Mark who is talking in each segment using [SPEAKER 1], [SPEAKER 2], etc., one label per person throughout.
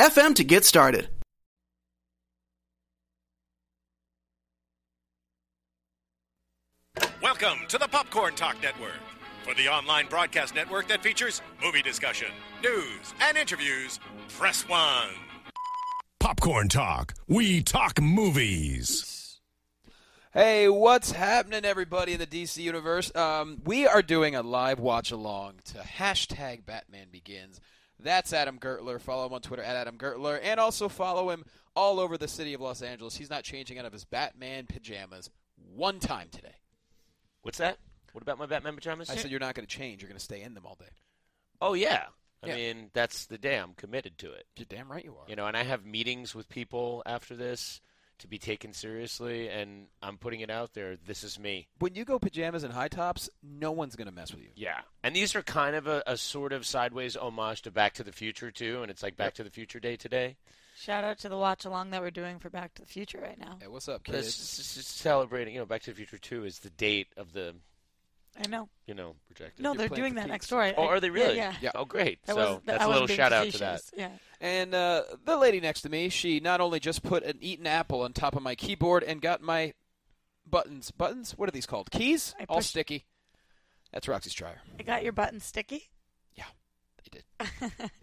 [SPEAKER 1] to get started.
[SPEAKER 2] Welcome to the Popcorn Talk Network, for the online broadcast network that features movie discussion, news, and interviews. Press one.
[SPEAKER 3] Popcorn Talk. We talk movies.
[SPEAKER 4] Hey, what's happening, everybody in the DC universe? Um, we are doing a live watch along to hashtag Batman Begins. That's Adam Gertler. Follow him on Twitter at Adam Gertler, and also follow him all over the city of Los Angeles. He's not changing out of his Batman pajamas one time today.
[SPEAKER 5] What's that? What about my Batman pajamas?
[SPEAKER 4] I said you're not going to change. You're going to stay in them all day.
[SPEAKER 5] oh yeah. I
[SPEAKER 4] Yeah.
[SPEAKER 5] mean, that's the day I'm committed to it.
[SPEAKER 4] You're damn right you are.
[SPEAKER 5] You know, and I have meetings with people after this to be taken seriously, and I'm putting it out there. This is me.
[SPEAKER 4] When you go pajamas and high tops, no one's going to mess with you.
[SPEAKER 5] Yeah. And these are kind of a, a sort of sideways homage to Back to the Future too, and it's like Back to the Future Day today.
[SPEAKER 6] Shout out to the watch along that we're doing for Back to the Future right now.
[SPEAKER 4] Hey, what's up,
[SPEAKER 5] This
[SPEAKER 4] kids?
[SPEAKER 5] is just celebrating. You know, Back to the Future Two is the date of the
[SPEAKER 6] I know.
[SPEAKER 5] you know projected.
[SPEAKER 6] No,
[SPEAKER 4] you're
[SPEAKER 6] they're
[SPEAKER 4] playing
[SPEAKER 6] doing
[SPEAKER 4] for
[SPEAKER 6] that
[SPEAKER 4] keeps.
[SPEAKER 6] next door. I-
[SPEAKER 5] Oh, are they
[SPEAKER 6] yeah,
[SPEAKER 5] really?
[SPEAKER 6] Yeah.
[SPEAKER 5] Oh, great.
[SPEAKER 6] That
[SPEAKER 5] so
[SPEAKER 6] wasn't- that-
[SPEAKER 5] that's
[SPEAKER 6] I
[SPEAKER 5] a little
[SPEAKER 6] wasn't being
[SPEAKER 5] shout out to that.
[SPEAKER 6] facetious. Yeah.
[SPEAKER 4] And uh, the lady next to me, she not only just put an eaten apple on top of my keyboard and got my buttons. Buttons? What are these called? Keys?
[SPEAKER 6] I
[SPEAKER 4] All
[SPEAKER 6] pushed-
[SPEAKER 4] sticky. That's Roxy's dryer.
[SPEAKER 6] I got your button sticky.
[SPEAKER 4] They did.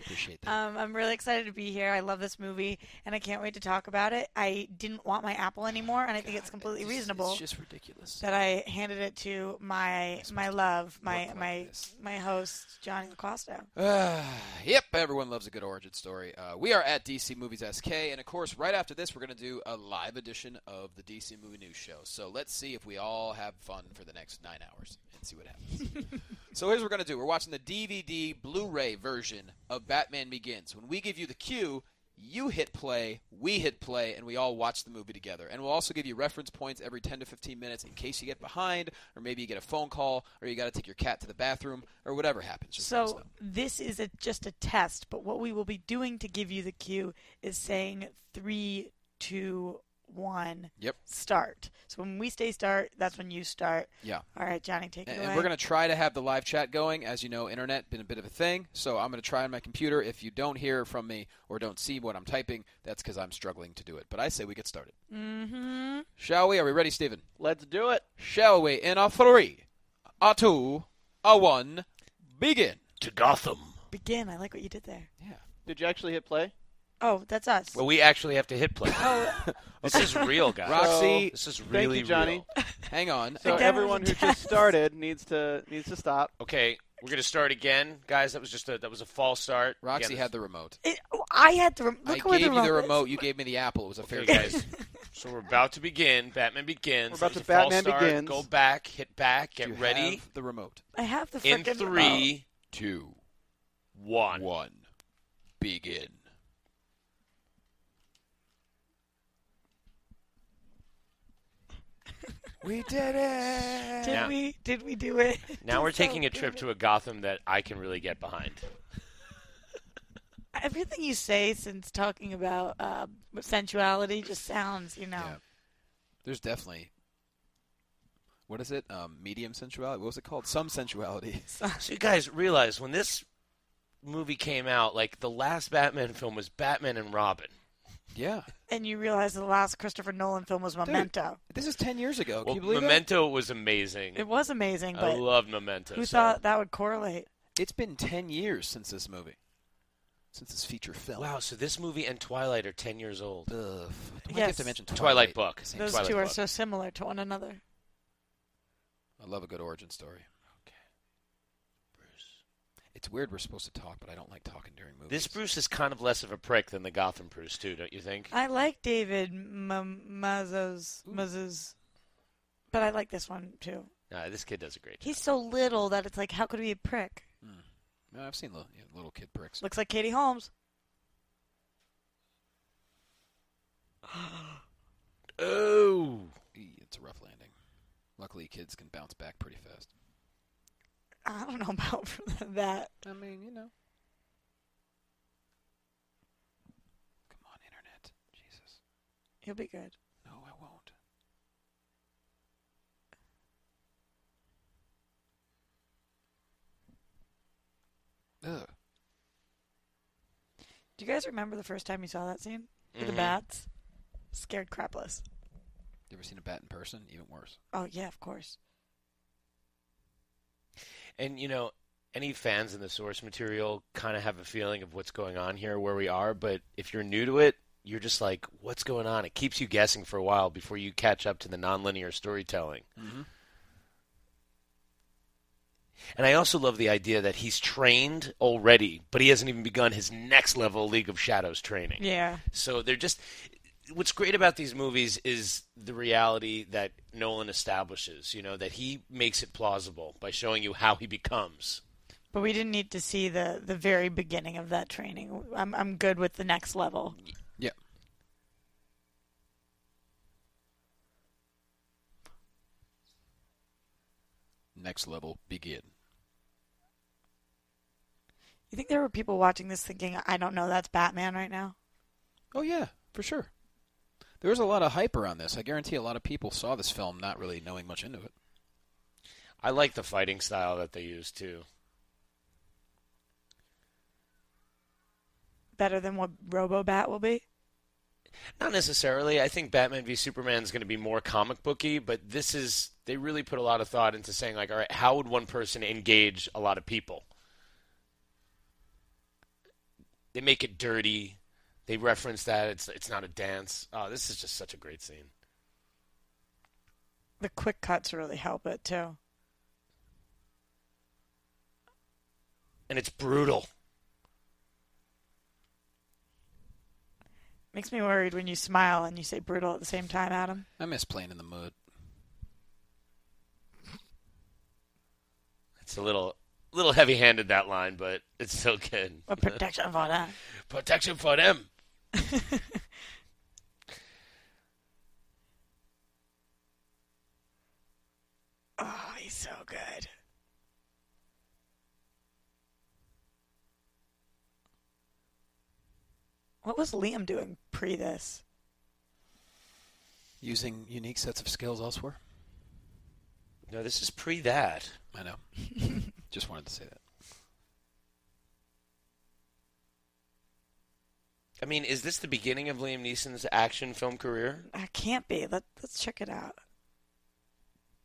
[SPEAKER 4] Appreciate that.
[SPEAKER 6] Um, I'm really excited to be here. I love this movie, and I can't wait to talk about it. I didn't want my apple anymore, and I think it's completely
[SPEAKER 4] It's-
[SPEAKER 6] reasonable
[SPEAKER 4] It's just ridiculous.
[SPEAKER 6] that I handed it to my my love, my
[SPEAKER 4] like
[SPEAKER 6] my
[SPEAKER 4] this.
[SPEAKER 6] my host Johnny Acosta.
[SPEAKER 4] yep, everyone loves a good origin story. Uh, we are at DC Movies SK, and of course, right after this, we're going to do a live edition of the DC Movie News Show. So let's see if we all have fun for the next nine hours and see what happens. so here's what we're going to do: we're watching the DVD Blu-ray version of Batman Begins. When we give you the cue. You hit play, we hit play, and we all watch the movie together. And we'll also give you reference points every 10 to 15 minutes in case you get behind, or maybe you get a phone call, or you got to take your cat to the bathroom, or whatever happens. Just let us
[SPEAKER 6] So
[SPEAKER 4] know.
[SPEAKER 6] this is a, just a test, but what we will be doing to give you the cue is saying three, two, one,
[SPEAKER 4] Yep.
[SPEAKER 6] start. So when we say start, that's when you start.
[SPEAKER 4] Yeah.
[SPEAKER 6] All right, Johnny, take it
[SPEAKER 4] And,
[SPEAKER 6] away.
[SPEAKER 4] and we're going to try to have the live chat going. As you know, internet been a bit of a thing. So I'm going to try on my computer. If you don't hear from me or don't see what I'm typing, that's because I'm struggling to do it. But I say we get started. Mm-hmm. Shall we? Are we ready, Stephen?
[SPEAKER 5] Let's do it.
[SPEAKER 4] Shall we? In a three, a two, a one, begin.
[SPEAKER 5] To Gotham.
[SPEAKER 6] begin. I like what you did there.
[SPEAKER 7] Did you actually hit play?
[SPEAKER 6] Oh, that's us.
[SPEAKER 5] Well, we actually have to hit play.
[SPEAKER 4] Oh.
[SPEAKER 5] This is real, guys.
[SPEAKER 4] Roxy,
[SPEAKER 5] this is really
[SPEAKER 7] Thank you, Johnny.
[SPEAKER 5] real.
[SPEAKER 4] hang on.
[SPEAKER 7] So
[SPEAKER 6] Again, it was
[SPEAKER 7] everyone
[SPEAKER 6] a
[SPEAKER 7] who
[SPEAKER 6] test.
[SPEAKER 7] just started needs to needs to stop.
[SPEAKER 5] Okay, we're gonna start again, guys. That was just a that was a false start.
[SPEAKER 4] Roxy
[SPEAKER 5] Again,
[SPEAKER 4] had the remote.
[SPEAKER 6] It- oh, I had the rem-
[SPEAKER 4] I
[SPEAKER 6] look where
[SPEAKER 4] gave you the
[SPEAKER 6] is.
[SPEAKER 4] remote. You gave me the apple. It was a fair
[SPEAKER 5] Okay,
[SPEAKER 4] game.
[SPEAKER 5] guys. so we're about to begin. Batman begins.
[SPEAKER 7] We're about
[SPEAKER 5] That
[SPEAKER 7] to
[SPEAKER 5] was a false
[SPEAKER 7] Batman
[SPEAKER 5] start.
[SPEAKER 7] Begins.
[SPEAKER 5] Go back. Hit back. Get
[SPEAKER 4] You
[SPEAKER 5] ready.
[SPEAKER 4] have the remote.
[SPEAKER 6] I have the
[SPEAKER 5] In
[SPEAKER 6] frickin' remote.
[SPEAKER 5] three,
[SPEAKER 4] Two, Oh.
[SPEAKER 5] one.
[SPEAKER 4] one, begin. we did it.
[SPEAKER 6] Oh. Did
[SPEAKER 5] Yeah.
[SPEAKER 6] we? Did we do it?
[SPEAKER 5] Now we're taking a trip to a Gotham that I can really get behind.
[SPEAKER 6] Everything you say since talking about uh, sensuality just sounds, you know.
[SPEAKER 4] Yeah. There's definitely. What is it? Um, medium sensuality. What was it called? Some sensuality.
[SPEAKER 5] So you guys realize when this movie came out, like the last Batman film was Batman and Robin.
[SPEAKER 4] yeah.
[SPEAKER 6] And you realize the last Christopher Nolan film was Memento.
[SPEAKER 4] This is ten years ago. Oh, Can
[SPEAKER 5] Well,
[SPEAKER 4] you believe
[SPEAKER 5] Memento was amazing.
[SPEAKER 6] It was amazing,
[SPEAKER 5] I
[SPEAKER 6] but
[SPEAKER 5] loved Memento.
[SPEAKER 6] who
[SPEAKER 5] so-
[SPEAKER 6] thought that would correlate?
[SPEAKER 4] it? It's been ten years since this movie. Since this feature film.
[SPEAKER 5] Wow, so this movie and Twilight are 10 years old.
[SPEAKER 4] Ugh. Why do you have
[SPEAKER 6] Yes.
[SPEAKER 4] to mention
[SPEAKER 5] Twilight book.
[SPEAKER 4] Same
[SPEAKER 6] Those
[SPEAKER 5] Twilight
[SPEAKER 6] two are
[SPEAKER 5] Club.
[SPEAKER 6] so similar to one another.
[SPEAKER 4] I love a good origin story. Okay. Bruce. It's weird we're supposed to talk, but I don't like talking during movies.
[SPEAKER 5] This Bruce is kind of less of a prick than the Gotham Bruce, too, don't you think?
[SPEAKER 6] I like David M- Mazzo's, Mazzo's, but I like this one too.
[SPEAKER 5] Nah, this kid does a great job.
[SPEAKER 6] He's so little that it's like, how could he be a prick?
[SPEAKER 4] No, I've seen little, yeah, little kid pricks.
[SPEAKER 6] Looks like Katie Holmes.
[SPEAKER 5] Oh!
[SPEAKER 4] E, Luckily, kids can bounce back pretty fast.
[SPEAKER 6] I don't know about that.
[SPEAKER 4] I mean, you know. Come on, internet. Jesus.
[SPEAKER 6] He'll be good.
[SPEAKER 4] No, I won't. Ugh.
[SPEAKER 6] Do you guys remember the first time you saw that scene with the
[SPEAKER 5] Mm-hmm.
[SPEAKER 6] bats? Scared crapless.
[SPEAKER 4] You ever seen a bat in person? Even worse.
[SPEAKER 6] Oh yeah, of course.
[SPEAKER 5] And you know, any fans in the source material kind of have a feeling of what's going on here, where we are. But if you're new to it, you're just like, what's going on? It keeps you guessing for a while before you catch up to the nonlinear storytelling.
[SPEAKER 4] Mm-hmm.
[SPEAKER 5] And I also love the idea that he's trained already, but he hasn't even begun his next level League of Shadows training.
[SPEAKER 6] Yeah.
[SPEAKER 5] So they're just. What's great about these movies is the reality that Nolan establishes, you know, that he makes it plausible by showing you how he becomes.
[SPEAKER 6] But we didn't need to see the the very beginning of that training. I'm I'm good with the next level.
[SPEAKER 4] Yeah. Next level, begin.
[SPEAKER 6] You think there were people watching this thinking, I don't know, that's Batman right now?
[SPEAKER 4] Oh yeah, for sure. There was a lot of hype around this. I guarantee a lot of people saw this film not really knowing much into it.
[SPEAKER 5] I like the fighting style that they use too.
[SPEAKER 6] Better than what RoboBat will be?
[SPEAKER 5] Not necessarily. I think Batman v Superman is going to be more comic booky, but this is they really put a lot of thought into saying like, all right, how would one person engage a lot of people? They make it dirty. They reference that it's it's not a dance. Oh, this is just such a great scene.
[SPEAKER 6] The quick cuts really help it too.
[SPEAKER 5] And it's brutal.
[SPEAKER 6] Makes me worried when you smile and you say brutal at the same time, Adam.
[SPEAKER 4] I miss playing in the mud.
[SPEAKER 5] It's a little little heavy-handed that line, but it's so good.
[SPEAKER 6] A protection for that.
[SPEAKER 5] Protection for them.
[SPEAKER 6] Oh, he's so good. What was Liam doing pre this?
[SPEAKER 4] Using unique sets of skills elsewhere.
[SPEAKER 5] No, this is pre that.
[SPEAKER 4] I know. Just wanted to say that.
[SPEAKER 5] I mean, is this the beginning of Liam Neeson's action film career?
[SPEAKER 6] I can't be. Let let's check it out.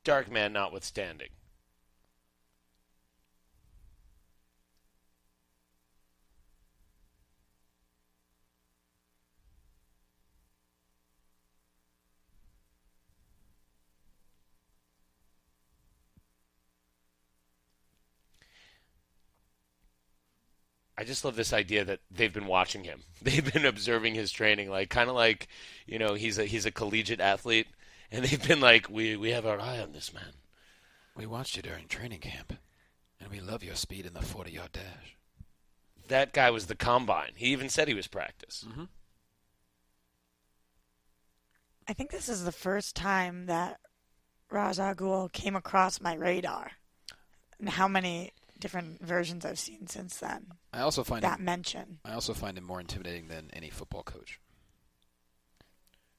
[SPEAKER 5] Dark Man notwithstanding. I just love this idea that they've been watching him. They've been observing his training, like kind of like, you know, he's a he's a collegiate athlete, and they've been like, we we have our eye on this man.
[SPEAKER 4] We watched you during training camp, and we love your speed in the 40 yard dash.
[SPEAKER 5] That guy was the combine. He even said he was practice.
[SPEAKER 6] I think this is the first time that Ra's al Ghul came across my radar, and how many different versions I've seen since then.
[SPEAKER 4] I also find
[SPEAKER 6] That
[SPEAKER 4] him,
[SPEAKER 6] mention.
[SPEAKER 4] I also find him more intimidating than any football coach.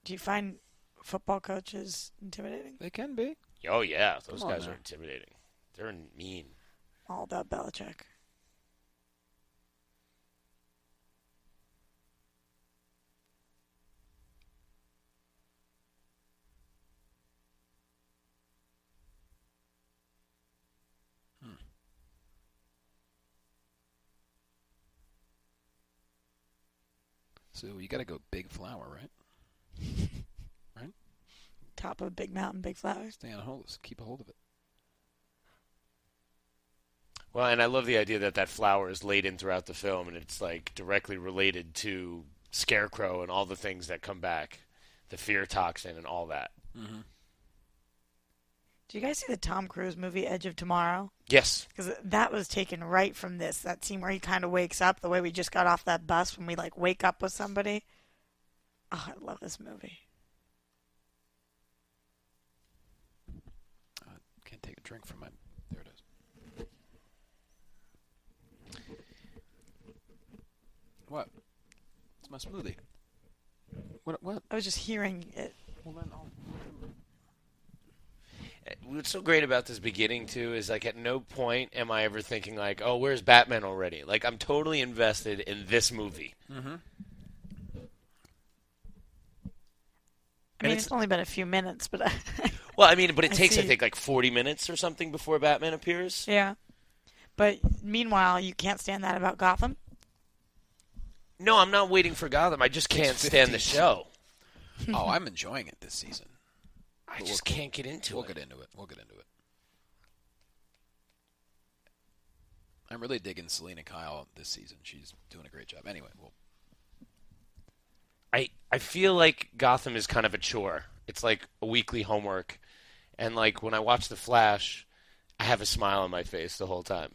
[SPEAKER 6] Do you find football coaches intimidating?
[SPEAKER 4] They can be.
[SPEAKER 5] Oh yeah, those
[SPEAKER 4] Come on
[SPEAKER 5] guys
[SPEAKER 4] now.
[SPEAKER 5] are intimidating. They're mean.
[SPEAKER 6] All about Belichick.
[SPEAKER 4] So you got to go big flower, right?
[SPEAKER 6] Top of big mountain, big flowers.
[SPEAKER 4] Stay on hold. Keep a hold of it.
[SPEAKER 5] Well, and I love the idea that that flower is laid in throughout the film, and it's like directly related to Scarecrow and all the things that come back, the fear toxin and all that.
[SPEAKER 6] Do you guys see the Tom Cruise movie Edge of Tomorrow?
[SPEAKER 5] Yes,
[SPEAKER 6] Because that was taken right from this. That scene where he kind of wakes up, the way we just got off that bus when we like wake up with somebody. Oh, I love this movie.
[SPEAKER 8] take a drink from my. There it is. What? It's my smoothie. What? What?
[SPEAKER 6] I was just hearing it.
[SPEAKER 8] Well, then I'll...
[SPEAKER 5] What's so great about this beginning too is like at no point am I ever thinking like, oh, where's Batman already? Like I'm totally invested in this movie.
[SPEAKER 6] I mean,
[SPEAKER 5] it's-
[SPEAKER 6] it's only been a few minutes, but I,
[SPEAKER 5] Well, I mean, but it
[SPEAKER 6] I
[SPEAKER 5] takes I
[SPEAKER 6] see.
[SPEAKER 5] think like 40 minutes or something before Batman appears.
[SPEAKER 6] yeah. But meanwhile, you can't stand that about Gotham.
[SPEAKER 5] No, I'm not waiting for Gotham. I just can't stand the
[SPEAKER 8] 15.
[SPEAKER 5] show.
[SPEAKER 8] oh, I'm enjoying it this season.
[SPEAKER 5] I just can't get into
[SPEAKER 8] We'll
[SPEAKER 5] it.
[SPEAKER 8] get into it. We'll get into it. I'm really digging Selena Kyle this season. She's doing a great job. Anyway, well,
[SPEAKER 5] I I feel like Gotham is kind of a chore. It's like a weekly homework, and like when I watch The Flash, I have a smile on my face the whole time.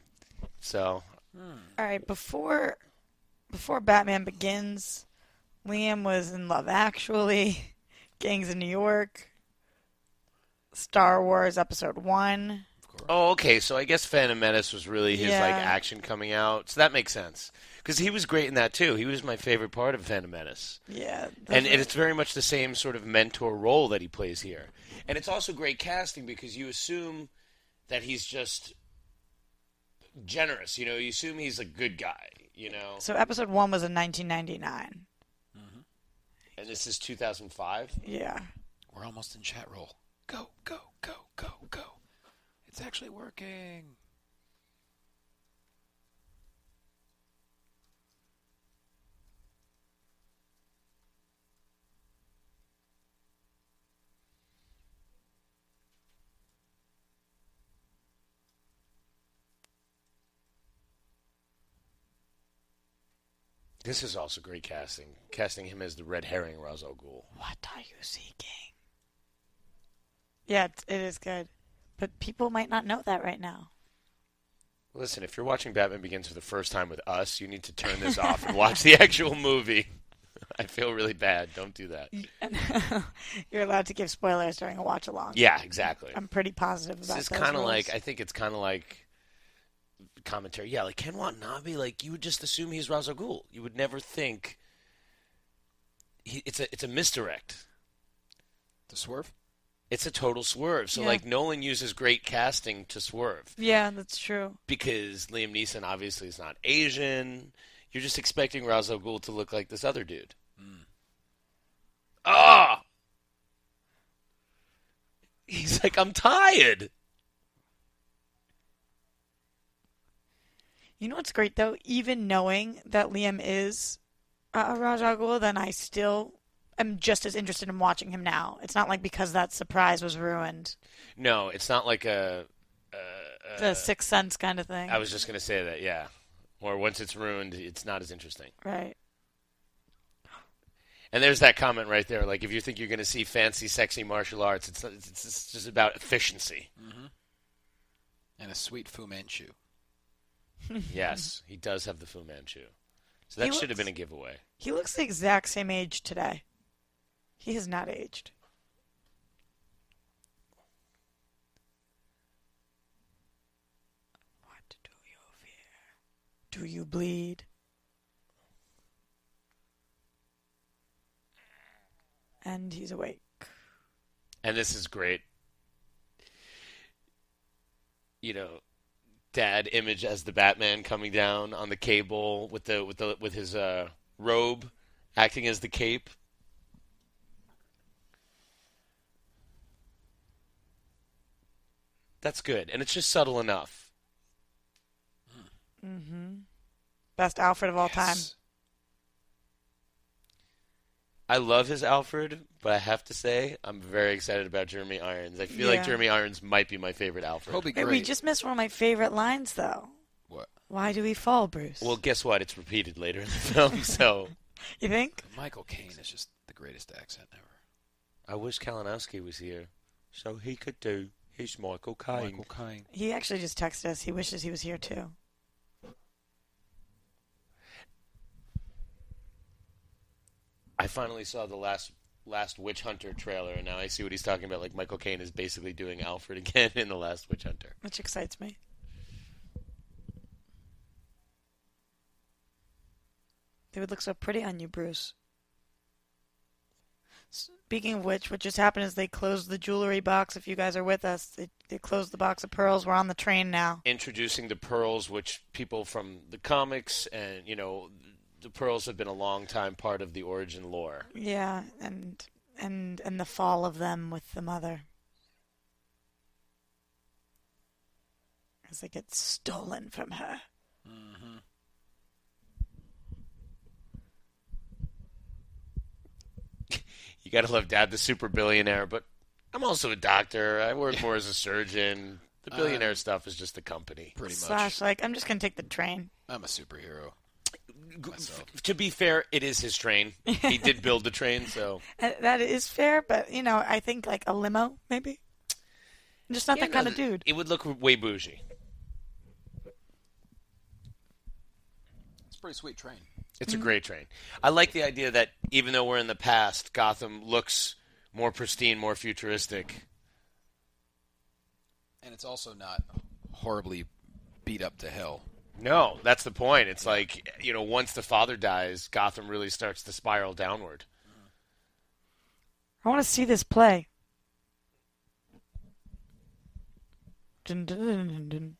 [SPEAKER 5] So
[SPEAKER 6] All right, before before Batman Begins, Liam was in Love Actually, Gangs in New York, Star Wars Episode One.
[SPEAKER 5] Oh, okay. So I guess Phantom Menace was really his like
[SPEAKER 6] Yeah.
[SPEAKER 5] action coming out. So that makes sense because he was great in that too. He was my favorite part of Phantom Menace,
[SPEAKER 6] Yeah,
[SPEAKER 5] and,
[SPEAKER 6] those
[SPEAKER 5] and
[SPEAKER 6] were-
[SPEAKER 5] it's very much the same sort of mentor role that he plays here. And it's also great casting because you assume that he's just generous. You know, you assume he's a good guy. You know,
[SPEAKER 6] so Episode One was in 1999.
[SPEAKER 5] and this is 2005.
[SPEAKER 6] Yeah,
[SPEAKER 8] we're almost in chat roll. Go, go, go, go, go. It's actually working.
[SPEAKER 5] This is also great casting. Casting him as the red herring Ra's al Ghul.
[SPEAKER 6] what are you seeking? Yeah, it, it is good, but people might not know that right now.
[SPEAKER 5] Listen, if you're watching Batman Begins for the first time with us, you need to turn this off and watch the actual movie. I feel really bad. Don't do that.
[SPEAKER 6] You're allowed to give spoilers during a watch along.
[SPEAKER 5] Yeah, exactly.
[SPEAKER 6] I'm pretty positive about
[SPEAKER 5] This is
[SPEAKER 6] those
[SPEAKER 5] kind of
[SPEAKER 6] rules.
[SPEAKER 5] like I think it's kind of like commentary. Yeah, like Ken Watanabe, like you would just assume he's Ra's al Ghul. You would never think he, it's a it's a misdirect.
[SPEAKER 8] The swerve?
[SPEAKER 5] It's a total swerve. So
[SPEAKER 6] Yeah.
[SPEAKER 5] like Nolan uses great casting to swerve.
[SPEAKER 6] yeah, that's true.
[SPEAKER 5] because Liam Neeson obviously is not Asian. You're just expecting Ra's al Ghul to look like this other dude. Ah! He's like, I'm tired.
[SPEAKER 6] You know what's great though? Even knowing that Liam is uh, Raj Al Ghul, then I still am just as interested in watching him now. It's not like because that surprise was ruined,
[SPEAKER 5] No, it's not like a.
[SPEAKER 6] the sixth sense kind of thing,
[SPEAKER 5] Uh, I was just gonna say that, yeah. Or once it's ruined, it's not as interesting.
[SPEAKER 6] right?
[SPEAKER 5] And there's that comment right there. Like, if you think you're gonna see fancy, sexy martial arts, it's it's, it's just about efficiency.
[SPEAKER 6] Mm-hmm.
[SPEAKER 8] And a sweet Fu Manchu.
[SPEAKER 5] yes, he does have the Fu Manchu. So that
[SPEAKER 6] He
[SPEAKER 5] should have
[SPEAKER 6] looks-
[SPEAKER 5] been a giveaway.
[SPEAKER 6] He looks the exact same age today. He has not aged. What do you fear? Do you bleed? And he's awake.
[SPEAKER 5] and this is great. You know, dad image as the Batman coming down on the cable with the with the with his uh, robe, acting as the cape. That's good, and it's just subtle enough.
[SPEAKER 6] Best Alfred of all time.
[SPEAKER 8] Yes.
[SPEAKER 5] I love his Alfred, but I have to say I'm very excited about Jeremy Irons. I feel like
[SPEAKER 6] Yeah.
[SPEAKER 5] Jeremy Irons might be my favorite Alfred.
[SPEAKER 8] He'll be
[SPEAKER 6] Wait,
[SPEAKER 8] great.
[SPEAKER 6] we just missed one of my favorite lines, though.
[SPEAKER 8] What?
[SPEAKER 6] Why do we fall, Bruce?
[SPEAKER 5] well, guess what? It's repeated later in the film, so
[SPEAKER 6] you think?
[SPEAKER 8] Michael Caine is just the greatest accent ever.
[SPEAKER 5] I wish Kalinowski was here so he could do his Michael Caine.
[SPEAKER 8] Michael Caine.
[SPEAKER 6] He actually just texted us. He wishes he was here too.
[SPEAKER 5] I finally saw the last last Witch Hunter trailer, and now I see what he's talking about. Like Michael Caine is basically doing Alfred again in the last Witch Hunter.
[SPEAKER 6] which excites me. They would look so pretty on you, Bruce. Speaking of which, what just happened is they closed the jewelry box. If you guys are with us, they, they closed the box of pearls. We're on the train now.
[SPEAKER 5] Introducing the pearls, which people from the comics and you know the pearls have been a long time part of the origin lore.
[SPEAKER 6] Yeah, and and and the fall of them with the mother. As they get stolen from her.
[SPEAKER 5] You gotta love Dad, the super billionaire, but I'm also a doctor. I work more as a surgeon. The billionaire stuff is just the company.
[SPEAKER 8] Pretty much.
[SPEAKER 6] Slash, like, I'm just gonna take the train.
[SPEAKER 8] I'm a superhero. myself.
[SPEAKER 5] To be fair, it is his train. He did build the train, so
[SPEAKER 6] Uh, That is fair, but you know, I think like a limo, maybe. I'm just not that kind of dude.
[SPEAKER 5] It would look way bougie.
[SPEAKER 8] It's a pretty sweet train.
[SPEAKER 5] It's
[SPEAKER 6] Mm-hmm.
[SPEAKER 5] a great train. I like the idea that even though we're in the past, Gotham looks more pristine, more futuristic.
[SPEAKER 8] And it's also not horribly beat up to hell.
[SPEAKER 5] No, that's the point. It's like, you know, once the father dies, Gotham really starts to spiral downward.
[SPEAKER 6] I want to see this play. Dun, dun, dun, dun, dun.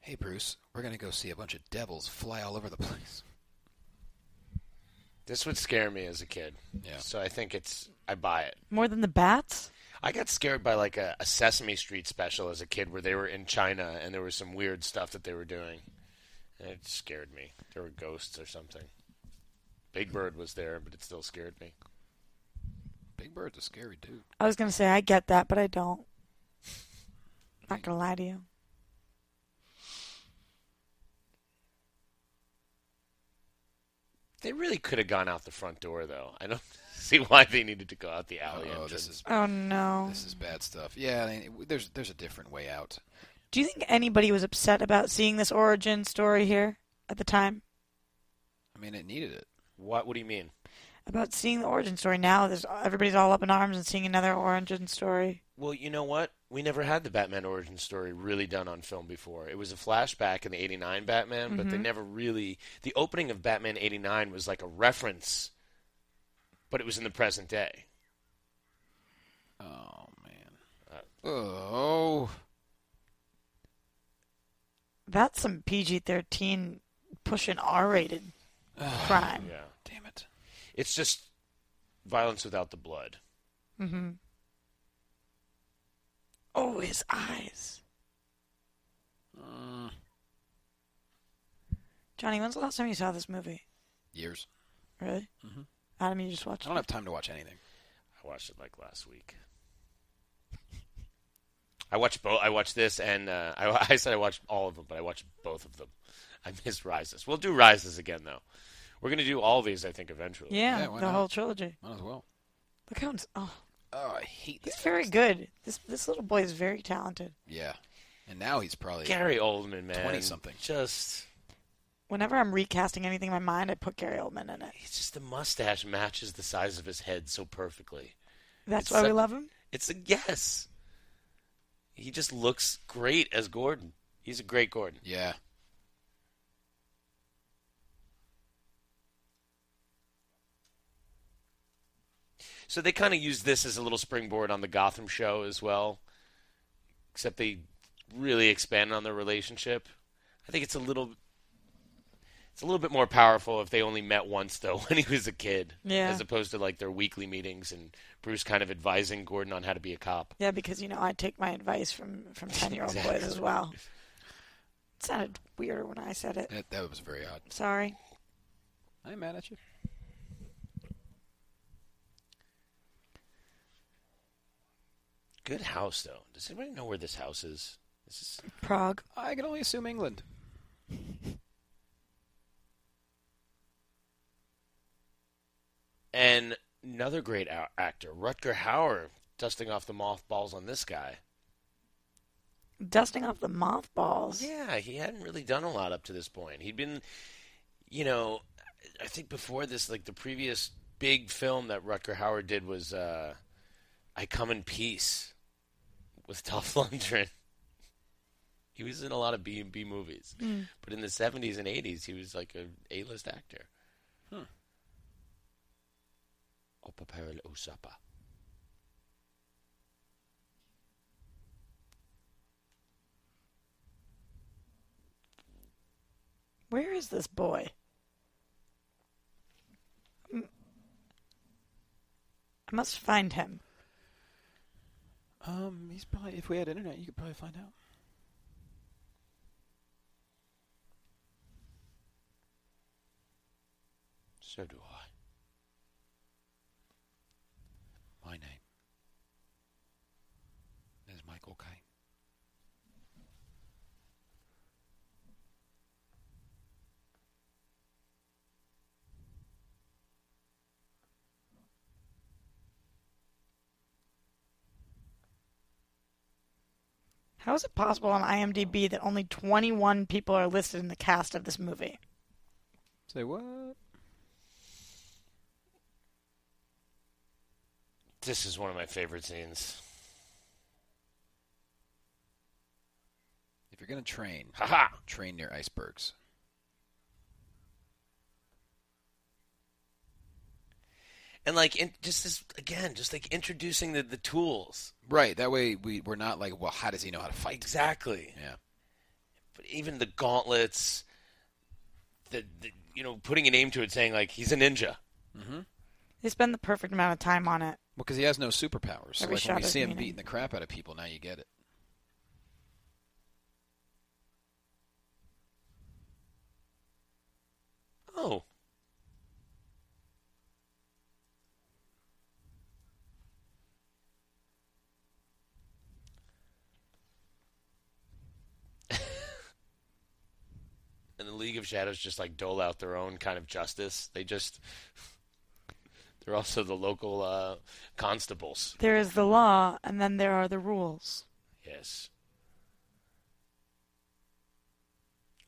[SPEAKER 8] Hey, Bruce, we're going to go see a bunch of devils fly all over the place.
[SPEAKER 5] This would scare me as a kid.
[SPEAKER 8] Yeah.
[SPEAKER 5] So I think it's, I buy it.
[SPEAKER 6] More than the bats?
[SPEAKER 5] I got scared by like a, a Sesame Street special as a kid where they were in China and there was some weird stuff that they were doing. And it scared me. There were ghosts or something. Big Bird was there, but it still scared me.
[SPEAKER 8] Big Bird's a scary dude.
[SPEAKER 6] I was gonna say I get that, but I don't. Not gonna lie to you.
[SPEAKER 5] They really could have gone out the front door, though. I don't see why they needed to go out the alley.
[SPEAKER 8] Oh, this
[SPEAKER 5] entrance.
[SPEAKER 8] is
[SPEAKER 6] Oh no.
[SPEAKER 8] this is bad stuff. Yeah, I mean, there's there's a different way out.
[SPEAKER 6] Do you think anybody was upset about seeing this origin story here at the time?
[SPEAKER 8] I mean, it needed it.
[SPEAKER 5] What? What do you mean?
[SPEAKER 6] About seeing the origin story now, there's everybody's all up in arms and seeing another origin story.
[SPEAKER 5] Well, you know what? We never had the Batman origin story really done on film before. It was a flashback in the 89 Batman, but they never really. The opening of Batman 89 was like a reference, but it was in the present day.
[SPEAKER 8] Oh man. oh,
[SPEAKER 6] That's some PG-13 pushing R-rated crime.
[SPEAKER 5] Yeah.
[SPEAKER 8] damn it.
[SPEAKER 5] It's just violence without the blood.
[SPEAKER 6] Oh, his eyes.
[SPEAKER 8] Mm,
[SPEAKER 6] Johnny, when's the last time you saw this movie?
[SPEAKER 8] Years.
[SPEAKER 6] Really? Adam, you just watched
[SPEAKER 8] Mm-hmm. I don't
[SPEAKER 6] it.
[SPEAKER 8] have time to watch anything.
[SPEAKER 5] I watched it like last week. I watched both. I watched this, and uh, I, I said I watched all of them, but I watched both of them. I missed Rises. We'll do Rises again, though. We're gonna do all these, I think, eventually.
[SPEAKER 6] Yeah,
[SPEAKER 8] Yeah, why
[SPEAKER 6] the
[SPEAKER 8] not?
[SPEAKER 6] whole trilogy.
[SPEAKER 8] Might as well.
[SPEAKER 6] Look how ins- oh,
[SPEAKER 8] Oh, I hate
[SPEAKER 6] he's
[SPEAKER 8] this.
[SPEAKER 6] very good. This this little boy is very talented.
[SPEAKER 8] Yeah. And now he's probably
[SPEAKER 5] Gary Oldman, man,
[SPEAKER 8] 20-something.
[SPEAKER 5] Just
[SPEAKER 6] Whenever I'm recasting anything in my mind, I put Gary Oldman in it.
[SPEAKER 5] it's just the mustache matches the size of his head so perfectly.
[SPEAKER 6] That's
[SPEAKER 5] It's
[SPEAKER 6] why we
[SPEAKER 5] so-
[SPEAKER 6] love him.
[SPEAKER 5] It's a yes. He just looks great as Gordon. He's a great Gordon.
[SPEAKER 8] Yeah.
[SPEAKER 5] So they kind of use this as a little springboard on the Gotham show as well, except they really expand on their relationship. I think it's a little, it's a little bit more powerful if they only met once though when he was a kid,
[SPEAKER 6] Yeah.
[SPEAKER 5] as opposed to like their weekly meetings and Bruce kind of advising Gordon on how to be a cop.
[SPEAKER 6] Yeah, because you know I take my advice from from ten year old boys as
[SPEAKER 5] Exactly.
[SPEAKER 6] well. It sounded weirder when I said it.
[SPEAKER 8] That, that was very odd.
[SPEAKER 6] Sorry.
[SPEAKER 8] I ain't mad at you.
[SPEAKER 5] Good house though. Does anybody know where this house is? This is
[SPEAKER 6] Prague.
[SPEAKER 8] I can only assume England.
[SPEAKER 5] and another great a- actor, Rutger Hauer, dusting off the mothballs on this guy.
[SPEAKER 6] Dusting off the mothballs.
[SPEAKER 5] Yeah, he hadn't really done a lot up to this point. He'd been, you know, I think before this, like the previous big film that Rutger Howard did was uh, I Come in Peace with Dolph Lundgren. He was in a lot of B and B movies, but in the seventies and eighties, he was like a A list actor. Huh. Opaperil Oh, Osapa.
[SPEAKER 6] Where is this boy? I must find him.
[SPEAKER 7] Um, he's probably if we had internet, you could probably find out.
[SPEAKER 5] So do I. My name is Michael Caine.
[SPEAKER 6] How is it possible on IMDb that only 21 people are listed in the cast of this movie?
[SPEAKER 7] Say what?
[SPEAKER 5] This is one of my favorite scenes.
[SPEAKER 4] If you're gonna train,
[SPEAKER 5] Haha!
[SPEAKER 4] train near icebergs.
[SPEAKER 5] And like, in, just this again, just like introducing the, the tools.
[SPEAKER 4] Right. That way we we're not like, well, how does he know how to fight?
[SPEAKER 5] Exactly.
[SPEAKER 4] Yeah.
[SPEAKER 5] But even the gauntlets, the, the you know, putting a name to it, saying like he's a ninja.
[SPEAKER 6] They spend the perfect amount of time on it.
[SPEAKER 4] Well, because he has no superpowers. So
[SPEAKER 6] Every
[SPEAKER 4] like
[SPEAKER 6] shot
[SPEAKER 4] when we
[SPEAKER 6] has
[SPEAKER 4] see him
[SPEAKER 6] meaning.
[SPEAKER 4] beating the crap out of people, now you get it.
[SPEAKER 5] Oh, and the League of Shadows just like dole out their own kind of justice. They just they're also the local uh, constables.
[SPEAKER 6] There is the law, and then there are the rules.
[SPEAKER 5] Yes.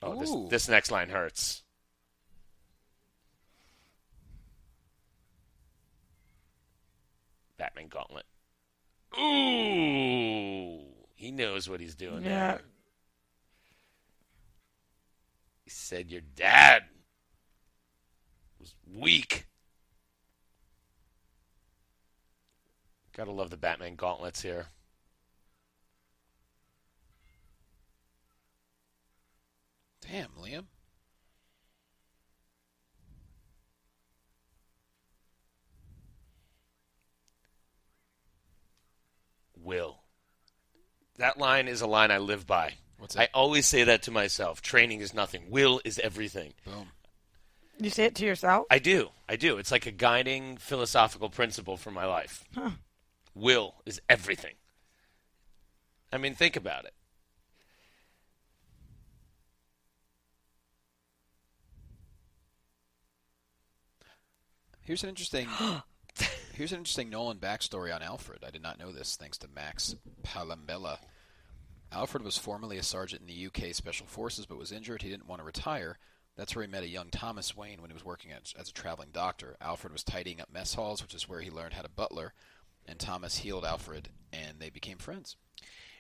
[SPEAKER 5] Oh, this,
[SPEAKER 4] Ooh.
[SPEAKER 5] this next line hurts. Batman gauntlet. Ooh, he knows what he's doing
[SPEAKER 6] Yeah.
[SPEAKER 5] there. He said your dad was weak. Gotta love the Batman gauntlets here.
[SPEAKER 4] Damn, Liam.
[SPEAKER 5] will. That line is a line I live by.
[SPEAKER 4] What's
[SPEAKER 5] I
[SPEAKER 4] that?
[SPEAKER 5] always say that to myself. Training is nothing. Will is everything.
[SPEAKER 4] Boom.
[SPEAKER 6] You say it to yourself?
[SPEAKER 5] I do. I do. It's like a guiding philosophical principle for my life. Will is everything. I mean, think about it.
[SPEAKER 4] Here's an interesting. here's an interesting Nolan backstory on Alfred. I did not know this thanks to Max Palambella. Alfred was formerly a sergeant in the UK Special Forces, but was injured. He didn't want to retire. That's where he met a young Thomas Wayne when he was working as, as a traveling doctor. Alfred was tidying up mess halls, which is where he learned how to butler, and Thomas healed Alfred, and they became friends.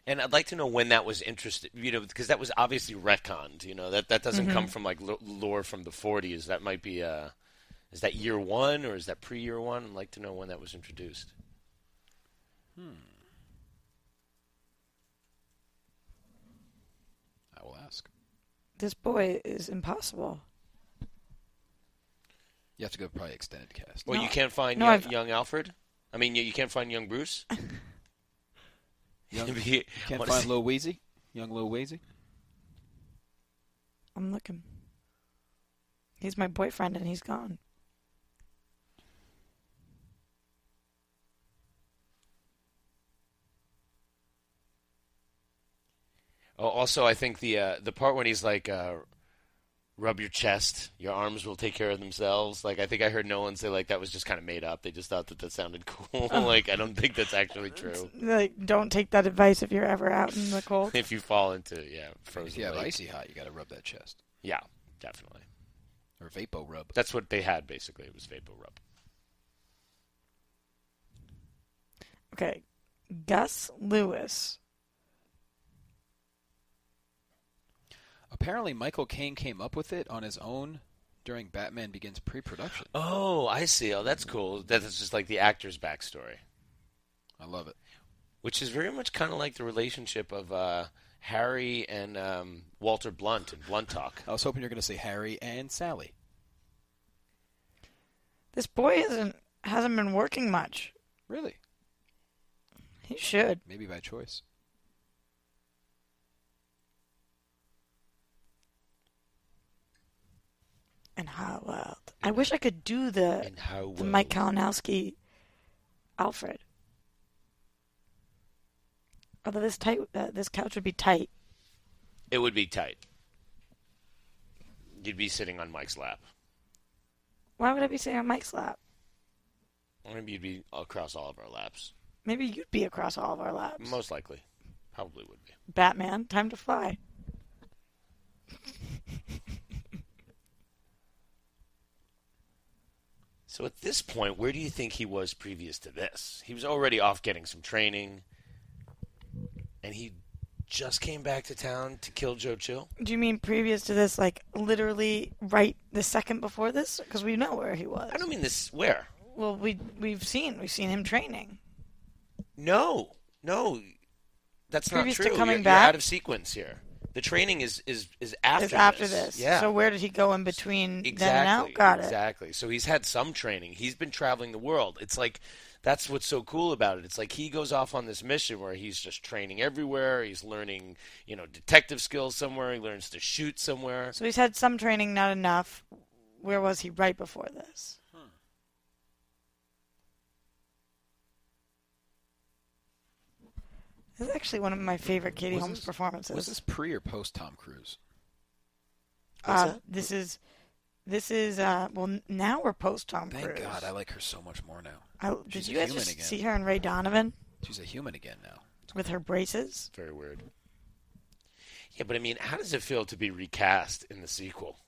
[SPEAKER 5] And I'd like to know when that was interested, you know, because that was obviously retconned. You know, that that doesn't come from like lo- lore from the 40s. That might be, uh, is that year one or is that pre year one? I'd like to know when that was introduced.
[SPEAKER 4] I will ask.
[SPEAKER 6] This boy is impossible.
[SPEAKER 4] You have to go probably extended cast.
[SPEAKER 5] Well,
[SPEAKER 6] No,
[SPEAKER 5] you can't find
[SPEAKER 6] no,
[SPEAKER 5] young,
[SPEAKER 6] I've-
[SPEAKER 5] young Alfred. I mean, you, you can't find young Bruce.
[SPEAKER 4] Young,
[SPEAKER 5] You
[SPEAKER 4] can't
[SPEAKER 5] wanna
[SPEAKER 4] find
[SPEAKER 5] see-
[SPEAKER 4] Lil Weezy. Young Lil Weezy.
[SPEAKER 6] I'm looking. He's my boyfriend, and he's gone.
[SPEAKER 5] Oh, also, I think the uh, the part when he's like, uh, "Rub your chest, your arms will take care of themselves." Like, I think I heard Nolan say like that was just kind of made up. They just thought that that sounded cool.
[SPEAKER 6] Oh.
[SPEAKER 5] like, I don't think that's actually true.
[SPEAKER 6] Like, don't take that advice if you're ever out in the cold.
[SPEAKER 5] If you fall into yeah
[SPEAKER 4] If
[SPEAKER 5] frozen,
[SPEAKER 4] you have
[SPEAKER 5] lake.
[SPEAKER 4] icy hot, you got to rub that chest
[SPEAKER 5] yeah, definitely.
[SPEAKER 4] or Vapo rub.
[SPEAKER 5] That's what they had basically. It was vapor rub.
[SPEAKER 6] Okay. Gus Lewis.
[SPEAKER 4] Apparently, Michael Caine came up with it on his own during Batman Begins pre-production.
[SPEAKER 5] Oh, I see. Oh, that's cool. That's just like the actor's backstory,
[SPEAKER 4] I love it.
[SPEAKER 5] which is very much kind of like the relationship of uh, Harry and um, Walter Blunt in Blunt Talk.
[SPEAKER 4] I was hoping you were going to say Harry and Sally.
[SPEAKER 6] This boy isn't hasn't been working much.
[SPEAKER 4] Really?
[SPEAKER 6] He should.
[SPEAKER 4] Maybe by choice.
[SPEAKER 6] And how wild. I wish I could do the,
[SPEAKER 5] And how
[SPEAKER 6] Uh, the
[SPEAKER 5] well
[SPEAKER 6] Mike Kalinowski Alfred. Although this tight, uh, this couch would be tight.
[SPEAKER 5] it would be tight. You'd be sitting on Mike's lap.
[SPEAKER 6] Why would I be sitting on Mike's lap?
[SPEAKER 5] Or maybe you'd be across all of our laps.
[SPEAKER 6] Maybe you'd be across all of our laps.
[SPEAKER 5] Most likely. Probably would be.
[SPEAKER 6] Batman, time to fly.
[SPEAKER 5] So at this point, where do you think he was previous to this? He was already off getting some training, and he just came back to town to kill Joe Chill.
[SPEAKER 6] Do you mean previous to this, like literally right the second before this? Because we know where he was.
[SPEAKER 5] I don't mean this. Where?
[SPEAKER 6] Well, we we've seen we've seen him training.
[SPEAKER 5] No, no, that's
[SPEAKER 6] Previous
[SPEAKER 5] not
[SPEAKER 6] to
[SPEAKER 5] true.
[SPEAKER 6] coming
[SPEAKER 5] you're,
[SPEAKER 6] back?
[SPEAKER 5] you're out of sequence here. The training is is is after
[SPEAKER 6] It's after
[SPEAKER 5] this.
[SPEAKER 6] this.
[SPEAKER 5] Yeah.
[SPEAKER 6] So where did he go in between then and now?
[SPEAKER 5] Exactly.
[SPEAKER 6] Got it.
[SPEAKER 5] exactly. So he's had some training. He's been traveling the world. It's like that's what's so cool about it. It's like he goes off on this mission where he's just training everywhere. He's learning, you know, detective skills somewhere. He learns to shoot somewhere.
[SPEAKER 6] So he's had some training, not enough. Where was he right before this? This is actually one of my favorite Katie
[SPEAKER 4] Was
[SPEAKER 6] Holmes
[SPEAKER 4] this-
[SPEAKER 6] performances.
[SPEAKER 4] Was this pre or post Tom Cruise?
[SPEAKER 6] uh, this is this is uh, well n- now we're post Tom
[SPEAKER 4] Thank
[SPEAKER 6] Cruise.
[SPEAKER 4] God, I like her so much more now.
[SPEAKER 6] I,
[SPEAKER 4] She's a
[SPEAKER 6] did you guys
[SPEAKER 4] human
[SPEAKER 6] just
[SPEAKER 4] again.
[SPEAKER 6] see her in Ray Donovan
[SPEAKER 4] She's a human again now.
[SPEAKER 6] with her braces?
[SPEAKER 5] Very weird. Yeah, but I mean, how does it feel to be recast in the sequel?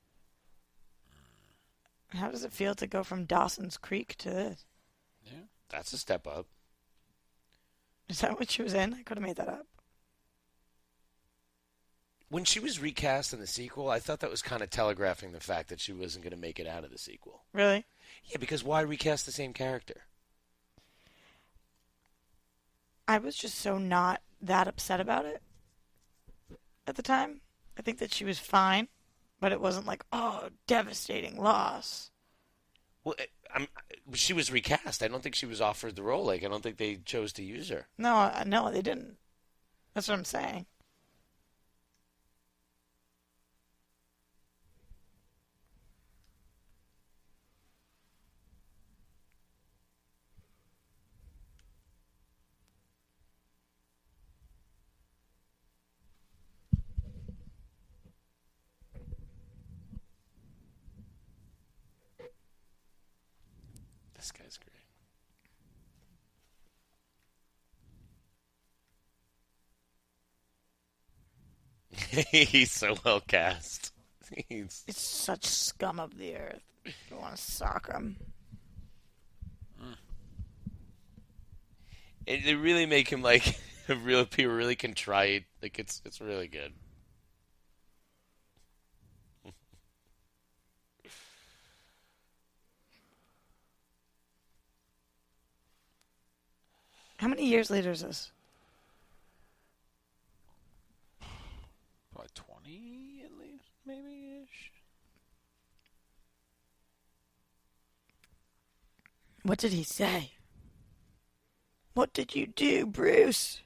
[SPEAKER 6] How does it feel to go from Dawson's Creek to this?
[SPEAKER 5] That's a step up.
[SPEAKER 6] Is that what she was in? I could have made that up.
[SPEAKER 5] When she was recast in the sequel, I thought that was kind of telegraphing the fact that she wasn't going to make it out of the sequel.
[SPEAKER 6] Really?
[SPEAKER 5] Yeah, because why recast the same character?
[SPEAKER 6] I was just so not that upset about it at the time. I think that she was fine, but it wasn't like, oh, devastating loss.
[SPEAKER 5] Well, I- I'm, she was recast. I don't think she was offered the role. Like, I don't think they chose to use her.
[SPEAKER 6] No, I- no, they didn't. That's what I'm saying.
[SPEAKER 5] This guy's great. He's so well cast. He's
[SPEAKER 6] It's such scum of the earth. You want to sock 'em.
[SPEAKER 5] it, they really make him like a real appear really contrite. Like it's it's really good.
[SPEAKER 6] How many years later is this?
[SPEAKER 4] Probably 20 at least, maybe ish.
[SPEAKER 6] What did he say? What did you do, Bruce?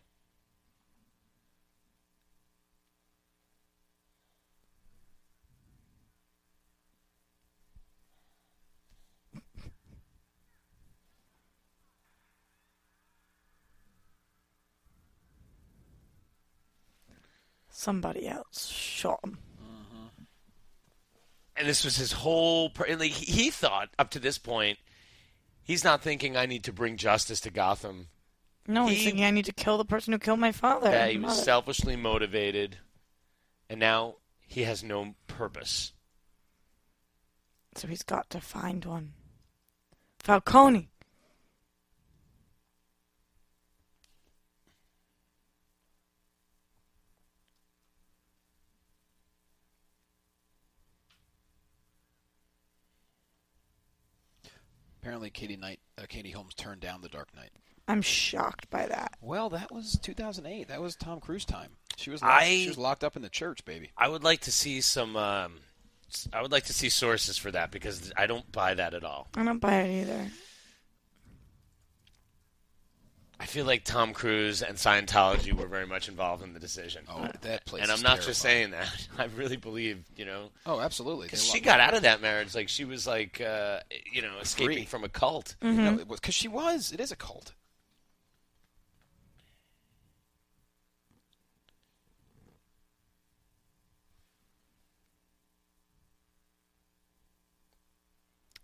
[SPEAKER 6] Somebody else shot him.
[SPEAKER 5] And this was his whole. Per- and like he, he thought up to this point, he's not thinking I need to bring justice to Gotham.
[SPEAKER 6] No, he's
[SPEAKER 5] He-
[SPEAKER 6] thinking I need to kill the person who killed my father.
[SPEAKER 5] Yeah, he was
[SPEAKER 6] Mother-
[SPEAKER 5] selfishly motivated, and now he has no purpose.
[SPEAKER 6] So he's got to find one. Falcone.
[SPEAKER 4] Apparently, Katie Knight, uh, Katie Holmes turned down The Dark Knight.
[SPEAKER 6] I'm shocked by that.
[SPEAKER 4] Well, that was 2008. That was Tom Cruise time. She was
[SPEAKER 5] I-
[SPEAKER 4] locked, she was locked up in the church, baby.
[SPEAKER 5] I would like to see some. Um, s- I would like to see sources for that because I don't buy that at all.
[SPEAKER 6] I don't buy it either.
[SPEAKER 5] I feel like Tom Cruise and Scientology were very much involved in the decision,
[SPEAKER 4] Oh, that place.
[SPEAKER 5] Uh, and I'm
[SPEAKER 4] is
[SPEAKER 5] not just
[SPEAKER 4] terrifying.
[SPEAKER 5] saying that. I really believe, you know,
[SPEAKER 4] Oh, absolutely.
[SPEAKER 5] because she got out of that marriage like she was like, uh, you know, escaping
[SPEAKER 4] Free.
[SPEAKER 5] from a cult.
[SPEAKER 4] because she was. It is a cult.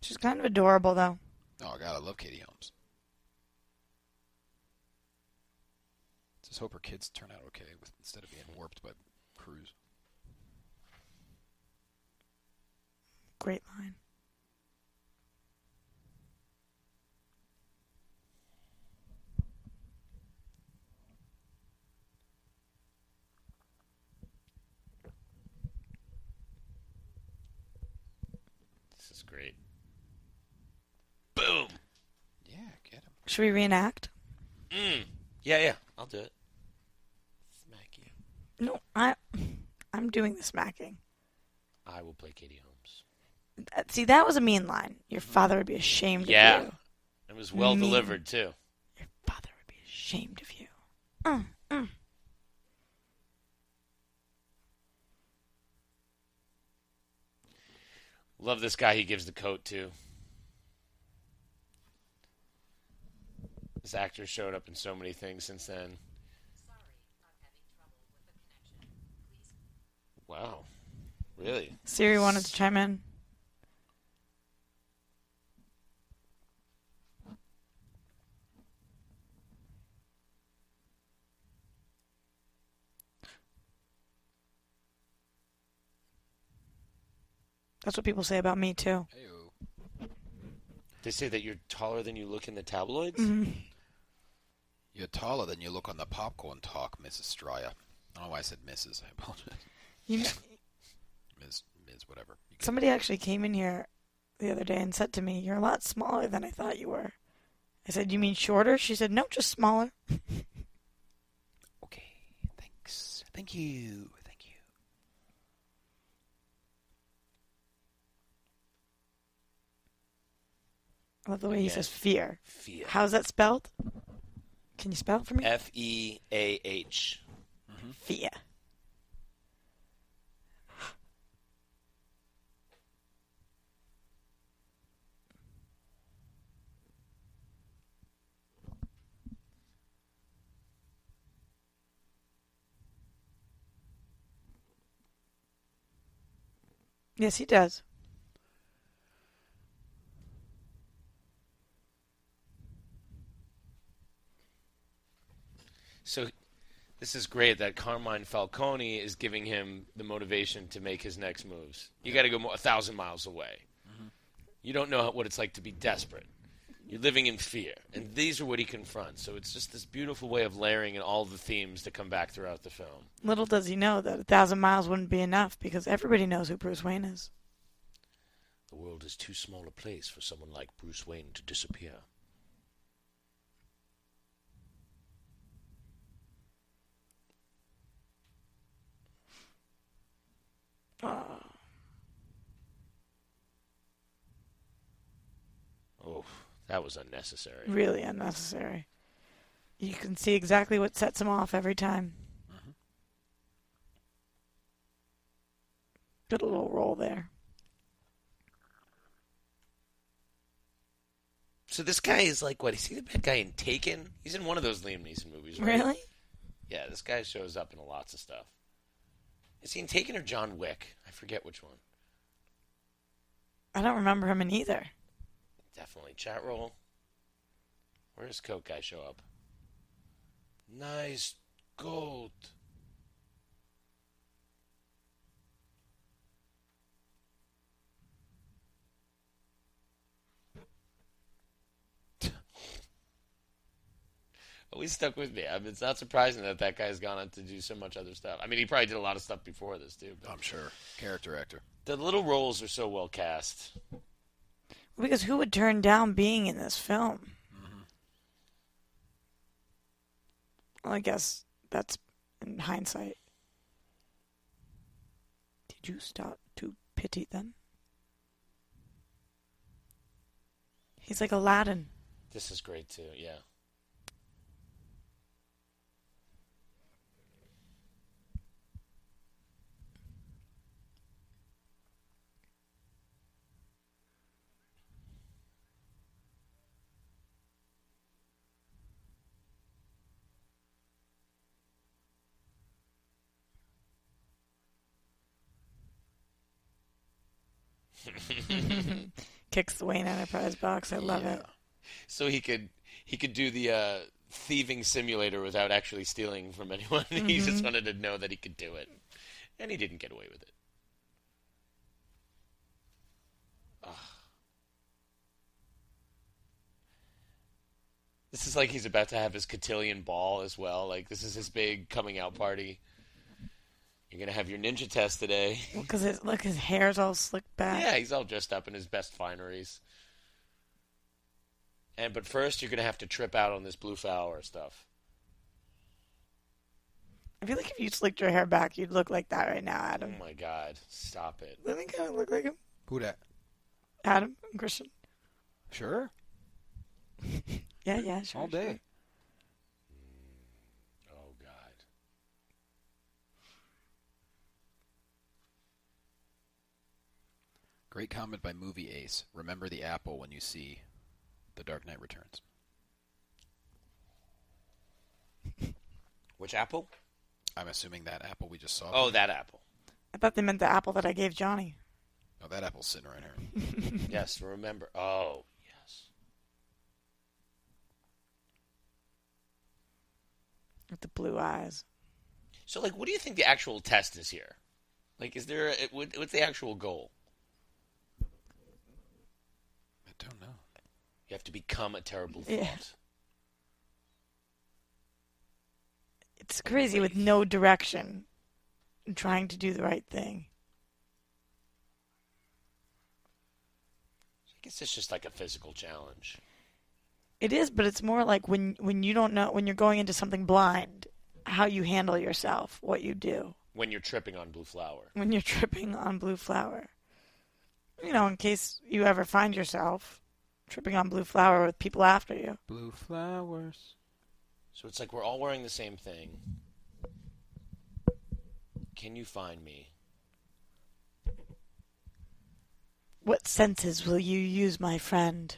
[SPEAKER 6] She's kind of adorable, though.
[SPEAKER 4] Oh God, I love Katie Holmes. Let's just hope her kids turn out okay with, instead of being warped by Cruise.
[SPEAKER 6] Great line.
[SPEAKER 5] This is great. Boom.
[SPEAKER 4] Yeah, get him.
[SPEAKER 6] Should we reenact?
[SPEAKER 5] Mm. Yeah, yeah. I'll do it. Smack you.
[SPEAKER 6] No, I, I'm doing the smacking.
[SPEAKER 5] I will play Katie Holmes.
[SPEAKER 6] Uh, See, that was a mean line. Your father would be ashamed
[SPEAKER 5] Yeah.
[SPEAKER 6] of you.
[SPEAKER 5] It was well
[SPEAKER 6] Me.
[SPEAKER 5] delivered too.
[SPEAKER 6] Your father would be ashamed of you.
[SPEAKER 5] Love this guy. He gives the coat to. This actor showed up in so many things since then. Wow, really?
[SPEAKER 6] Siri wanted to chime in. That's what people say about me too.
[SPEAKER 4] Heyo.
[SPEAKER 5] They say that you're taller than you look in the tabloids.
[SPEAKER 4] You're taller than you look on the popcorn talk, Mrs. Stryer. I don't know why I said Mrs. I apologize.
[SPEAKER 6] You know,
[SPEAKER 4] Ms. Ms. Whatever. You get-
[SPEAKER 6] somebody actually came in here the other day and said to me, "You're a lot smaller than I thought you were." I said, "You mean shorter?" She said, "No, just smaller."
[SPEAKER 4] Okay. Thanks. Thank you. Thank you.
[SPEAKER 6] I love the way he
[SPEAKER 5] Again.
[SPEAKER 6] says fear.
[SPEAKER 5] Fear.
[SPEAKER 6] How's that spelled? Can you spell it for me?
[SPEAKER 5] F E A H.
[SPEAKER 6] Fear. Yes, he does.
[SPEAKER 5] So, this is great that Carmine Falcone is giving him the motivation to make his next moves. You got to go mo- a thousand miles away. You don't know what it's like to be desperate. You're living in fear, and these are what he confronts. So it's just this beautiful way of layering in all the themes that come back throughout the film.
[SPEAKER 6] Little does he know that a thousand miles wouldn't be enough because everybody knows who Bruce Wayne is.
[SPEAKER 5] The world is too small a place for someone like Bruce Wayne to disappear. Ah. Oh, that was unnecessary.
[SPEAKER 6] really unnecessary. You can see exactly what sets him off every time. Good little roll there.
[SPEAKER 5] So this guy is like what? Is he the bad guy in Taken? He's in one of those Liam Neeson movies, right?
[SPEAKER 6] Really?
[SPEAKER 5] Yeah, this guy shows up in lots of stuff. Is he in Taken or John Wick? I forget which one.
[SPEAKER 6] I don't remember him in either.
[SPEAKER 5] Definitely chat roll. Where does Coke guy show up? Nice gold. Always stuck with me. I mean, it's not surprising that that guy's gone on to do so much other stuff. I mean, he probably did a lot of stuff before
[SPEAKER 4] Oh.
[SPEAKER 5] this too. But
[SPEAKER 4] I'm sure. Character actor.
[SPEAKER 5] the little roles are so well cast.
[SPEAKER 6] Because who would turn down being in this film? Well, I guess that's in hindsight. Did you start to pity them? He's like Aladdin.
[SPEAKER 5] This is great too. Yeah.
[SPEAKER 6] Kicks the Wayne Enterprise box. I love it.
[SPEAKER 5] So he could he could do the uh, thieving simulator without actually stealing from anyone. he just wanted to know that he could do it, and he didn't get away with it. Ugh. This is like he's about to have his cotillion ball as well. Like this is his big coming out party. You're gonna have your ninja test today.
[SPEAKER 6] Because his look, his hair's all slicked back.
[SPEAKER 5] Yeah, he's all dressed up in his best fineries. And but first, you're gonna have to trip out on this blue flower stuff.
[SPEAKER 6] I feel like if you slicked your hair back, you'd look like that right now,
[SPEAKER 5] Oh
[SPEAKER 6] Adam.
[SPEAKER 5] my God! Stop it.
[SPEAKER 6] Doesn't he kind of look like him?
[SPEAKER 4] Who that?
[SPEAKER 6] Adam Christian.
[SPEAKER 4] Sure.
[SPEAKER 6] Yeah, yeah, sure.
[SPEAKER 4] All day.
[SPEAKER 5] Oh God.
[SPEAKER 4] Great comment by Movie Ace. Remember the apple when you see The Dark Knight Returns.
[SPEAKER 5] Which apple?
[SPEAKER 4] I'm assuming that apple we just saw.
[SPEAKER 5] Oh, that apple.
[SPEAKER 6] I thought they meant the apple that I gave Johnny.
[SPEAKER 4] No, that apple's sitting right here.
[SPEAKER 5] yes. Remember. Oh. Yes.
[SPEAKER 6] With the blue eyes.
[SPEAKER 5] So, like, what do you think the actual test is here? Like, is there? A, what, what's the actual goal?
[SPEAKER 4] I don't know.
[SPEAKER 5] You have to become a terrible thought.
[SPEAKER 6] Yeah. It's crazy with no direction and trying to do the right thing.
[SPEAKER 5] I guess it's just like a physical challenge.
[SPEAKER 6] It is, but it's more like when when you don't know when you're going into something blind, how you handle yourself, what you do
[SPEAKER 5] When you're tripping on blue flower.
[SPEAKER 6] when you're tripping on blue flower. You know, in case you ever find yourself tripping on blue flower with people after you.
[SPEAKER 7] Blue flowers.
[SPEAKER 5] So it's like we're all wearing the same thing. Can you find me?
[SPEAKER 6] What senses will you use, my friend?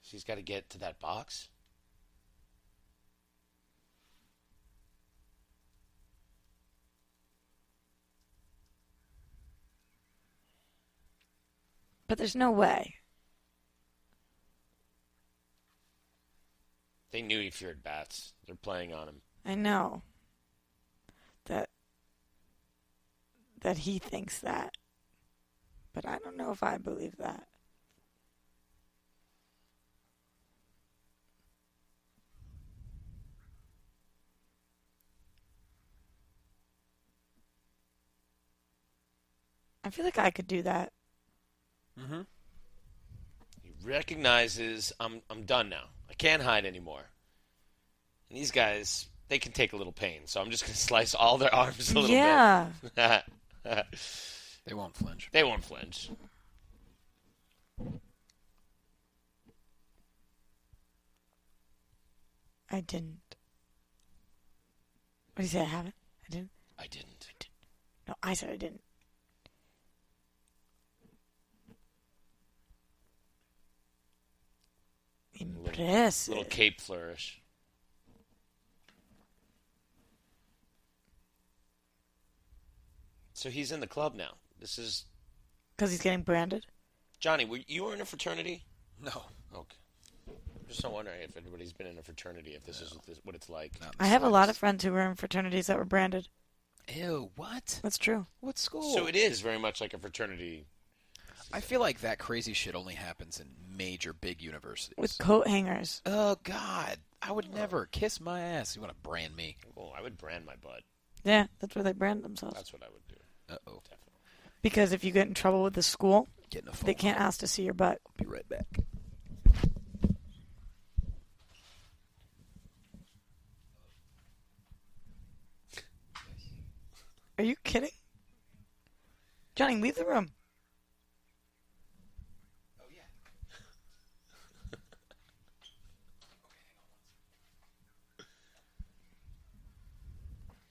[SPEAKER 5] She's got to get to that box.
[SPEAKER 6] But there's no way.
[SPEAKER 5] They knew he feared bats. They're playing on him.
[SPEAKER 6] I know that that he thinks that, but I don't know if I believe that. I feel like I could do that.
[SPEAKER 5] He recognizes I'm I'm done now. I can't hide anymore. And these guys, they can take a little pain, so I'm just gonna slice all their arms a little
[SPEAKER 6] yeah.
[SPEAKER 5] bit.
[SPEAKER 4] They won't flinch.
[SPEAKER 5] they won't flinch.
[SPEAKER 6] I didn't. What do you say? I haven't? I didn't?
[SPEAKER 5] I didn't.
[SPEAKER 6] No, I said I didn't. Impressive.
[SPEAKER 5] Little cape flourish. So he's in the club now. This is
[SPEAKER 6] Because he's getting branded.
[SPEAKER 5] Johnny. Were you were in a fraternity?
[SPEAKER 4] No.
[SPEAKER 5] Okay. I'm just not wondering if everybody's been in a fraternity. If this is what this- what it's like.
[SPEAKER 4] Not in the
[SPEAKER 6] I have a lot of
[SPEAKER 4] slightest.
[SPEAKER 6] friends who were in fraternities that were branded.
[SPEAKER 4] Ew, what?
[SPEAKER 6] That's true.
[SPEAKER 4] What school?
[SPEAKER 5] So it is very much like a fraternity.
[SPEAKER 4] I feel like that crazy shit only happens in major big universities.
[SPEAKER 6] with coat hangers.
[SPEAKER 4] oh God, I would never kiss my ass. You want to brand me?
[SPEAKER 5] Oh, I would brand my butt.
[SPEAKER 6] Yeah, that's where they brand themselves.
[SPEAKER 5] That's what I would do.
[SPEAKER 4] Uh oh,
[SPEAKER 6] Because if you get in trouble with the school,
[SPEAKER 4] getting a
[SPEAKER 6] they
[SPEAKER 5] Oh,
[SPEAKER 4] phone.
[SPEAKER 6] can't ask to see your butt.
[SPEAKER 4] Be right back.
[SPEAKER 6] Are you kidding? Johnny, leave the room.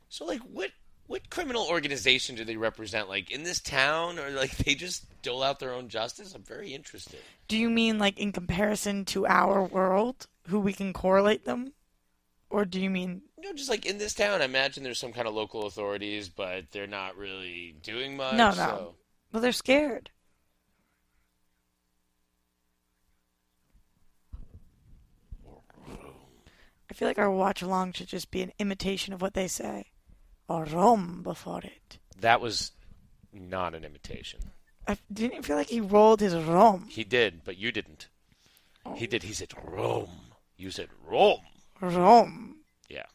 [SPEAKER 5] So, like, what what criminal organization do they represent? Like in this town, or like they just dole out their own justice? I'm very interested.
[SPEAKER 6] Do you mean like in comparison to our world, who we can correlate them? Or do you mean
[SPEAKER 5] You know, just like in this town, I imagine there's some kind of local authorities, but they're not really doing much.
[SPEAKER 6] No, no.
[SPEAKER 5] So.
[SPEAKER 6] Well, they're scared. I feel like our watch along should just be an imitation of what they say. Or rum before it.
[SPEAKER 5] That was not an imitation.
[SPEAKER 6] I didn't feel like he rolled his rum.
[SPEAKER 5] He did, but you didn't. He
[SPEAKER 6] Oh.
[SPEAKER 5] did. He said Rome. You said Rome.
[SPEAKER 6] Rum.
[SPEAKER 5] Yeah.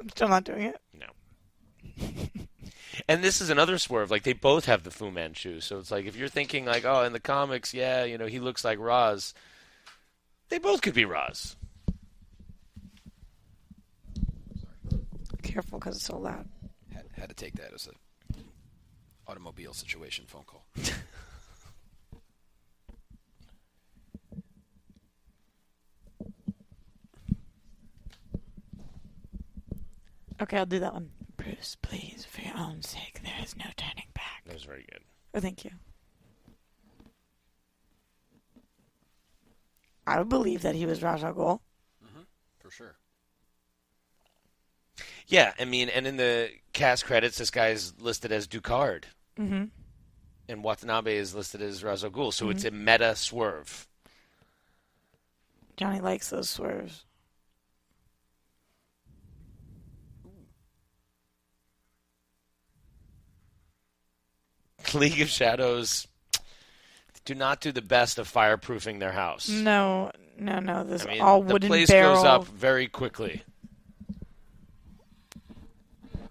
[SPEAKER 6] I'm still not doing it.
[SPEAKER 5] No. and this is another swerve. Like they both have the Fu Manchu, so it's like if you're thinking like, oh, in the comics, yeah, you know, he looks like Roz. They both could be Roz.
[SPEAKER 6] Careful because it's so loud.
[SPEAKER 4] Had, had to take that as a automobile situation phone call.
[SPEAKER 6] Okay, I'll do that one. Bruce, please, for your own sake, there is no turning back.
[SPEAKER 5] That was very good.
[SPEAKER 6] Oh, thank you. I would believe that he was Raj al Ghul.
[SPEAKER 4] For sure.
[SPEAKER 5] Yeah, I mean, and in the cast credits, this guy's listed as Ducard, mm-hmm. and Watanabe is listed as Ra's al Ghul. So
[SPEAKER 6] Mm-hmm.
[SPEAKER 5] it's a meta swerve.
[SPEAKER 6] Johnny likes those swerves.
[SPEAKER 5] League of Shadows do not do the best of fireproofing their house.
[SPEAKER 6] No, no, no. This
[SPEAKER 5] I mean,
[SPEAKER 6] all
[SPEAKER 5] the
[SPEAKER 6] wooden
[SPEAKER 5] place
[SPEAKER 6] barrel.
[SPEAKER 5] goes up very quickly.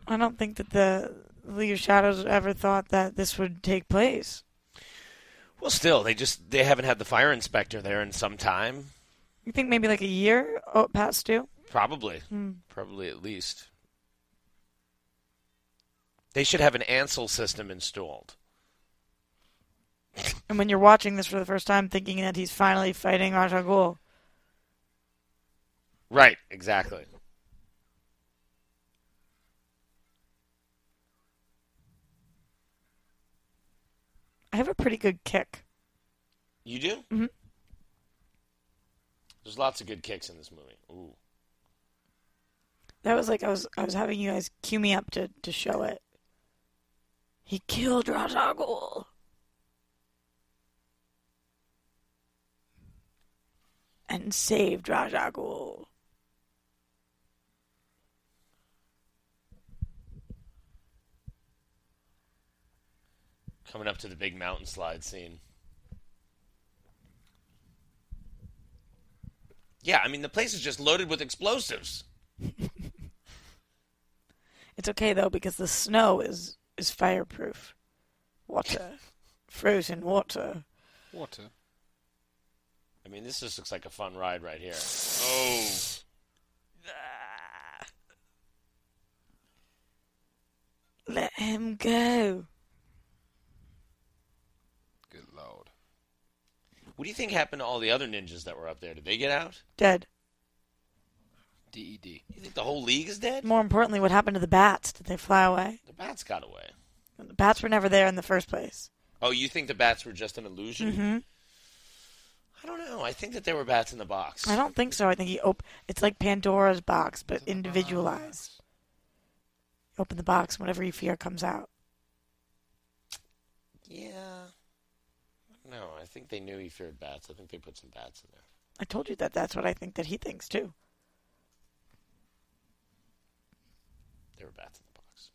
[SPEAKER 6] I don't think that the League of Shadows ever thought that this would take place.
[SPEAKER 5] Well, still, they just they haven't had the fire inspector there in some time.
[SPEAKER 6] You think maybe like a year oh, past due?
[SPEAKER 5] Probably, probably at least. They should have an Ansel system installed.
[SPEAKER 6] And when you're watching this for the first time, thinking that he's finally fighting Raj al Ghul.
[SPEAKER 5] Right, exactly.
[SPEAKER 6] I have a pretty good kick.
[SPEAKER 5] You do? Mm-hmm. There's lots of good kicks in this movie. Ooh.
[SPEAKER 6] That was like I was I was having you guys cue me up to, to show it. He killed Raj al Ghul. And saved Raj al Ghul.
[SPEAKER 5] Coming up to the big mountain slide scene. Yeah, I mean the place is just loaded with explosives.
[SPEAKER 6] It's okay though because the snow is is fireproof. Water, frozen water.
[SPEAKER 4] Water.
[SPEAKER 5] I mean, this just looks like a fun ride right here. Oh.
[SPEAKER 6] Let him go.
[SPEAKER 4] Good lord.
[SPEAKER 5] What do you think happened to all the other ninjas that were up there? Did they get out?
[SPEAKER 6] Dead.
[SPEAKER 4] DED.
[SPEAKER 5] You think the whole league is dead?
[SPEAKER 6] More importantly, what happened to the bats? Did they fly away?
[SPEAKER 5] The bats got away.
[SPEAKER 6] The bats were never there in the first place.
[SPEAKER 5] Oh, you think the bats were just an illusion?
[SPEAKER 6] Mm-hmm.
[SPEAKER 5] I don't know. I think that there were bats in the box.
[SPEAKER 6] I don't think so. I think he op- It's like Pandora's box, but individualized. Open the box, whatever you fear comes out.
[SPEAKER 5] Yeah. No, I think they knew he feared bats. I think they put some bats in there.
[SPEAKER 6] I told you that. That's what I think that he thinks too.
[SPEAKER 5] There were bats in the box.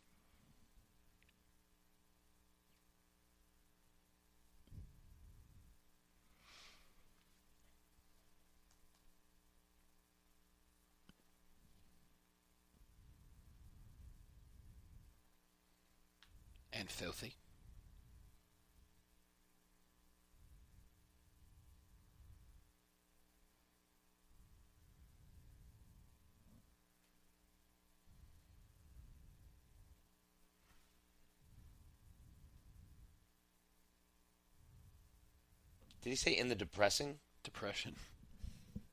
[SPEAKER 4] and filthy.
[SPEAKER 5] Did he say in the depressing?
[SPEAKER 4] Depression.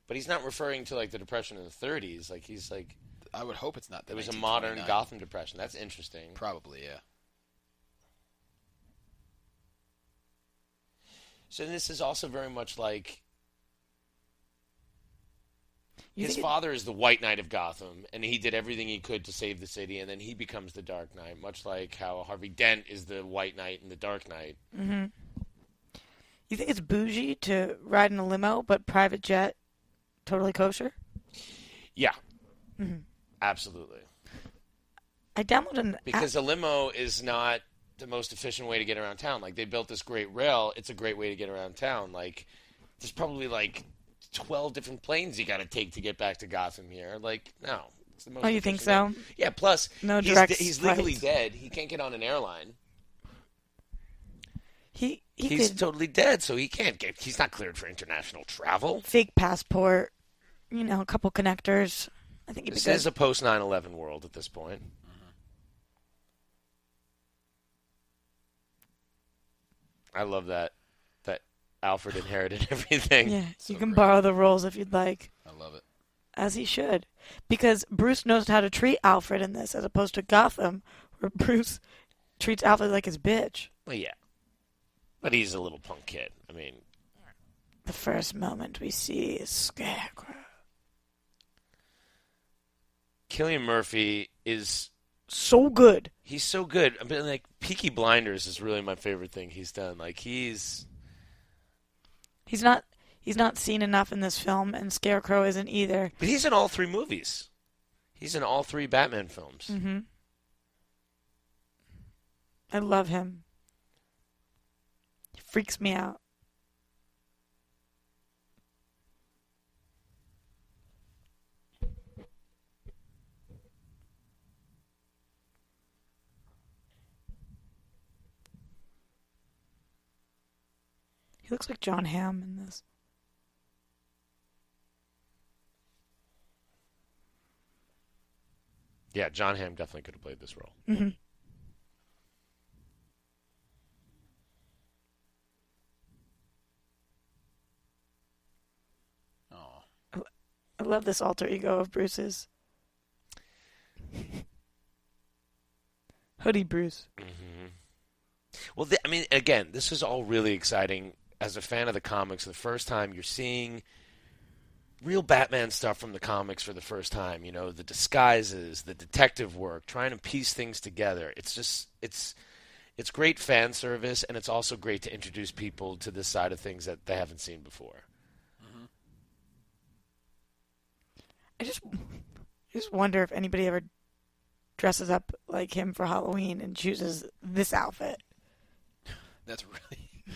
[SPEAKER 5] But he's not referring to like the depression in the 30s. Like he's like
[SPEAKER 4] I would hope it's not. The
[SPEAKER 5] it was a modern
[SPEAKER 4] 1929.
[SPEAKER 5] Gotham depression. That's interesting.
[SPEAKER 4] Probably, yeah.
[SPEAKER 5] So this is also very much like
[SPEAKER 6] You
[SPEAKER 5] his
[SPEAKER 6] think it-
[SPEAKER 5] father is the White Knight of Gotham, and he did everything he could to save the city, and then he becomes the Dark Knight, much like how Harvey Dent is the White Knight and the Dark Knight.
[SPEAKER 6] You think it's bougie to ride in a limo, but private jet, totally kosher?
[SPEAKER 5] Yeah,
[SPEAKER 6] Mm-hmm.
[SPEAKER 5] absolutely.
[SPEAKER 6] I downloaded an app.
[SPEAKER 5] Because a limo is not the most efficient way to get around town. Like they built this great rail, it's a great way to get around town. Like there's probably like twelve different planes you got to take to get back to Gotham here. Like no, it's the most
[SPEAKER 6] Oh, you think
[SPEAKER 5] efficient
[SPEAKER 6] so?
[SPEAKER 5] way. Yeah. Plus,
[SPEAKER 6] No
[SPEAKER 5] he's,
[SPEAKER 6] direct
[SPEAKER 5] de- he's legally
[SPEAKER 6] flights.
[SPEAKER 5] dead. He can't get on an airline.
[SPEAKER 6] He he
[SPEAKER 5] he's
[SPEAKER 6] could
[SPEAKER 5] totally dead, so he can't get. He's not cleared for international travel.
[SPEAKER 6] fake passport, you know, a couple connectors. I think he'd be
[SPEAKER 5] This
[SPEAKER 6] good.
[SPEAKER 5] is a post 9/11 world at this point. Mm-hmm. I love that that Alfred inherited everything.
[SPEAKER 6] yeah,
[SPEAKER 4] so
[SPEAKER 6] you can
[SPEAKER 4] great.
[SPEAKER 6] borrow the rules if you'd like,
[SPEAKER 4] I love it.
[SPEAKER 6] as he should, because Bruce knows how to treat Alfred in this, as opposed to Gotham, where Bruce treats Alfred like his bitch.
[SPEAKER 5] Well, yeah, but he's a little punk kid. I mean,
[SPEAKER 6] The first moment we see is Scarecrow.
[SPEAKER 5] Killian Murphy is
[SPEAKER 6] So good.
[SPEAKER 5] he's so good. I mean, like Peaky Blinders is really my favorite thing he's done. Like he's
[SPEAKER 6] He's not he's not seen enough in this film, and Scarecrow isn't either.
[SPEAKER 5] but he's in all three movies. He's in all three Batman films.
[SPEAKER 6] hmm I love him. He freaks me out. He looks like John Hamm in this.
[SPEAKER 5] Yeah, John Hamm definitely could have played this role.
[SPEAKER 4] Oh,
[SPEAKER 6] I love this alter ego of Bruce's. Hoodie Bruce.
[SPEAKER 5] Well, th- I mean, again, this is all really exciting as a fan of the comics. The first time you're seeing real Batman stuff from the comics for the first time, you know, the disguises, the detective work, trying to piece things together. It's just it's it's great fan service and it's also great to introduce people to this side of things that they haven't seen before.
[SPEAKER 6] I just, I just wonder if anybody ever dresses up like him for Halloween and chooses this outfit.
[SPEAKER 4] that's really.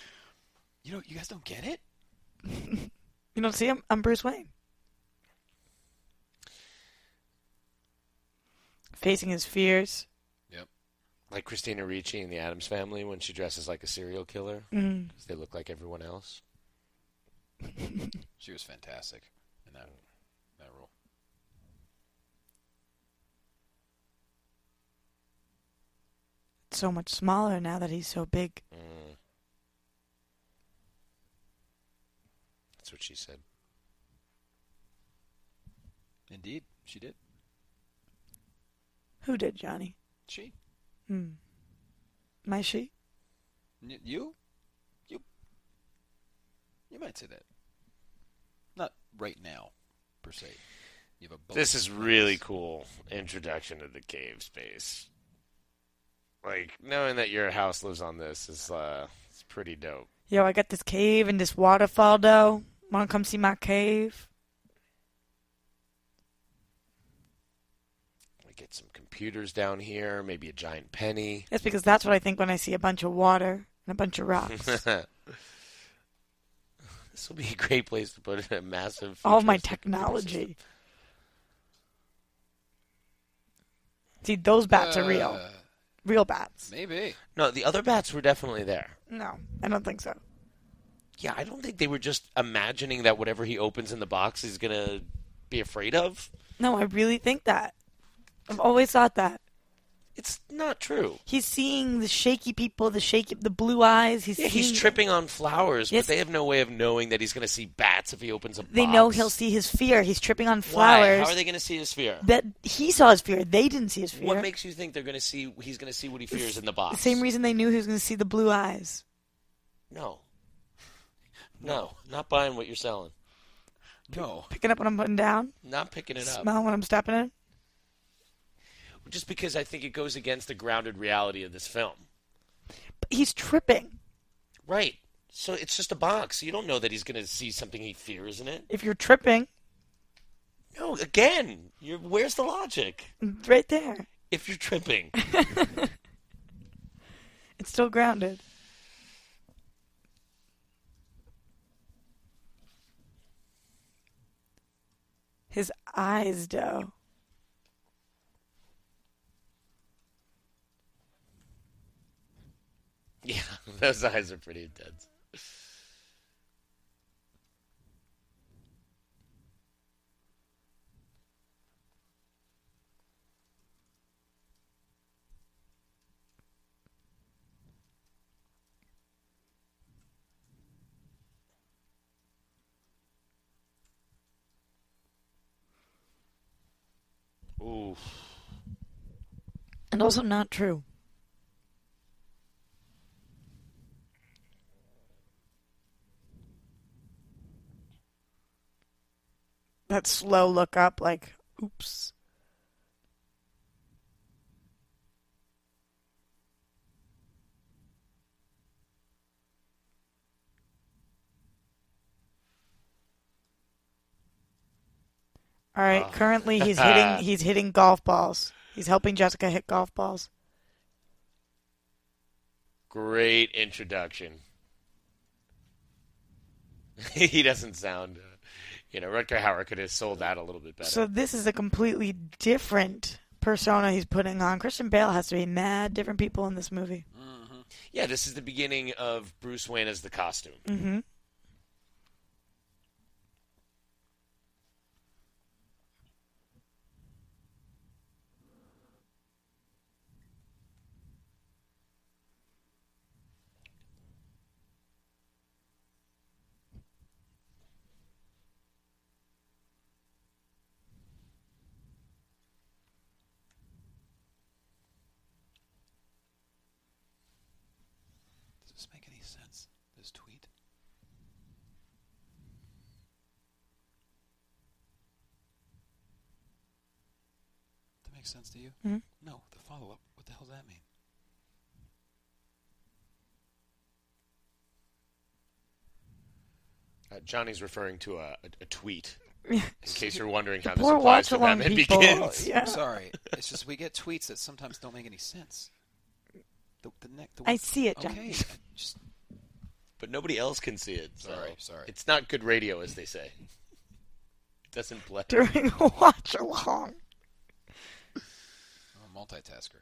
[SPEAKER 4] you know, you guys don't get it.
[SPEAKER 6] You don't see him? I'm Bruce Wayne. Facing his fears.
[SPEAKER 4] Yep.
[SPEAKER 5] Like Christina Ricci in the Adams Family when she dresses like a serial killer because they look like everyone else.
[SPEAKER 4] She was fantastic in that that role.
[SPEAKER 6] It's so much smaller now that he's so big.
[SPEAKER 5] That's what she said.
[SPEAKER 4] Indeed, she did.
[SPEAKER 6] Who did Johnny? Hmm.
[SPEAKER 4] She.
[SPEAKER 6] My she?
[SPEAKER 4] N- you? You? You might say that. Not right now, per se. You have a bullet
[SPEAKER 5] This is
[SPEAKER 4] in the
[SPEAKER 5] really
[SPEAKER 4] face.
[SPEAKER 5] cool introduction to the cave space. Like knowing that your house lives on this is uh it's pretty dope.
[SPEAKER 6] Yo, I got this cave and this waterfall though. Wanna come see my cave?
[SPEAKER 5] We get some computers down here, maybe a giant penny.
[SPEAKER 6] That's because that's what I think when I see a bunch of water and a bunch of rocks.
[SPEAKER 5] this will be a great place to put in a massive
[SPEAKER 6] All of my
[SPEAKER 5] futuristic computer system.
[SPEAKER 6] technology. See, those bats are real.
[SPEAKER 4] Uh,
[SPEAKER 6] real bats.
[SPEAKER 4] Maybe.
[SPEAKER 5] No, the other bats were definitely there.
[SPEAKER 6] No, I don't think so.
[SPEAKER 5] Yeah, I don't think they were just imagining that whatever he opens in the box he's gonna be afraid of.
[SPEAKER 6] No, I really think that. I've always thought that.
[SPEAKER 5] It's not true.
[SPEAKER 6] He's seeing the shaky people, the shaky, the blue eyes. He's
[SPEAKER 5] Yeah, he's
[SPEAKER 6] seeing-
[SPEAKER 5] tripping on flowers,
[SPEAKER 6] Yes.
[SPEAKER 5] but they have no way of knowing that he's gonna see bats if he opens a box.
[SPEAKER 6] They know he'll see his fear. He's tripping on
[SPEAKER 5] Why?
[SPEAKER 6] flowers.
[SPEAKER 5] How are they gonna see his fear?
[SPEAKER 6] That he saw his fear. They didn't see his fear.
[SPEAKER 5] What makes you think they're gonna see? He's gonna see what he fears in the
[SPEAKER 6] the
[SPEAKER 5] box.
[SPEAKER 6] same reason they knew he was going to see the blue eyes.
[SPEAKER 5] No. No, not buying what you're selling.
[SPEAKER 4] No.
[SPEAKER 6] Picking up what I'm putting down.
[SPEAKER 5] Not picking it up.
[SPEAKER 6] Smelling what I'm stepping in.
[SPEAKER 5] Just because I think it goes against the grounded reality of this film.
[SPEAKER 6] But he's tripping.
[SPEAKER 5] Right. So it's just a box. You don't know that he's going to see something he fears in it.
[SPEAKER 6] If you're tripping,
[SPEAKER 5] No, again, you're, where's the logic?
[SPEAKER 6] it's right there.
[SPEAKER 5] If you're tripping,
[SPEAKER 6] It's still grounded. His eyes, though.
[SPEAKER 5] yeah, those eyes are pretty intense. Ooh.
[SPEAKER 6] And also not true. That slow look up, like, oops. All right, currently he's hitting he's hitting golf balls. He's helping Jessica hit golf balls.
[SPEAKER 5] Great introduction. he doesn't sound, uh, you know, Rutger Hauer could have sold that a little bit better.
[SPEAKER 6] So this is a completely different persona he's putting on. Christian Bale has to be mad different people in this movie.
[SPEAKER 5] yeah, this is the beginning of Bruce Wayne as the costume.
[SPEAKER 6] Mm.
[SPEAKER 4] Does this make any sense? This tweet? That makes sense to you?
[SPEAKER 6] Mm-hmm.
[SPEAKER 4] No, the follow up. What the hell does that mean?
[SPEAKER 5] Uh, Johnny's referring to a, a, a tweet. In case you're wondering how this
[SPEAKER 6] Poor
[SPEAKER 5] applies
[SPEAKER 6] watch
[SPEAKER 5] to
[SPEAKER 6] along
[SPEAKER 5] Batman
[SPEAKER 6] people.
[SPEAKER 5] Begins.
[SPEAKER 6] Yeah.
[SPEAKER 4] I'm sorry. it's just we get tweets that sometimes don't make any sense. The, the neck. The
[SPEAKER 6] I see it, John.
[SPEAKER 4] Okay. I just
[SPEAKER 5] But nobody else can see it. So
[SPEAKER 4] Sorry, sorry.
[SPEAKER 5] It's not good radio, as they say. It doesn't play.
[SPEAKER 6] During a watch along.
[SPEAKER 4] I'm a multitasker.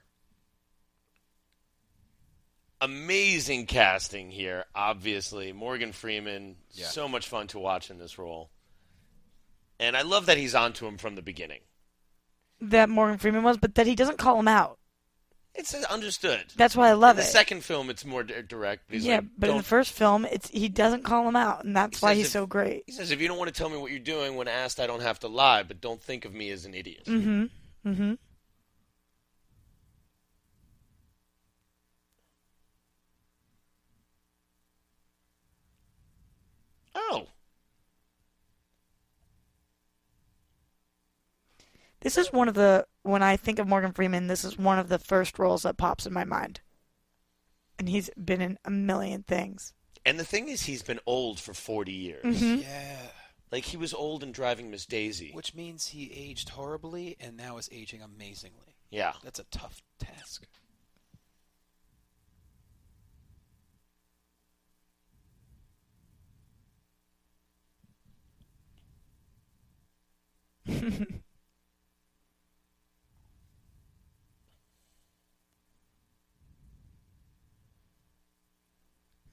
[SPEAKER 5] Amazing casting here, obviously. Morgan Freeman,
[SPEAKER 4] Yeah.
[SPEAKER 5] so much fun to watch in this role. And I love that he's onto him from the beginning.
[SPEAKER 6] That Morgan Freeman was, but that he doesn't call him out.
[SPEAKER 5] It's understood.
[SPEAKER 6] That's why I love
[SPEAKER 5] the
[SPEAKER 6] it.
[SPEAKER 5] second film, it's more di- direct. But he's
[SPEAKER 6] yeah,
[SPEAKER 5] like,
[SPEAKER 6] but in the
[SPEAKER 5] "Don't-"
[SPEAKER 6] first film, it's he doesn't call him out, and that's
[SPEAKER 5] He
[SPEAKER 6] why
[SPEAKER 5] says
[SPEAKER 6] he's
[SPEAKER 5] if-
[SPEAKER 6] so great.
[SPEAKER 5] he says, "If you don't want to tell me what you're doing when asked, I don't have to lie, but don't think of me as an idiot."
[SPEAKER 6] Mm-hmm.
[SPEAKER 5] Oh,
[SPEAKER 6] This is one of the when I think of Morgan Freeman, this is one of the first roles that pops in my mind. And he's been in a million things.
[SPEAKER 5] and the thing is, he's been old for 40 years.
[SPEAKER 6] Mm-hmm.
[SPEAKER 4] Yeah.
[SPEAKER 5] Like he was old in Driving Miss Daisy.
[SPEAKER 4] Which means he aged horribly and now is aging amazingly.
[SPEAKER 5] yeah.
[SPEAKER 4] That's a tough task.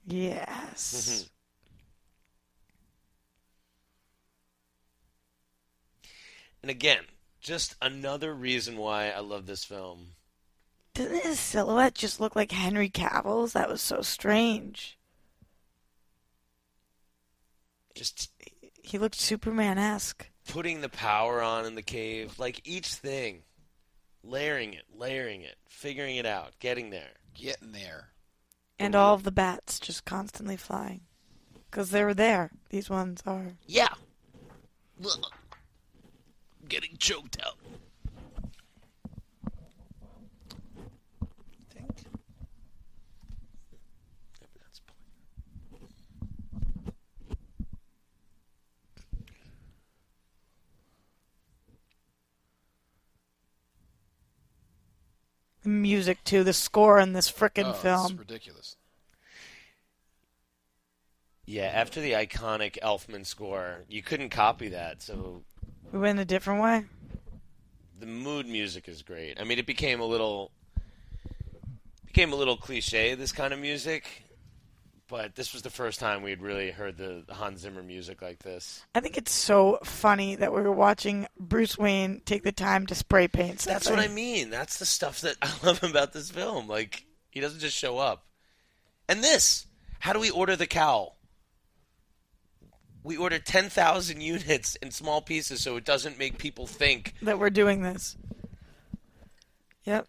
[SPEAKER 5] Mm-hmm.
[SPEAKER 6] Yes.
[SPEAKER 5] And again, just another reason why I love this film.
[SPEAKER 6] Doesn't his silhouette just look like Henry Cavill's? That was so strange.
[SPEAKER 5] Just
[SPEAKER 6] He looked Superman esque.
[SPEAKER 5] putting the power on in the cave, like each thing, layering it, layering it, figuring it out, getting there.
[SPEAKER 4] Getting there.
[SPEAKER 6] And all of the bats just constantly flying. Because they were there. These ones are.
[SPEAKER 5] Yeah. Ugh. I'm getting choked up. I think. Maybe that's point.
[SPEAKER 6] The music, too. The score in this frickin'
[SPEAKER 4] oh, It's
[SPEAKER 6] film.
[SPEAKER 4] ridiculous.
[SPEAKER 5] Yeah, after the iconic Elfman score, you couldn't copy that. So
[SPEAKER 6] We went a different way.
[SPEAKER 5] the mood music is great. I mean, it became a little became a little cliche this kind of music, but this was the first time we had really heard the Hans Zimmer music like this.
[SPEAKER 6] I think it's so funny that we were watching Bruce Wayne take the time to spray paint something.
[SPEAKER 5] That's what I mean. That's the stuff that I love about this film. Like he doesn't just show up. And this, how do we order the cowl? We order 10,000 units in small pieces so it doesn't make people think
[SPEAKER 6] That we're doing this. Yep.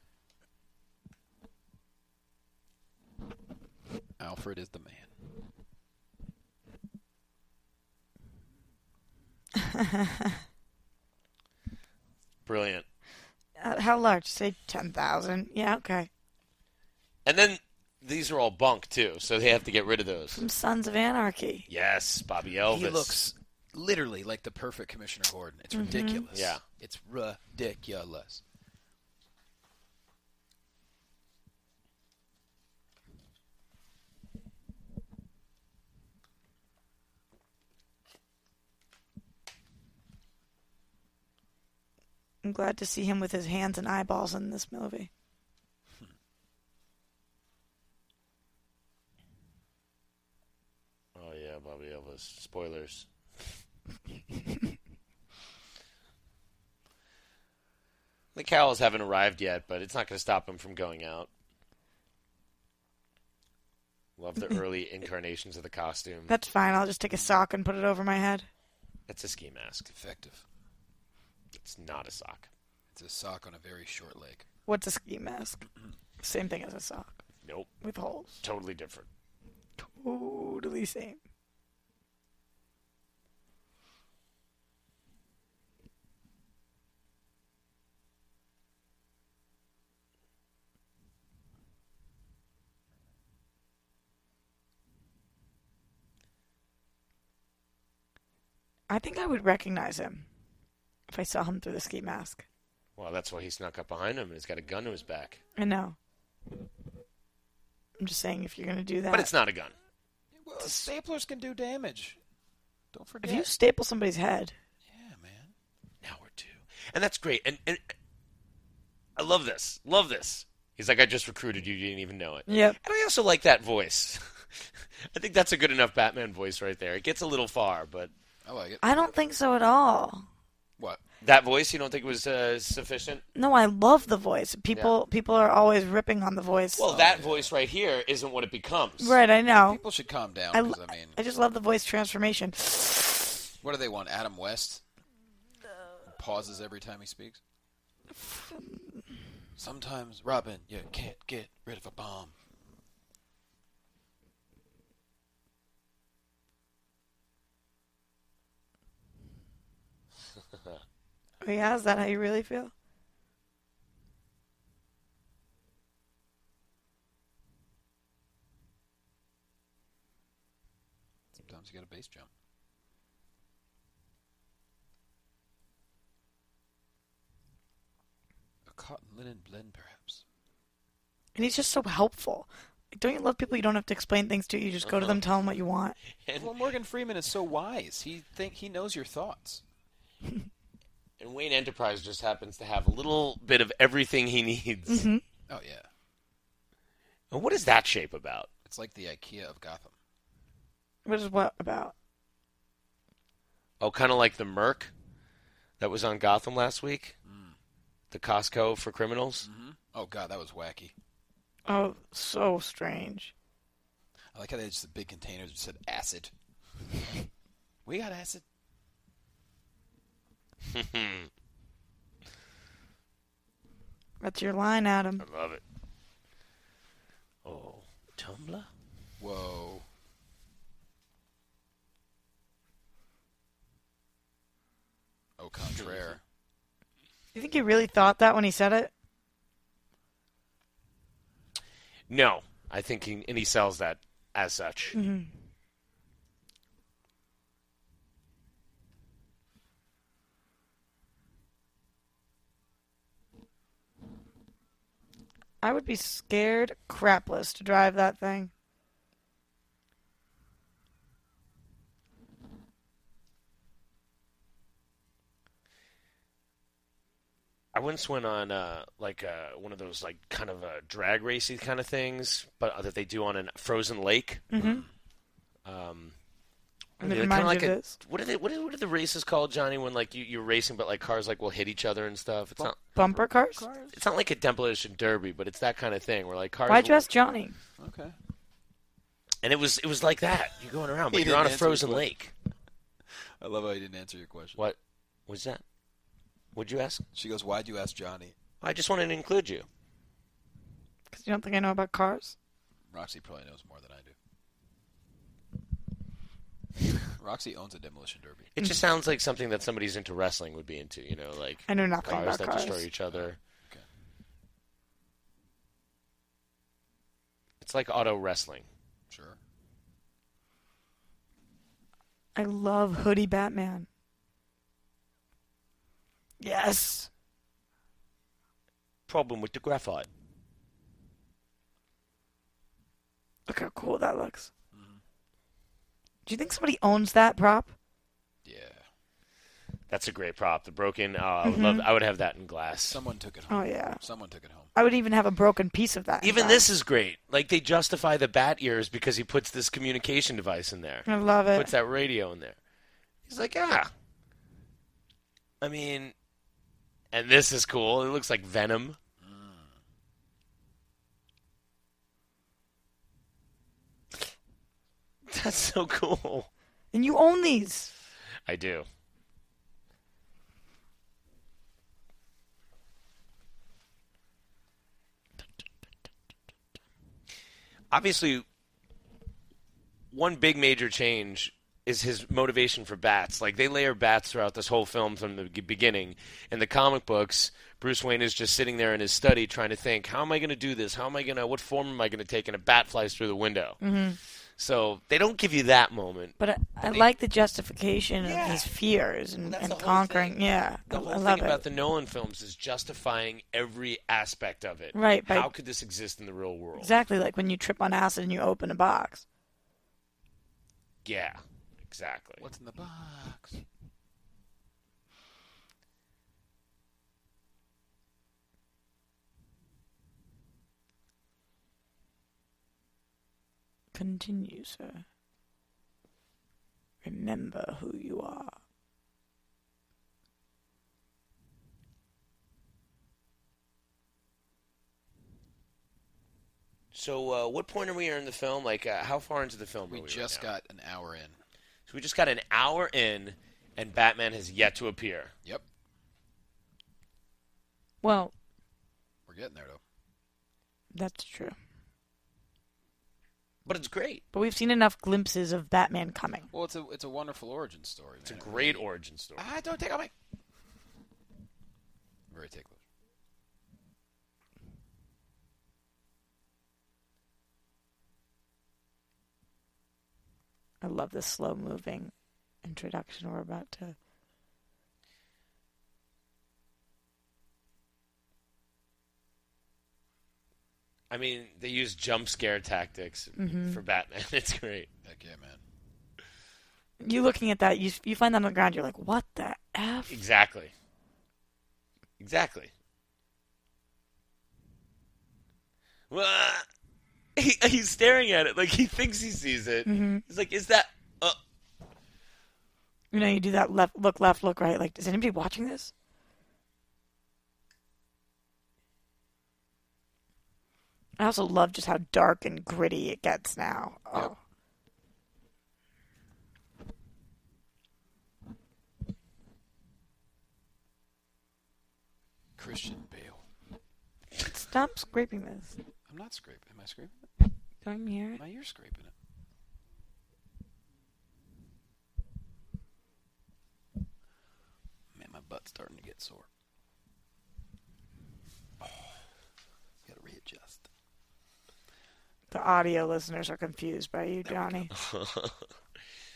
[SPEAKER 4] Alfred is the man.
[SPEAKER 5] brilliant.
[SPEAKER 6] Uh, how large? Say 10,000. Yeah, okay.
[SPEAKER 5] And then these are all bunk too, so they have to get rid of those.
[SPEAKER 6] From Sons of Anarchy.
[SPEAKER 5] Yes, Bobby Elvis.
[SPEAKER 4] He looks literally like the perfect Commissioner Gordon. It's
[SPEAKER 6] Mm-hmm.
[SPEAKER 4] ridiculous.
[SPEAKER 5] Yeah.
[SPEAKER 4] It's ridiculous.
[SPEAKER 6] I'm glad to see him with his hands and eyeballs in this movie.
[SPEAKER 5] Oh yeah, Bobby Elvis. Spoilers. the cowls haven't arrived yet, but it's not going to stop him from going out. Love the early incarnations of the costume.
[SPEAKER 6] That's fine. I'll just take a sock and put it over my head.
[SPEAKER 5] It's a ski mask.
[SPEAKER 4] Effective.
[SPEAKER 5] It's not a sock.
[SPEAKER 4] It's a sock on a very short leg.
[SPEAKER 6] What's a ski mask? Same thing as a sock
[SPEAKER 5] Nope.
[SPEAKER 6] with holes.
[SPEAKER 5] Totally different.
[SPEAKER 6] Totally same. I think I would recognize him if I saw him through the ski mask.
[SPEAKER 5] Well, that's why he snuck up behind him and he's got a gun to his back.
[SPEAKER 6] I know. I'm just saying, if you're gonna do that,
[SPEAKER 5] But it's not a gun.
[SPEAKER 4] Well, staplers can do damage. Don't forget.
[SPEAKER 6] If you staple somebody's head,
[SPEAKER 4] Yeah, man.
[SPEAKER 5] Now we're two. And that's great. And, and I love this. Love this. He's like, I just recruited you. You didn't even know it.
[SPEAKER 6] Yep.
[SPEAKER 5] And I also like that voice. I think that's a good enough Batman voice right there. It gets a little far, but
[SPEAKER 4] I like it.
[SPEAKER 6] I don't think so at all.
[SPEAKER 4] What?
[SPEAKER 5] that voice you don't think was uh, sufficient?
[SPEAKER 6] No, I love the voice. People people are always ripping on the voice.
[SPEAKER 5] Well, that voice right here isn't what it becomes.
[SPEAKER 6] right, I know.
[SPEAKER 4] People should calm down
[SPEAKER 6] I,
[SPEAKER 4] because I,
[SPEAKER 6] I,
[SPEAKER 4] mean,
[SPEAKER 6] just love the voice transformation.
[SPEAKER 4] what do they want? Adam West pauses every time he speaks. Sometimes, Robin, you can't get rid of a bomb.
[SPEAKER 6] Oh, yeah, is that how you really feel?
[SPEAKER 4] Sometimes you got a base jump. A cotton linen blend, perhaps.
[SPEAKER 6] And he's just so helpful. Like, don't you love people you don't have to explain things to? You just go to them, tell them what you want.
[SPEAKER 5] And,
[SPEAKER 4] Well, Morgan Freeman is so wise. He think he knows your thoughts.
[SPEAKER 5] and Wayne Enterprise just happens to have a little bit of everything he needs.
[SPEAKER 4] Oh yeah.
[SPEAKER 5] And what is that shape about?
[SPEAKER 4] It's like the IKEA of Gotham.
[SPEAKER 6] What is what about?
[SPEAKER 5] Oh, kind of like the Merc that was on Gotham last week, the Costco for criminals.
[SPEAKER 4] Oh god, that was wacky.
[SPEAKER 6] Oh, so strange.
[SPEAKER 4] I like how they had just the big containers that said acid. we got acid.
[SPEAKER 6] That's your line, Adam.
[SPEAKER 5] I love it. Oh, Tumblr.
[SPEAKER 4] Whoa. Au contraire.
[SPEAKER 6] You think he really thought that when he said it?
[SPEAKER 5] No, I think he and he sells that as such.
[SPEAKER 6] I would be scared crapless to drive that thing.
[SPEAKER 5] I once went on uh, like uh, one of those like kind of uh, drag racy kind of things, but uh, that they do on a frozen lake.
[SPEAKER 6] Mm,
[SPEAKER 5] Um,
[SPEAKER 6] And it
[SPEAKER 5] they're
[SPEAKER 6] reminds
[SPEAKER 5] kinda like
[SPEAKER 6] you
[SPEAKER 5] a-
[SPEAKER 6] of this.
[SPEAKER 5] What are they? What are, what are the races called, Johnny? When like you, you're racing, but like cars like will hit each other and stuff. It's not.
[SPEAKER 6] Bumper cars?
[SPEAKER 5] It's not like a demolition derby, but it's that kind of thing where like cars.
[SPEAKER 6] Why'd you
[SPEAKER 5] will-
[SPEAKER 6] ask Johnny?
[SPEAKER 4] Okay.
[SPEAKER 5] And it was it was like that. You're going around,
[SPEAKER 4] He
[SPEAKER 5] but you're on a
[SPEAKER 4] didn't answer his
[SPEAKER 5] frozen
[SPEAKER 4] question.
[SPEAKER 5] lake.
[SPEAKER 4] I love how he didn't answer your question.
[SPEAKER 5] What was that? Would you ask?
[SPEAKER 4] She goes, Why'd you ask Johnny?
[SPEAKER 5] I just wanted to include you.
[SPEAKER 6] Because you don't think I know about cars?
[SPEAKER 4] Roxy probably knows more than I do. Roxy owns a demolition derby.
[SPEAKER 5] It just sounds like something that somebody's into wrestling would be into, you know, like
[SPEAKER 6] Mm-hmm. I know nothing
[SPEAKER 5] cars
[SPEAKER 6] about
[SPEAKER 5] that
[SPEAKER 6] cars.
[SPEAKER 5] destroy each other.
[SPEAKER 4] Okay.
[SPEAKER 5] It's like auto wrestling.
[SPEAKER 4] Sure.
[SPEAKER 6] I love Hoodie Batman. Yes.
[SPEAKER 5] Problem with the graphite.
[SPEAKER 6] Look how cool that looks.
[SPEAKER 5] Mm-hmm.
[SPEAKER 6] Do you think somebody owns that prop?
[SPEAKER 4] Yeah.
[SPEAKER 5] That's a great prop. The broken. Uh, I
[SPEAKER 6] Mm-hmm.
[SPEAKER 5] would love. I would have that in glass.
[SPEAKER 4] Someone took it
[SPEAKER 6] Oh,
[SPEAKER 4] home.
[SPEAKER 6] yeah.
[SPEAKER 4] Someone took it home.
[SPEAKER 6] I would even have a broken piece of that. in
[SPEAKER 5] Even
[SPEAKER 6] that.
[SPEAKER 5] this is great. Like they justify the bat ears because he puts this communication device in there.
[SPEAKER 6] I love
[SPEAKER 5] Puts
[SPEAKER 6] it.
[SPEAKER 5] that radio in there. He's like, ah. I mean, and this is cool. It looks like Venom. That's so cool.
[SPEAKER 6] And you own these.
[SPEAKER 5] I do. Obviously, one big major change is his motivation for bats. Like they layer bats throughout this whole film from the be- beginning. In the comic books, Bruce Wayne is just sitting there in his study trying to think, how am I going to do this? How am I going to what form am I going to take? And a bat flies through the window. So they don't give you that moment.
[SPEAKER 6] But I, I like the justification of his fears and,
[SPEAKER 5] that's
[SPEAKER 6] and
[SPEAKER 5] the whole
[SPEAKER 6] conquering.
[SPEAKER 5] thing.
[SPEAKER 6] Yeah,
[SPEAKER 5] the
[SPEAKER 6] I-
[SPEAKER 5] whole
[SPEAKER 6] I
[SPEAKER 5] thing
[SPEAKER 6] love
[SPEAKER 5] about
[SPEAKER 6] it.
[SPEAKER 5] the Nolan films is justifying every aspect of it.
[SPEAKER 6] Right, by-
[SPEAKER 5] How could this exist in the real world?
[SPEAKER 6] exactly like when you trip on acid and you open a box.
[SPEAKER 5] Yeah, exactly.
[SPEAKER 4] What's in the box?
[SPEAKER 6] Continue, sir. Remember who you are.
[SPEAKER 5] So, uh, what point are we in the film? Like, uh, how far into the film
[SPEAKER 4] We
[SPEAKER 5] are we
[SPEAKER 4] just
[SPEAKER 5] right now?
[SPEAKER 4] got an hour in.
[SPEAKER 5] So we just got an hour in, and Batman has yet to appear.
[SPEAKER 4] Yep.
[SPEAKER 6] Well,
[SPEAKER 4] We're getting there, though.
[SPEAKER 6] that's true.
[SPEAKER 5] But it's great.
[SPEAKER 6] But we've seen enough glimpses of Batman coming.
[SPEAKER 4] Well, it's a it's a wonderful origin story.
[SPEAKER 5] It's a
[SPEAKER 4] man.
[SPEAKER 5] great origin story.
[SPEAKER 4] I don't take on me. Very ticklish.
[SPEAKER 6] I love the slow moving introduction we're about to.
[SPEAKER 5] I mean, they use jump scare tactics
[SPEAKER 6] Mm-hmm.
[SPEAKER 5] for Batman. It's great.
[SPEAKER 4] Heck yeah, man.
[SPEAKER 6] You looking at that, you you find that on the ground, you're like, what the F?
[SPEAKER 5] Exactly. Exactly. Wah! he, he's staring at it like he thinks he sees it.
[SPEAKER 6] Mm-hmm.
[SPEAKER 5] He's like, "Is that?" Uh,
[SPEAKER 6] You know, you do that left, look left, look right. Like, is anybody watching this? I also love just how dark and gritty it gets now. Oh.
[SPEAKER 4] Christian Bale.
[SPEAKER 6] Stop scraping this.
[SPEAKER 4] I'm not scraping. Am I scraping it?
[SPEAKER 6] Don't you hear it?
[SPEAKER 4] My ear's scraping it. Man, my butt's starting to get sore. Oh, gotta readjust.
[SPEAKER 6] The audio listeners are confused by you, Johnny.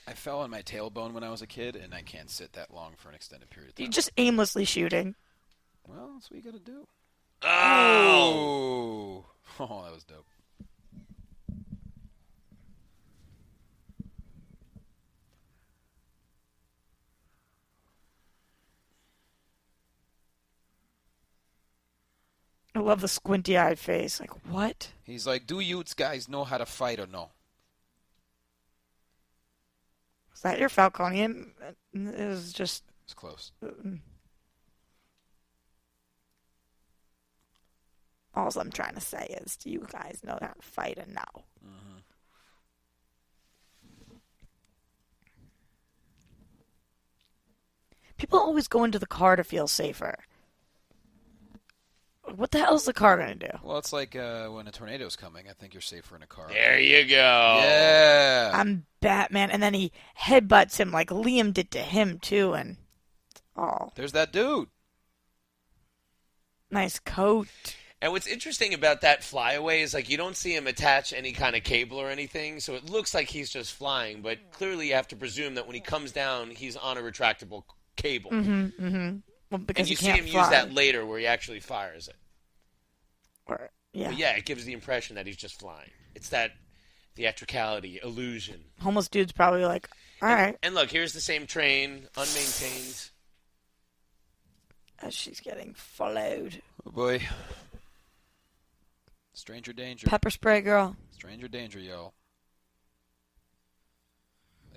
[SPEAKER 4] I fell on my tailbone when I was a kid, and I can't sit that long for an extended period of time.
[SPEAKER 6] You're just aimlessly shooting.
[SPEAKER 4] Well, that's what you gotta do.
[SPEAKER 5] oh,
[SPEAKER 4] Oh, oh, that was dope.
[SPEAKER 6] I love the squinty eyed face. Like, what?
[SPEAKER 4] He's like, "Do you guys know how to fight or no?"
[SPEAKER 6] Is that your Falconian? It was just.
[SPEAKER 4] It's close.
[SPEAKER 6] All I'm trying to say is, do you guys know how to fight or no? People always go into the car to feel safer. What the hell is the car going to do?
[SPEAKER 4] Well, it's like uh, when a tornado's coming. I think you're safer in a car.
[SPEAKER 5] there you go.
[SPEAKER 4] Yeah.
[SPEAKER 6] I'm Batman. And then he headbutts him like Liam did to him, too. And it's all
[SPEAKER 4] There's that dude.
[SPEAKER 6] nice coat.
[SPEAKER 5] And what's interesting about that flyaway is like you don't see him attach any kind of cable or anything, so it looks like he's just flying. But clearly, you have to presume that when he comes down, he's on a retractable c- cable,
[SPEAKER 6] Well, because
[SPEAKER 5] and
[SPEAKER 6] Mm-hmm. he
[SPEAKER 5] you see
[SPEAKER 6] can't
[SPEAKER 5] him
[SPEAKER 6] fly.
[SPEAKER 5] use that later where he actually fires it.
[SPEAKER 6] Or-
[SPEAKER 5] But yeah, it gives the impression that he's just flying. It's that theatricality illusion.
[SPEAKER 6] homeless dude's probably like, all right,
[SPEAKER 5] And look, here's the same train, unmaintained.
[SPEAKER 6] uh, she's getting followed.
[SPEAKER 4] Oh boy. Stranger danger.
[SPEAKER 6] Pepper spray girl.
[SPEAKER 4] Stranger danger, y'all.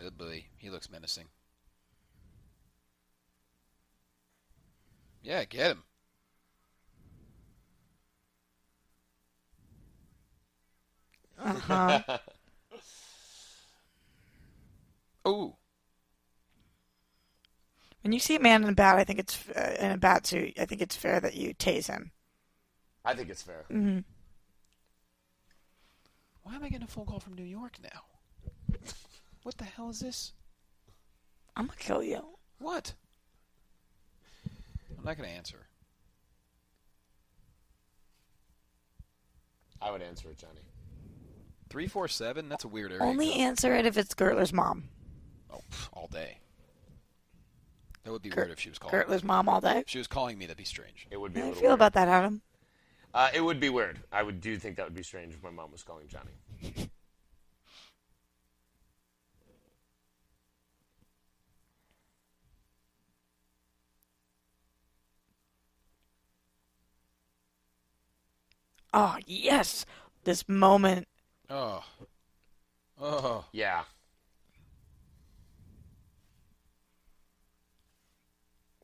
[SPEAKER 4] Oh boy, he looks menacing. Yeah, get him. Uh huh. Ooh,
[SPEAKER 6] When you see a man in a bat, I think it's uh, in a bat suit. I think it's fair that you tase him.
[SPEAKER 5] I think it's fair.
[SPEAKER 4] why am I getting a phone call from New York now? What the hell is this?
[SPEAKER 6] I'm gonna kill you.
[SPEAKER 4] What? I'm not gonna answer.
[SPEAKER 5] I would answer it, Johnny.
[SPEAKER 4] Three four seven. That's a weird area.
[SPEAKER 6] Only
[SPEAKER 4] code.
[SPEAKER 6] answer it if it's Gertler's mom.
[SPEAKER 4] Oh, pff, all day. That would be
[SPEAKER 6] Gert-
[SPEAKER 4] weird if she was calling.
[SPEAKER 6] Gertler's mom all day.
[SPEAKER 4] If she was calling me, that'd be strange.
[SPEAKER 5] It would be.
[SPEAKER 6] How
[SPEAKER 5] a
[SPEAKER 6] do you
[SPEAKER 5] little
[SPEAKER 6] feel
[SPEAKER 5] weird.
[SPEAKER 6] about that, Adam?
[SPEAKER 5] Uh, it would be weird. I would do think that would be strange if my mom was calling Johnny.
[SPEAKER 6] Oh yes, this moment.
[SPEAKER 4] Oh. Oh.
[SPEAKER 5] Yeah.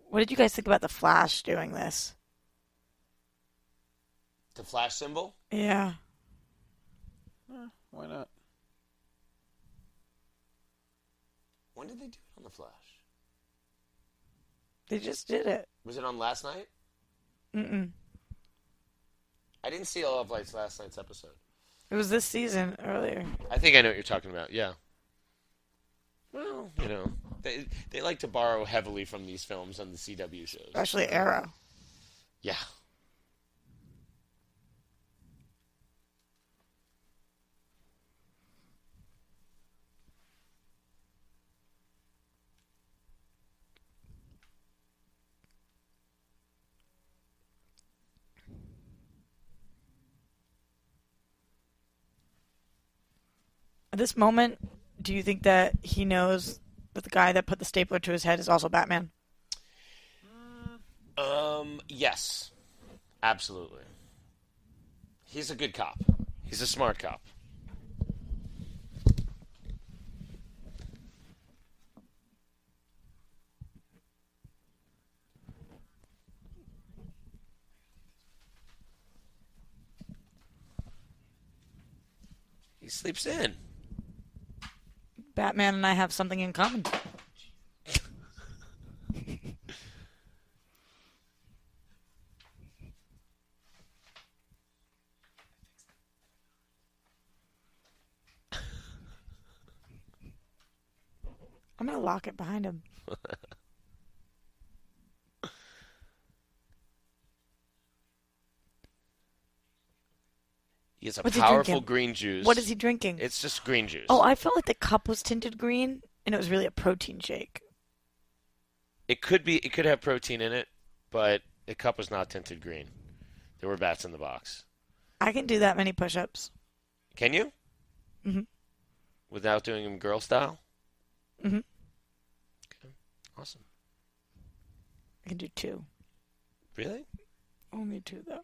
[SPEAKER 6] What did you guys think about the Flash doing this?
[SPEAKER 5] The flash symbol.
[SPEAKER 6] Yeah,
[SPEAKER 4] Why not?
[SPEAKER 5] When did they do it on the Flash?
[SPEAKER 6] they just did it.
[SPEAKER 5] Was it on last night?
[SPEAKER 6] Mm-mm.
[SPEAKER 5] I didn't see all of like last night's episode.
[SPEAKER 6] It was this season earlier.
[SPEAKER 5] I think I know what you're talking about. Yeah. Well, you know, they they like to borrow heavily from these films on the CW shows.
[SPEAKER 6] Especially Arrow.
[SPEAKER 5] Yeah.
[SPEAKER 6] At this moment, do you think that he knows that the guy that put the stapler to his head is also Batman?
[SPEAKER 5] Um. Yes. Absolutely. He's a good cop. He's a smart cop. He sleeps in.
[SPEAKER 6] Batman and I have something in common. I'm gonna lock it behind him.
[SPEAKER 5] He has a
[SPEAKER 6] What's he
[SPEAKER 5] powerful
[SPEAKER 6] drinking?
[SPEAKER 5] green juice.
[SPEAKER 6] What is he drinking?
[SPEAKER 5] It's just green juice.
[SPEAKER 6] oh, I felt like the cup was tinted green, and it was really a protein shake.
[SPEAKER 5] It could be. It could have protein in it, but the cup was not tinted green. There were bats in the box.
[SPEAKER 6] I can do that many push-ups.
[SPEAKER 5] Can you?
[SPEAKER 6] Mhm.
[SPEAKER 5] Without doing them girl style.
[SPEAKER 6] Mhm.
[SPEAKER 5] Okay. Awesome.
[SPEAKER 6] I can do two.
[SPEAKER 5] Really?
[SPEAKER 6] Only two though.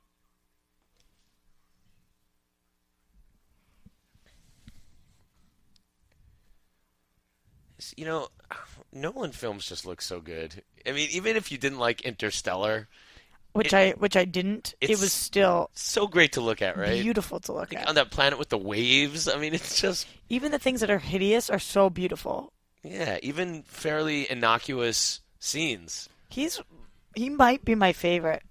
[SPEAKER 5] It's- You know, Nolan films just look so good. I mean, even if you didn't like Interstellar,
[SPEAKER 6] Which
[SPEAKER 5] It-
[SPEAKER 6] I which I didn't. It
[SPEAKER 5] it's
[SPEAKER 6] was still
[SPEAKER 5] so great to look at, right?
[SPEAKER 6] beautiful to look
[SPEAKER 5] Like,
[SPEAKER 6] at.
[SPEAKER 5] on that planet with the waves. I mean, it's just
[SPEAKER 6] Even the things that are hideous are so beautiful.
[SPEAKER 5] yeah. Even fairly innocuous scenes.
[SPEAKER 6] He's he might be my favorite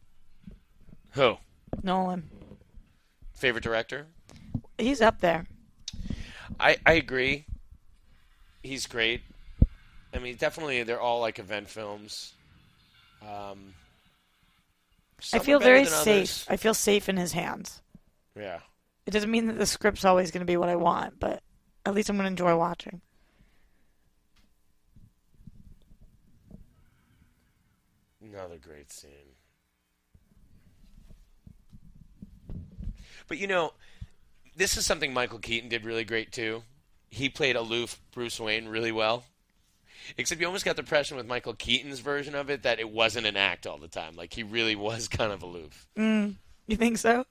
[SPEAKER 5] Who?
[SPEAKER 6] Nolan.
[SPEAKER 5] Favorite director?
[SPEAKER 6] He's up there.
[SPEAKER 5] I, I agree. He's great. I mean, definitely, they're all like event films. Um, some
[SPEAKER 6] I
[SPEAKER 5] are
[SPEAKER 6] feel
[SPEAKER 5] better
[SPEAKER 6] very
[SPEAKER 5] than
[SPEAKER 6] safe.
[SPEAKER 5] others.
[SPEAKER 6] I feel safe in his hands.
[SPEAKER 5] Yeah,
[SPEAKER 6] It doesn't mean that the script's always going to be what I want, but at least I'm going to enjoy watching.
[SPEAKER 5] another great scene. But you know, this is something Michael Keaton did really great too. He played aloof Bruce Wayne really well. Except you almost got the impression with Michael Keaton's version of it that it wasn't an act all the time. Like he really was kind of aloof.
[SPEAKER 6] You think so?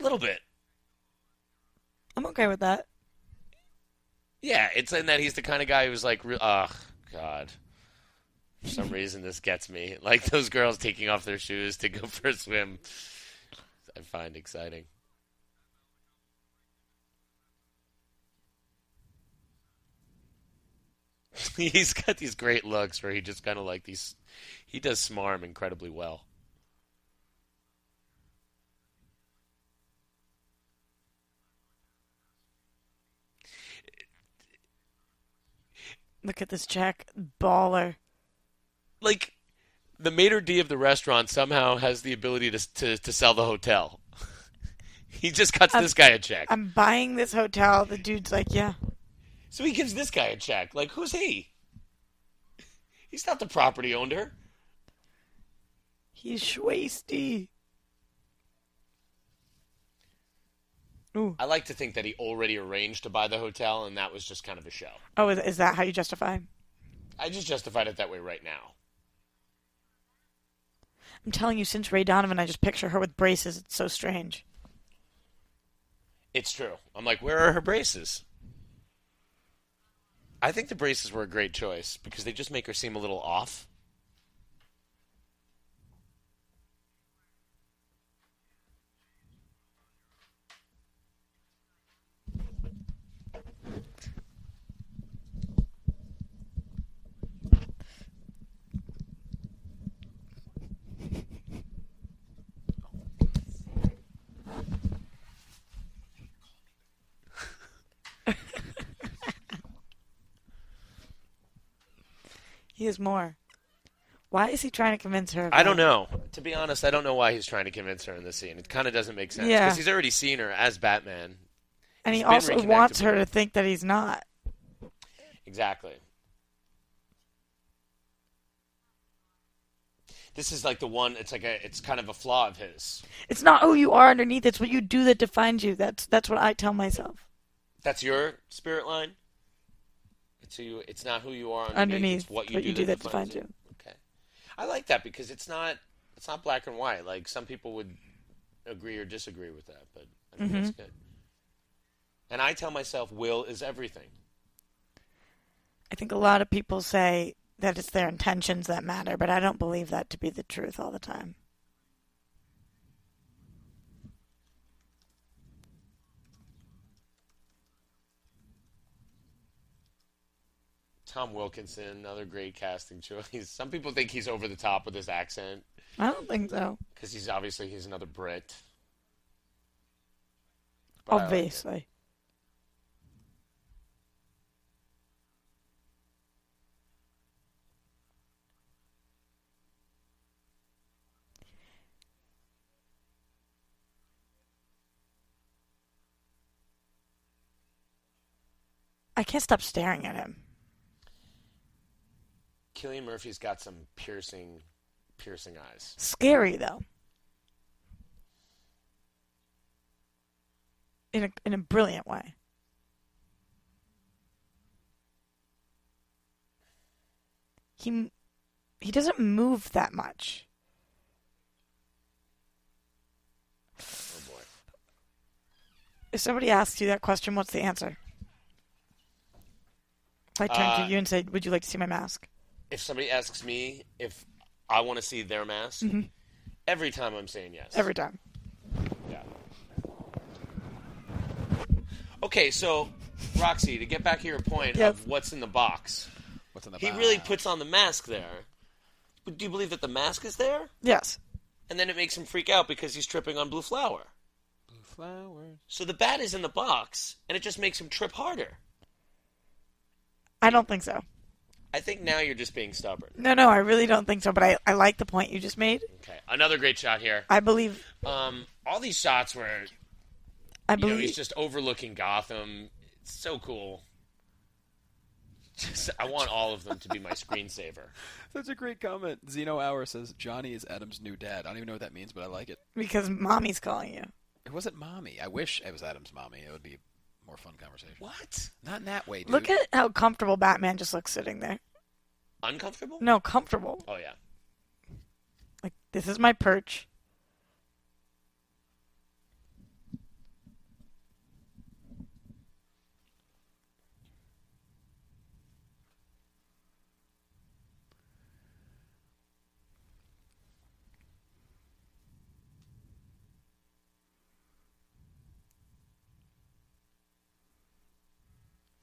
[SPEAKER 5] A little bit.
[SPEAKER 6] I'm okay with that.
[SPEAKER 5] Yeah, it's in that he's the kind of guy who's like, re- oh god. For some reason, this gets me. Like those girls taking off their shoes to go for a swim. I find exciting. he's got these great looks where he just kind of like these. He does smarm incredibly well.
[SPEAKER 6] Look at this check baller.
[SPEAKER 5] like the maitre d of the restaurant somehow has the ability to to, to sell the hotel. he just cuts
[SPEAKER 6] I'm-
[SPEAKER 5] this guy a check,
[SPEAKER 6] I'm buying this hotel. The dude's like, yeah,
[SPEAKER 5] so he gives this guy a check. Like who's he? He's not the property owner.
[SPEAKER 6] he's schwasty. Ooh.
[SPEAKER 5] I like to think that he already arranged to buy the hotel, and that was just kind of a show.
[SPEAKER 6] Oh, is, is that how you justify? him?
[SPEAKER 5] I just justified it that way right now.
[SPEAKER 6] I'm telling you, since Ray Donovan, I just picture her with braces. It's so strange.
[SPEAKER 5] It's true. I'm like, where are her braces? I think the braces were a great choice because they just make her seem a little off.
[SPEAKER 6] He is more. Why is he trying to convince her? of
[SPEAKER 5] I don't
[SPEAKER 6] that?
[SPEAKER 5] know. To be honest, I don't know why he's trying to convince her in this scene. It kind of doesn't make sense
[SPEAKER 6] Yeah.
[SPEAKER 5] because he's already seen her as Batman.
[SPEAKER 6] And he
[SPEAKER 5] He's been
[SPEAKER 6] also
[SPEAKER 5] reconnected
[SPEAKER 6] wants her
[SPEAKER 5] with
[SPEAKER 6] to
[SPEAKER 5] her.
[SPEAKER 6] think that he's not.
[SPEAKER 5] Exactly. This is like the one. It's like a. It's kind of a flaw of his.
[SPEAKER 6] It's not who you are underneath. It's what you do that defines you. That's that's what I tell myself.
[SPEAKER 5] That's your spirit line. It's who you. It's not who you are underneath.
[SPEAKER 6] Underneath,
[SPEAKER 5] it's what you do,
[SPEAKER 6] that defines you.
[SPEAKER 5] Okay. I like that because it's not. It's not black and white. Like some people would agree or disagree with that, but I think
[SPEAKER 6] Mm-hmm.
[SPEAKER 5] that's good. And I tell myself, will is everything.
[SPEAKER 6] I think a lot of people say that it's their intentions that matter, but I don't believe that to be the truth all the time.
[SPEAKER 5] Tom Wilkinson, another great casting choice. Some people think he's over the top with his accent
[SPEAKER 6] I don't think so.
[SPEAKER 5] because he's obviously he's another Brit. But uh, I like it.
[SPEAKER 6] Obviously. I can't stop staring at him.
[SPEAKER 5] Killian Murphy's got some piercing, piercing eyes.
[SPEAKER 6] Scary though. In a in a brilliant way. He m- he doesn't move that much.
[SPEAKER 5] Oh boy.
[SPEAKER 6] If somebody asks you that question, what's the answer? If I turn
[SPEAKER 5] Uh,
[SPEAKER 6] to you and say, "Would you like to see my mask?"
[SPEAKER 5] If somebody asks me if I want to see their mask, every time I'm saying yes.
[SPEAKER 6] Mm-hmm. Every time.
[SPEAKER 5] Yeah. Okay, so Roxy, to get back to your point
[SPEAKER 6] Yes.
[SPEAKER 5] of what's in the box,
[SPEAKER 4] What's in the
[SPEAKER 5] he
[SPEAKER 4] box?
[SPEAKER 5] really puts on the mask there. But do you believe that the mask is there?
[SPEAKER 6] Yes.
[SPEAKER 5] And then it makes him freak out because he's tripping on blue flower.
[SPEAKER 7] Blue flowers.
[SPEAKER 5] So the bat is in the box, and it just makes him trip harder.
[SPEAKER 6] I don't think so.
[SPEAKER 5] I think now you're just being stubborn.
[SPEAKER 6] No, no, I really don't think so. But I, I like the point you just made.
[SPEAKER 5] Okay, another great shot here.
[SPEAKER 6] I believe.
[SPEAKER 5] Um, all these shots where
[SPEAKER 6] I
[SPEAKER 5] you know
[SPEAKER 6] believe.
[SPEAKER 5] he's just overlooking Gotham. It's so cool. Just, I want all of them to be my screensaver.
[SPEAKER 4] That's a great comment. Zeno Hour says Johnny is Adam's new dad. I don't even know what that means, but I like it.
[SPEAKER 6] Because mommy's calling you.
[SPEAKER 4] It wasn't mommy. I wish it was Adam's mommy. It would be a more fun conversation.
[SPEAKER 5] What?
[SPEAKER 4] Not in that way, dude.
[SPEAKER 6] Look at how comfortable Batman just looks sitting there.
[SPEAKER 5] Uncomfortable?
[SPEAKER 6] No, comfortable.
[SPEAKER 5] Oh yeah.
[SPEAKER 6] Like this is my perch.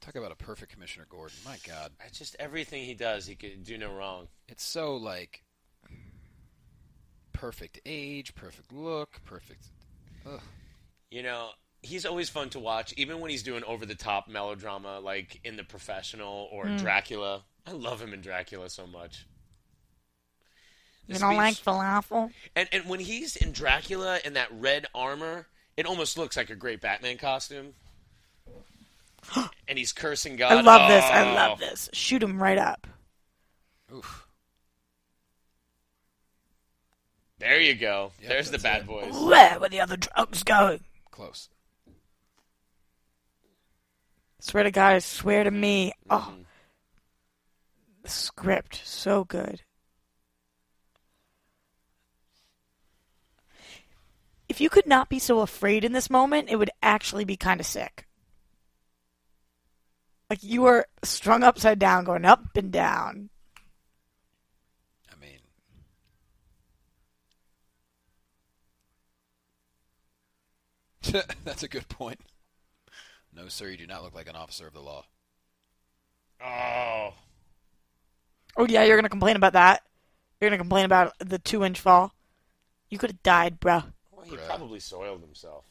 [SPEAKER 4] Talk about a perfect Commissioner Gordon. My God,
[SPEAKER 5] It's just everything he does, he could do no wrong.
[SPEAKER 4] it's so like perfect age, perfect look, perfect. Ugh.
[SPEAKER 5] You know, he's always fun to watch, even when he's doing over the top melodrama, like in The Professional or
[SPEAKER 6] Hmm.
[SPEAKER 5] Dracula. I love him in Dracula so much.
[SPEAKER 6] You
[SPEAKER 5] The
[SPEAKER 6] don't like
[SPEAKER 5] speech-
[SPEAKER 6] falafel?
[SPEAKER 5] and and when he's in Dracula in that red armor, it almost looks like a great Batman costume. and he's cursing God.
[SPEAKER 6] I love this. I
[SPEAKER 5] Oh.
[SPEAKER 6] love this. Shoot him right up.
[SPEAKER 4] Oof.
[SPEAKER 5] There you go.
[SPEAKER 4] Yep,
[SPEAKER 5] There's the
[SPEAKER 4] that's
[SPEAKER 5] bad
[SPEAKER 4] it.
[SPEAKER 5] boys.
[SPEAKER 6] Where were the other drugs going?
[SPEAKER 4] Close.
[SPEAKER 6] Swear to God, I swear to me. Oh, the script so good. If you could not be so afraid in this moment, it would actually be kind of sick. Like you are strung upside down, going up and down.
[SPEAKER 4] I mean, that's a good point. No, sir, you do not look like an officer of the law.
[SPEAKER 5] Oh.
[SPEAKER 6] Oh yeah, you're gonna complain about that. You're gonna complain about the two inch fall. You could have died, bro.
[SPEAKER 5] Well, he
[SPEAKER 4] Bruh.
[SPEAKER 5] probably soiled himself.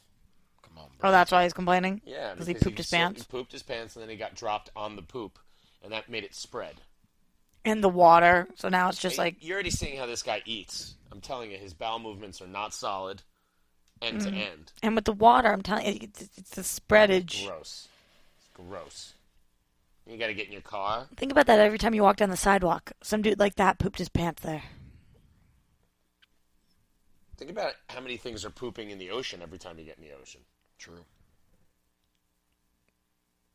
[SPEAKER 4] Come on, bro.
[SPEAKER 6] Oh, that's why he's complaining.
[SPEAKER 5] Yeah,
[SPEAKER 6] because he pooped his
[SPEAKER 5] so-
[SPEAKER 6] pants
[SPEAKER 5] He pooped his pants, and then he got dropped on the poop, and that made it spread.
[SPEAKER 6] in the water. So now it's just
[SPEAKER 5] Hey,
[SPEAKER 6] like
[SPEAKER 5] you're already seeing how this guy eats. I'm telling you, his bowel movements are not solid, end
[SPEAKER 6] Mm.
[SPEAKER 5] to end.
[SPEAKER 6] And with the water, I'm telling you, it's, it's the spreadage.
[SPEAKER 5] Gross, gross. You got to get in your car.
[SPEAKER 6] Think about that every time you walk down the sidewalk. Some dude like that pooped his pants there.
[SPEAKER 5] Think about how many things are pooping in the ocean every time you get in the ocean.
[SPEAKER 4] True.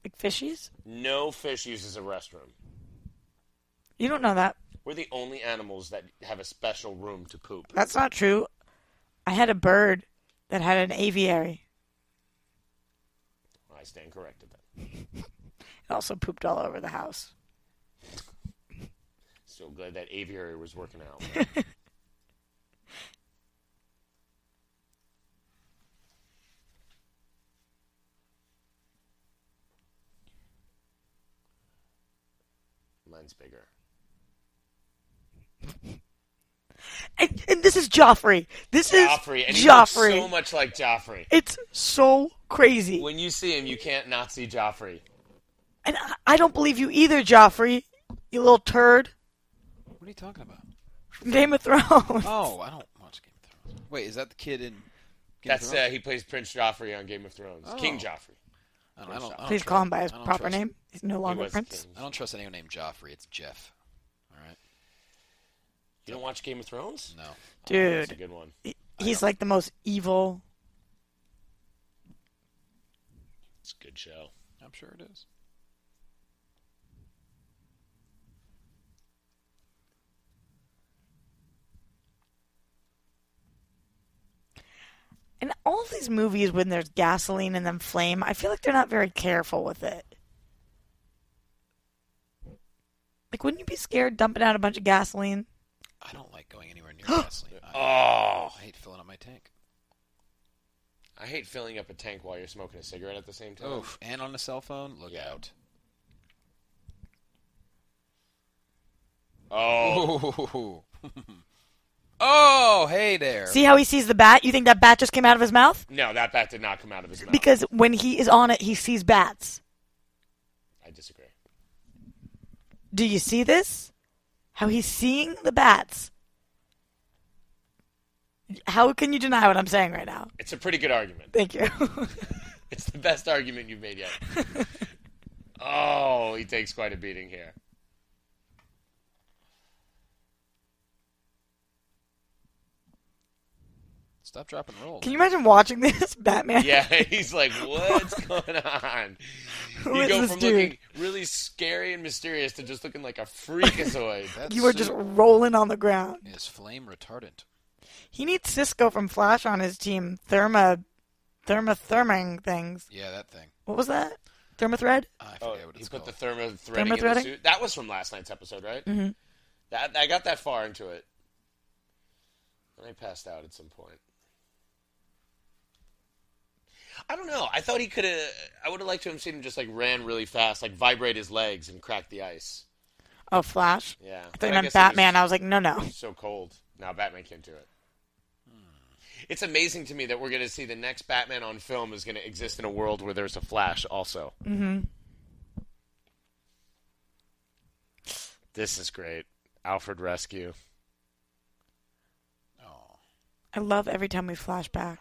[SPEAKER 6] Like fishies?
[SPEAKER 5] No fish uses a restroom.
[SPEAKER 6] You don't know that.
[SPEAKER 5] We're the only animals that have a special room to poop.
[SPEAKER 6] That's not true. I had a bird that had an aviary.
[SPEAKER 5] I stand corrected then.
[SPEAKER 6] It also pooped all over the house.
[SPEAKER 5] So glad that aviary was working out. Mine's bigger.
[SPEAKER 6] And, and this is Joffrey. This
[SPEAKER 5] Joffrey, and
[SPEAKER 6] is
[SPEAKER 5] he looks
[SPEAKER 6] Joffrey.
[SPEAKER 5] so much like Joffrey.
[SPEAKER 6] it's so crazy.
[SPEAKER 5] When you see him, you can't not see Joffrey.
[SPEAKER 6] And I, I don't believe you either, Joffrey. You little turd
[SPEAKER 4] What are you talking about?
[SPEAKER 6] from Game of Thrones.
[SPEAKER 4] Oh, I don't watch Game of Thrones. Wait, is that the kid in? Game
[SPEAKER 5] That's
[SPEAKER 4] of
[SPEAKER 5] uh,
[SPEAKER 4] Thrones?
[SPEAKER 5] he plays Prince Joffrey on Game of Thrones.
[SPEAKER 6] Oh.
[SPEAKER 5] King Joffrey. uh,
[SPEAKER 4] I don't, I don't, I don't
[SPEAKER 6] Please
[SPEAKER 4] trust-
[SPEAKER 6] call him by his
[SPEAKER 4] I don't
[SPEAKER 6] proper
[SPEAKER 4] trust-
[SPEAKER 6] name. He's no
[SPEAKER 5] He
[SPEAKER 6] longer
[SPEAKER 5] was
[SPEAKER 6] Prince.
[SPEAKER 5] king.
[SPEAKER 4] I don't trust anyone named Joffrey. It's Jeff. All right.
[SPEAKER 5] You don't watch Game of Thrones?
[SPEAKER 4] No.
[SPEAKER 5] That's a
[SPEAKER 6] Dude,
[SPEAKER 5] good one.
[SPEAKER 6] he- he's like the most evil.
[SPEAKER 5] It's a good show.
[SPEAKER 4] I'm sure it is.
[SPEAKER 6] And all of these movies, when there's gasoline and then flame, I feel like they're not very careful with it. Like, wouldn't you be scared dumping out a bunch of gasoline?
[SPEAKER 4] I don't like going anywhere near gasoline. I,
[SPEAKER 5] Oh,
[SPEAKER 4] I hate filling up my tank.
[SPEAKER 5] I hate filling up a tank while you're smoking a cigarette at the same time.
[SPEAKER 4] Oof. And on a cell phone, look
[SPEAKER 5] Yeah.
[SPEAKER 4] out.
[SPEAKER 5] Oh,
[SPEAKER 4] Oh. oh, hey there.
[SPEAKER 6] See how he sees the bat? You think that bat just came out of his mouth?
[SPEAKER 5] no, that bat did not come out of his mouth.
[SPEAKER 6] Because when he is on it, he sees bats.
[SPEAKER 5] I disagree.
[SPEAKER 6] Do you see this? How he's seeing the bats. How can you deny what I'm saying right now?
[SPEAKER 5] It's a pretty good argument.
[SPEAKER 6] Thank you.
[SPEAKER 5] It's the best argument you've made yet. oh, he takes quite a beating here.
[SPEAKER 4] Stop dropping rolls.
[SPEAKER 6] Can you imagine watching this, Batman?
[SPEAKER 5] Yeah, he's like, what's going on?
[SPEAKER 6] Who
[SPEAKER 5] you
[SPEAKER 6] is
[SPEAKER 5] go
[SPEAKER 6] this
[SPEAKER 5] from
[SPEAKER 6] dude?
[SPEAKER 5] looking really scary and mysterious to just looking like a freakazoid.
[SPEAKER 4] That's
[SPEAKER 6] you were just rolling on the ground.
[SPEAKER 4] is flame retardant.
[SPEAKER 6] He needs Cisco from Flash on his team. Therma, therma therming things.
[SPEAKER 4] Yeah, that thing. Ah,
[SPEAKER 6] What was that? Therma thread?
[SPEAKER 4] I forget
[SPEAKER 5] oh,
[SPEAKER 4] what
[SPEAKER 5] he
[SPEAKER 4] it's
[SPEAKER 5] put
[SPEAKER 4] called.
[SPEAKER 5] the thermo threading in the
[SPEAKER 6] Thermothreading?
[SPEAKER 5] suit. That was from last night's episode, right? Mm-hmm. That I got that far into it. And I passed out at some point. I don't know. I thought he could have. I would have liked to have seen him just like ran really fast, like vibrate his legs and crack the ice.
[SPEAKER 6] Oh, Flash.
[SPEAKER 5] Yeah.
[SPEAKER 6] I
[SPEAKER 5] But
[SPEAKER 6] thought you
[SPEAKER 5] I
[SPEAKER 6] meant
[SPEAKER 5] guess he was-
[SPEAKER 6] Batman. I was like, no, no.
[SPEAKER 5] so cold. Now Batman can't do it. It's amazing to me that we're going to see the next Batman on film is going to exist in a world where there's a Flash also. Mm-hmm. This is great. Alfred rescue.
[SPEAKER 4] Oh.
[SPEAKER 6] I love every time we flash back.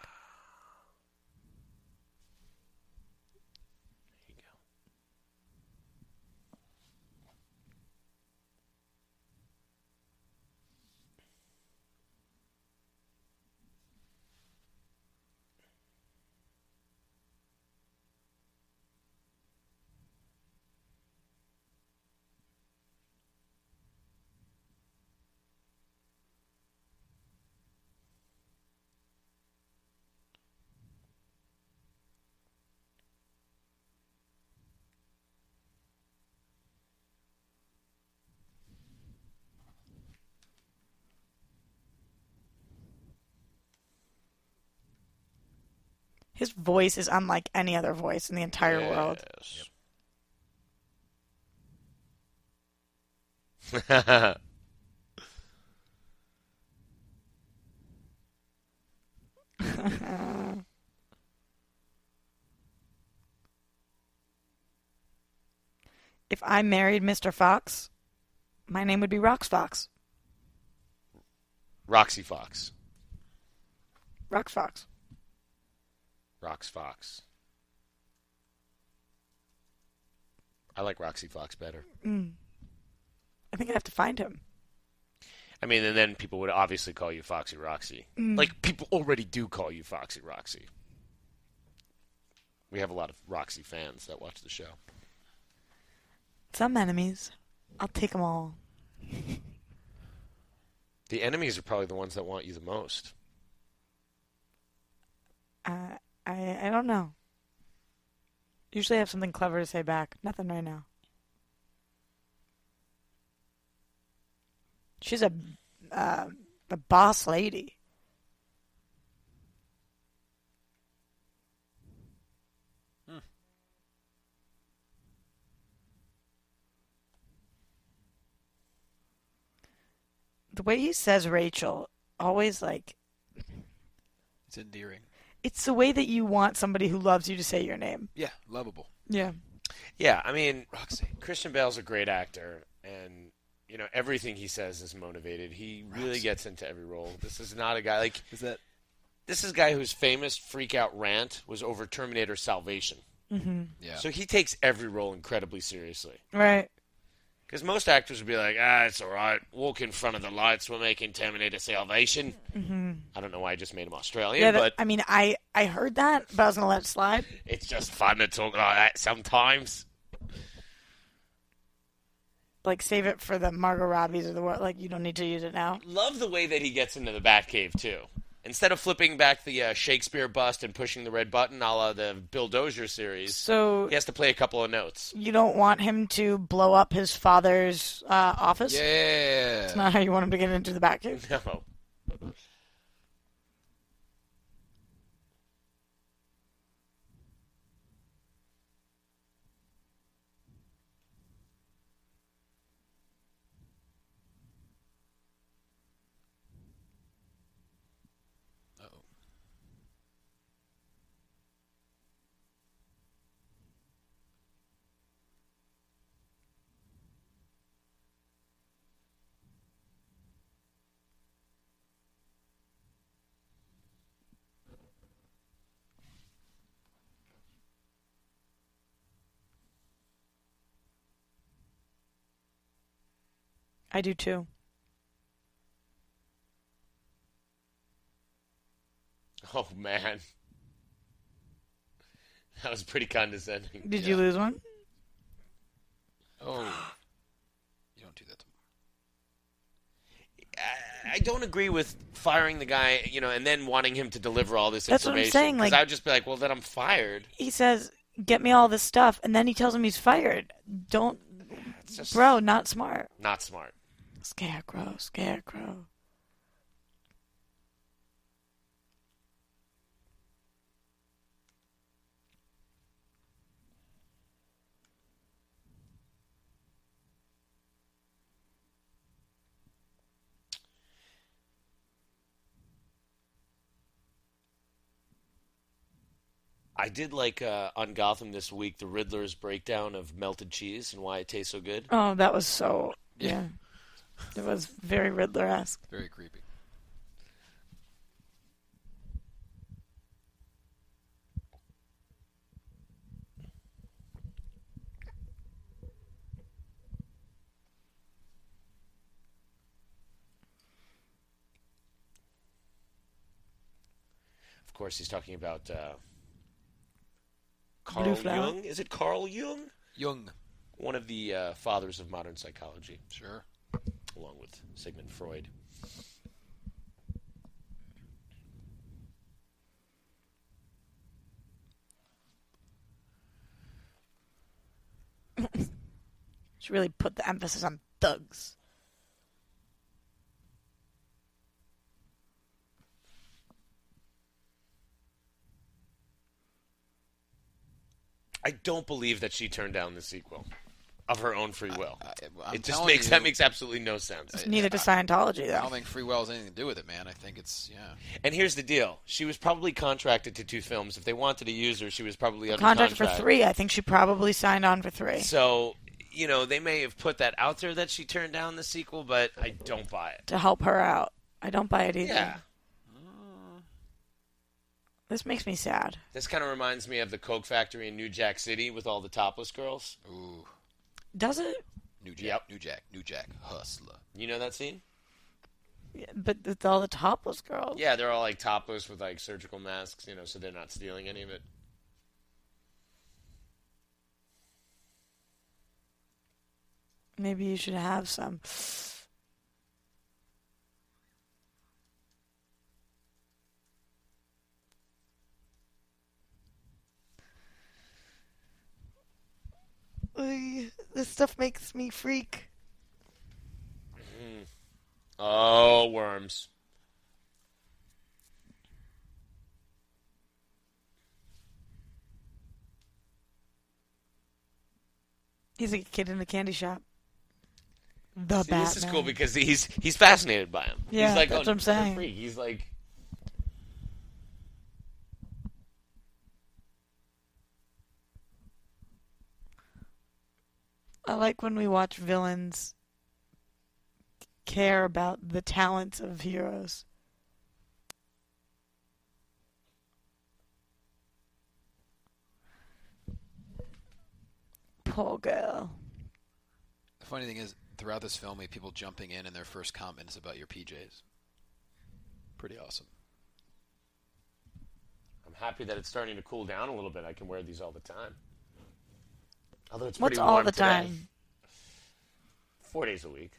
[SPEAKER 6] His voice is unlike any other voice in the entire world. If I married Mr. Fox, my name would be Rox Fox.
[SPEAKER 5] Roxy Fox.
[SPEAKER 6] Rox Fox.
[SPEAKER 5] Rox Fox. I like Roxy Fox better.
[SPEAKER 6] I think I have to find him.
[SPEAKER 5] I mean, and then people would obviously call you Foxy Roxy. Like, people already do call you Foxy Roxy. We have a lot of Roxy fans that watch the show.
[SPEAKER 6] Some enemies. I'll take them all.
[SPEAKER 5] The enemies are probably the ones that want you the most.
[SPEAKER 6] I I don't know. Usually I have something clever to say back. Nothing right now. She's a uh, a boss lady. The way he says Rachel, always like
[SPEAKER 4] It's endearing.
[SPEAKER 6] it's the way that you want somebody who loves you to say your name.
[SPEAKER 4] Yeah, lovable.
[SPEAKER 6] Yeah.
[SPEAKER 5] Yeah, I mean,
[SPEAKER 4] Roxy.
[SPEAKER 5] Christian Bale's a great actor, and you know everything he says is motivated. He really gets into every role. This is not a guy like
[SPEAKER 4] Is that
[SPEAKER 5] this is a guy whose famous freak out rant was over Terminator Salvation.
[SPEAKER 4] yeah?
[SPEAKER 5] So he takes every role incredibly seriously.
[SPEAKER 6] Right.
[SPEAKER 5] Because most actors would be like, ah, it's all right. Walk in front of the lights. We're making Terminator Salvation. I don't know why I just made him Australian,
[SPEAKER 6] Mm-hmm. Yeah,
[SPEAKER 5] but
[SPEAKER 6] that, I mean, I I heard that, but I was gonna let it slide.
[SPEAKER 5] it's just fun to talk like that sometimes.
[SPEAKER 6] Like, save it for the Margot Robbies or the what. Like, you don't need to use it now.
[SPEAKER 5] Love the way that he gets into the Batcave, too. Instead of flipping back the uh, Shakespeare bust and pushing the red button a la the Bill Dozier series,
[SPEAKER 6] So
[SPEAKER 5] he has to play a couple of notes.
[SPEAKER 6] you don't want him to blow up his father's uh, office.
[SPEAKER 4] Yeah.
[SPEAKER 6] That's not how you want him to get into the Batcave.
[SPEAKER 5] No.
[SPEAKER 6] I do too.
[SPEAKER 5] Oh, man. That was pretty condescending.
[SPEAKER 6] Did you lose one?
[SPEAKER 4] oh. You don't do that. To
[SPEAKER 5] I don't agree with firing the guy, you know, and then wanting him to deliver all this
[SPEAKER 6] That's what I'm
[SPEAKER 5] information.
[SPEAKER 6] saying,
[SPEAKER 5] 'Cause
[SPEAKER 6] like-
[SPEAKER 5] I would just be like, well, then I'm fired.
[SPEAKER 6] He says, "Get me all this stuff," and then he tells him he's fired. Don't,
[SPEAKER 5] It's just
[SPEAKER 6] bro. Not smart.
[SPEAKER 5] not smart.
[SPEAKER 6] Scarecrow. Scarecrow.
[SPEAKER 5] I did like uh, on Gotham this week the Riddler's breakdown of melted cheese and why it tastes so good.
[SPEAKER 6] Oh, that was so. Yeah. It was very Riddler esque.
[SPEAKER 4] Very creepy.
[SPEAKER 5] Of course, he's talking about uh, Carl
[SPEAKER 6] flower?
[SPEAKER 5] Jung. Is it Carl Jung?
[SPEAKER 4] Jung.
[SPEAKER 5] One of the uh, fathers of modern psychology,
[SPEAKER 4] Sure.
[SPEAKER 5] along with Sigmund Freud.
[SPEAKER 6] She really put the emphasis on thugs.
[SPEAKER 5] I don't believe that she turned down the sequel of her own free will.
[SPEAKER 4] I- I'm
[SPEAKER 5] it just
[SPEAKER 4] telling
[SPEAKER 5] makes
[SPEAKER 4] you-
[SPEAKER 5] that makes absolutely no sense.
[SPEAKER 6] Neither to Scientology,
[SPEAKER 4] I don't
[SPEAKER 6] though.
[SPEAKER 4] think free will has anything to do with it, man. I think it's yeah.
[SPEAKER 5] And here's the deal: she was probably contracted to two films. If they wanted to use her, she was probably under
[SPEAKER 6] Contract
[SPEAKER 5] contract
[SPEAKER 6] for three. I think she probably signed on for three.
[SPEAKER 5] So you know they may have put that out there that she turned down the sequel, but I don't buy it.
[SPEAKER 6] to help her out. I don't buy it either.
[SPEAKER 5] Yeah,
[SPEAKER 6] This makes me sad.
[SPEAKER 5] this kind of reminds me of the Coke Factory in New Jack City with all the topless girls.
[SPEAKER 4] Ooh.
[SPEAKER 6] Does it?
[SPEAKER 4] New Jack.
[SPEAKER 5] Yep.
[SPEAKER 4] New Jack. New Jack. Hustler.
[SPEAKER 5] You know that scene?
[SPEAKER 6] But with all the topless girls.
[SPEAKER 5] Yeah, they're all like topless with like surgical masks, you know, so they're not stealing any of it.
[SPEAKER 6] Maybe you should have some. Oy, this stuff makes me freak.
[SPEAKER 5] Oh, worms.
[SPEAKER 6] He's like a kid in a candy shop. The
[SPEAKER 5] See,
[SPEAKER 6] Batman.
[SPEAKER 5] this is cool because he's he's fascinated by him.
[SPEAKER 6] Yeah,
[SPEAKER 5] he's like,
[SPEAKER 6] that's
[SPEAKER 5] oh,
[SPEAKER 6] what I'm
[SPEAKER 5] you're a
[SPEAKER 6] saying.
[SPEAKER 5] freak. He's like,
[SPEAKER 6] I like when we watch villains care about the talents of heroes. Poor girl.
[SPEAKER 4] The funny thing is, throughout this film, we have people jumping in and their first comment is about your PJs. Pretty awesome.
[SPEAKER 5] I'm happy that it's starting to cool down a little bit. I can wear these all the time. Although it's
[SPEAKER 6] What's
[SPEAKER 5] pretty
[SPEAKER 6] all
[SPEAKER 5] warm
[SPEAKER 6] the
[SPEAKER 5] today.
[SPEAKER 6] time?
[SPEAKER 5] Four days a week,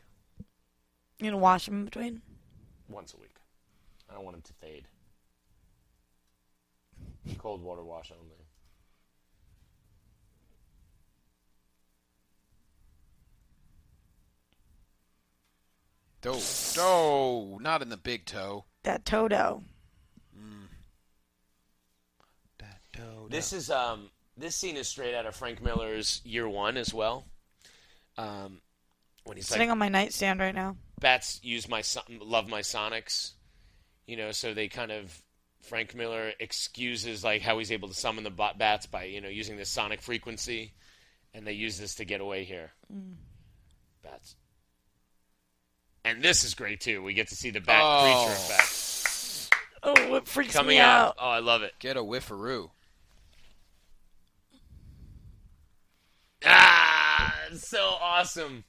[SPEAKER 6] You gonna wash them in between?
[SPEAKER 5] once a week. I don't want them to fade. Cold water wash only.
[SPEAKER 4] Doe. Doe. Not in the big toe.
[SPEAKER 6] That Toto.
[SPEAKER 4] That doe.
[SPEAKER 5] This is um this scene is straight out of Frank Miller's Year One as well. Um, when he's
[SPEAKER 6] Sitting
[SPEAKER 5] like,
[SPEAKER 6] on my nightstand right now.
[SPEAKER 5] bats use my son- love my Sonics, you know, so they kind of Frank Miller excuses like how he's able to summon the bot- bats by you know using this sonic frequency, and they use this to get away here. Bats. And this is great too. We get to see the bat
[SPEAKER 4] Oh.
[SPEAKER 5] creature effect
[SPEAKER 6] Oh, it freaks
[SPEAKER 5] coming
[SPEAKER 6] me
[SPEAKER 5] out.
[SPEAKER 6] out.
[SPEAKER 5] Oh, I love it.
[SPEAKER 4] Get a whiffaroo.
[SPEAKER 5] Ah, it's so awesome.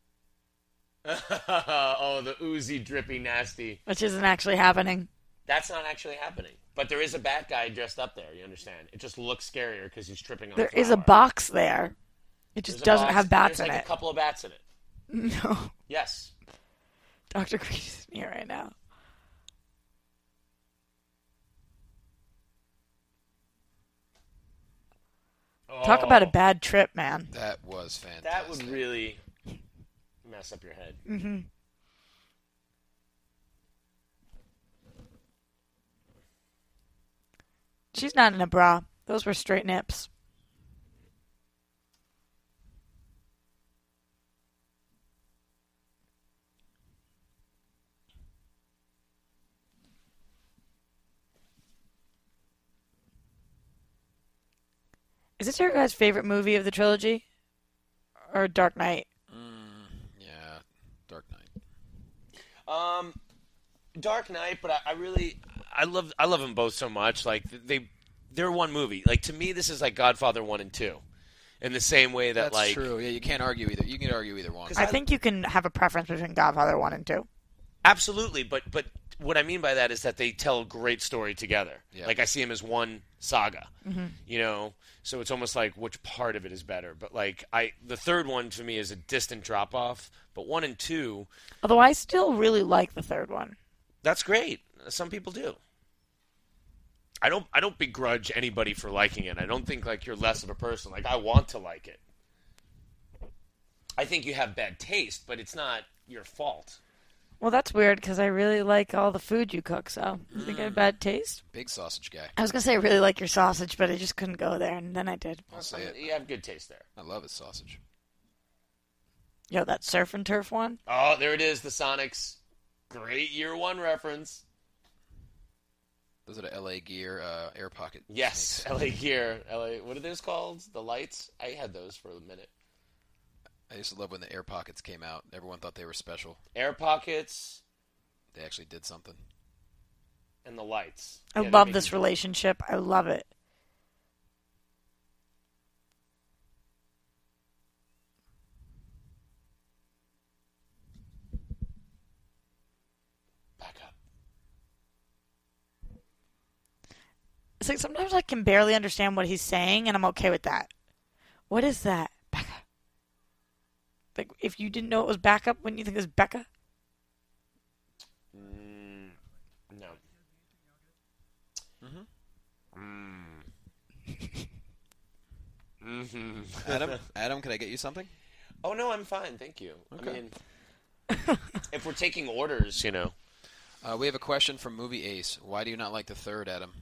[SPEAKER 5] oh, the oozy, drippy, nasty.
[SPEAKER 6] Which isn't actually happening.
[SPEAKER 5] That's not actually happening. But there is a bat guy dressed up there, you understand? It just looks scarier because he's tripping on
[SPEAKER 6] There
[SPEAKER 5] flour.
[SPEAKER 6] is a box there. It
[SPEAKER 5] There's
[SPEAKER 6] just
[SPEAKER 5] a
[SPEAKER 6] doesn't
[SPEAKER 5] box.
[SPEAKER 6] have bats
[SPEAKER 5] There's
[SPEAKER 6] in
[SPEAKER 5] like
[SPEAKER 6] it.
[SPEAKER 5] a couple of bats in it.
[SPEAKER 6] No.
[SPEAKER 5] Yes.
[SPEAKER 6] Dr. Green is in here right now.
[SPEAKER 5] Oh.
[SPEAKER 6] Talk about a bad trip, man.
[SPEAKER 4] That was fantastic.
[SPEAKER 5] That would really mess up your head.
[SPEAKER 6] She's not in a bra. Those were straight nips. Is this your guys' favorite movie of the trilogy? Or Dark Knight?
[SPEAKER 4] Yeah. Dark Knight.
[SPEAKER 5] Um, Dark Knight, but I, I really I love I love them both so much. Like they they're one movie. Like to me, this is like Godfather one and two, in the same way that
[SPEAKER 4] That's
[SPEAKER 5] like
[SPEAKER 4] true. Yeah, you can't argue either. You can argue either one.
[SPEAKER 6] I think you can have a preference between Godfather 1 and 2.
[SPEAKER 5] absolutely. But but what I mean by that is that they tell a great story together.
[SPEAKER 4] Yeah.
[SPEAKER 5] Like I see them as one saga. You know, so it's almost like which part of it is better. But like I the third one to me is a distant drop off. But one and two,
[SPEAKER 6] Although I still really like the third one.
[SPEAKER 5] That's great. Some people do. I don't. I don't begrudge anybody for liking it. I don't think like you're less of a person. Like I want to like it. I think you have bad taste, but it's not your fault.
[SPEAKER 6] Well, that's weird because I really like all the food you cook, so you think I have bad taste?
[SPEAKER 4] Big sausage guy.
[SPEAKER 6] I was going to say I really like your sausage, but I just couldn't go there, and then I did.
[SPEAKER 4] I'll say it.
[SPEAKER 5] You have good taste there.
[SPEAKER 4] I love his sausage.
[SPEAKER 6] Yo, that surf and turf one?
[SPEAKER 5] Oh, there it is. The Sonics. Great year one reference.
[SPEAKER 4] Those are the LA Gear uh, air pocket.
[SPEAKER 5] Yes,
[SPEAKER 4] snakes.
[SPEAKER 5] LA Gear. LA. What are those called? The lights. I had those for a minute.
[SPEAKER 4] I used to love when the air pockets came out. Everyone thought they were special.
[SPEAKER 5] Air pockets
[SPEAKER 4] They actually did something.
[SPEAKER 5] and the lights.
[SPEAKER 6] I
[SPEAKER 5] Yeah, they
[SPEAKER 6] love
[SPEAKER 5] make
[SPEAKER 6] this
[SPEAKER 5] you-
[SPEAKER 6] relationship. I love it.
[SPEAKER 5] Back up.
[SPEAKER 6] It's like sometimes I can barely understand what he's saying, and I'm okay with that. What is that? Becca. Like, if you didn't know it was backup, wouldn't you think it was Becca?
[SPEAKER 5] No.
[SPEAKER 4] Adam, Adam, can I get you something?
[SPEAKER 5] Oh no, I'm fine, thank you. I mean, if we're taking orders, you know,
[SPEAKER 4] Uh, we have a question from Movie Ace. Why do you not like the third, Adam?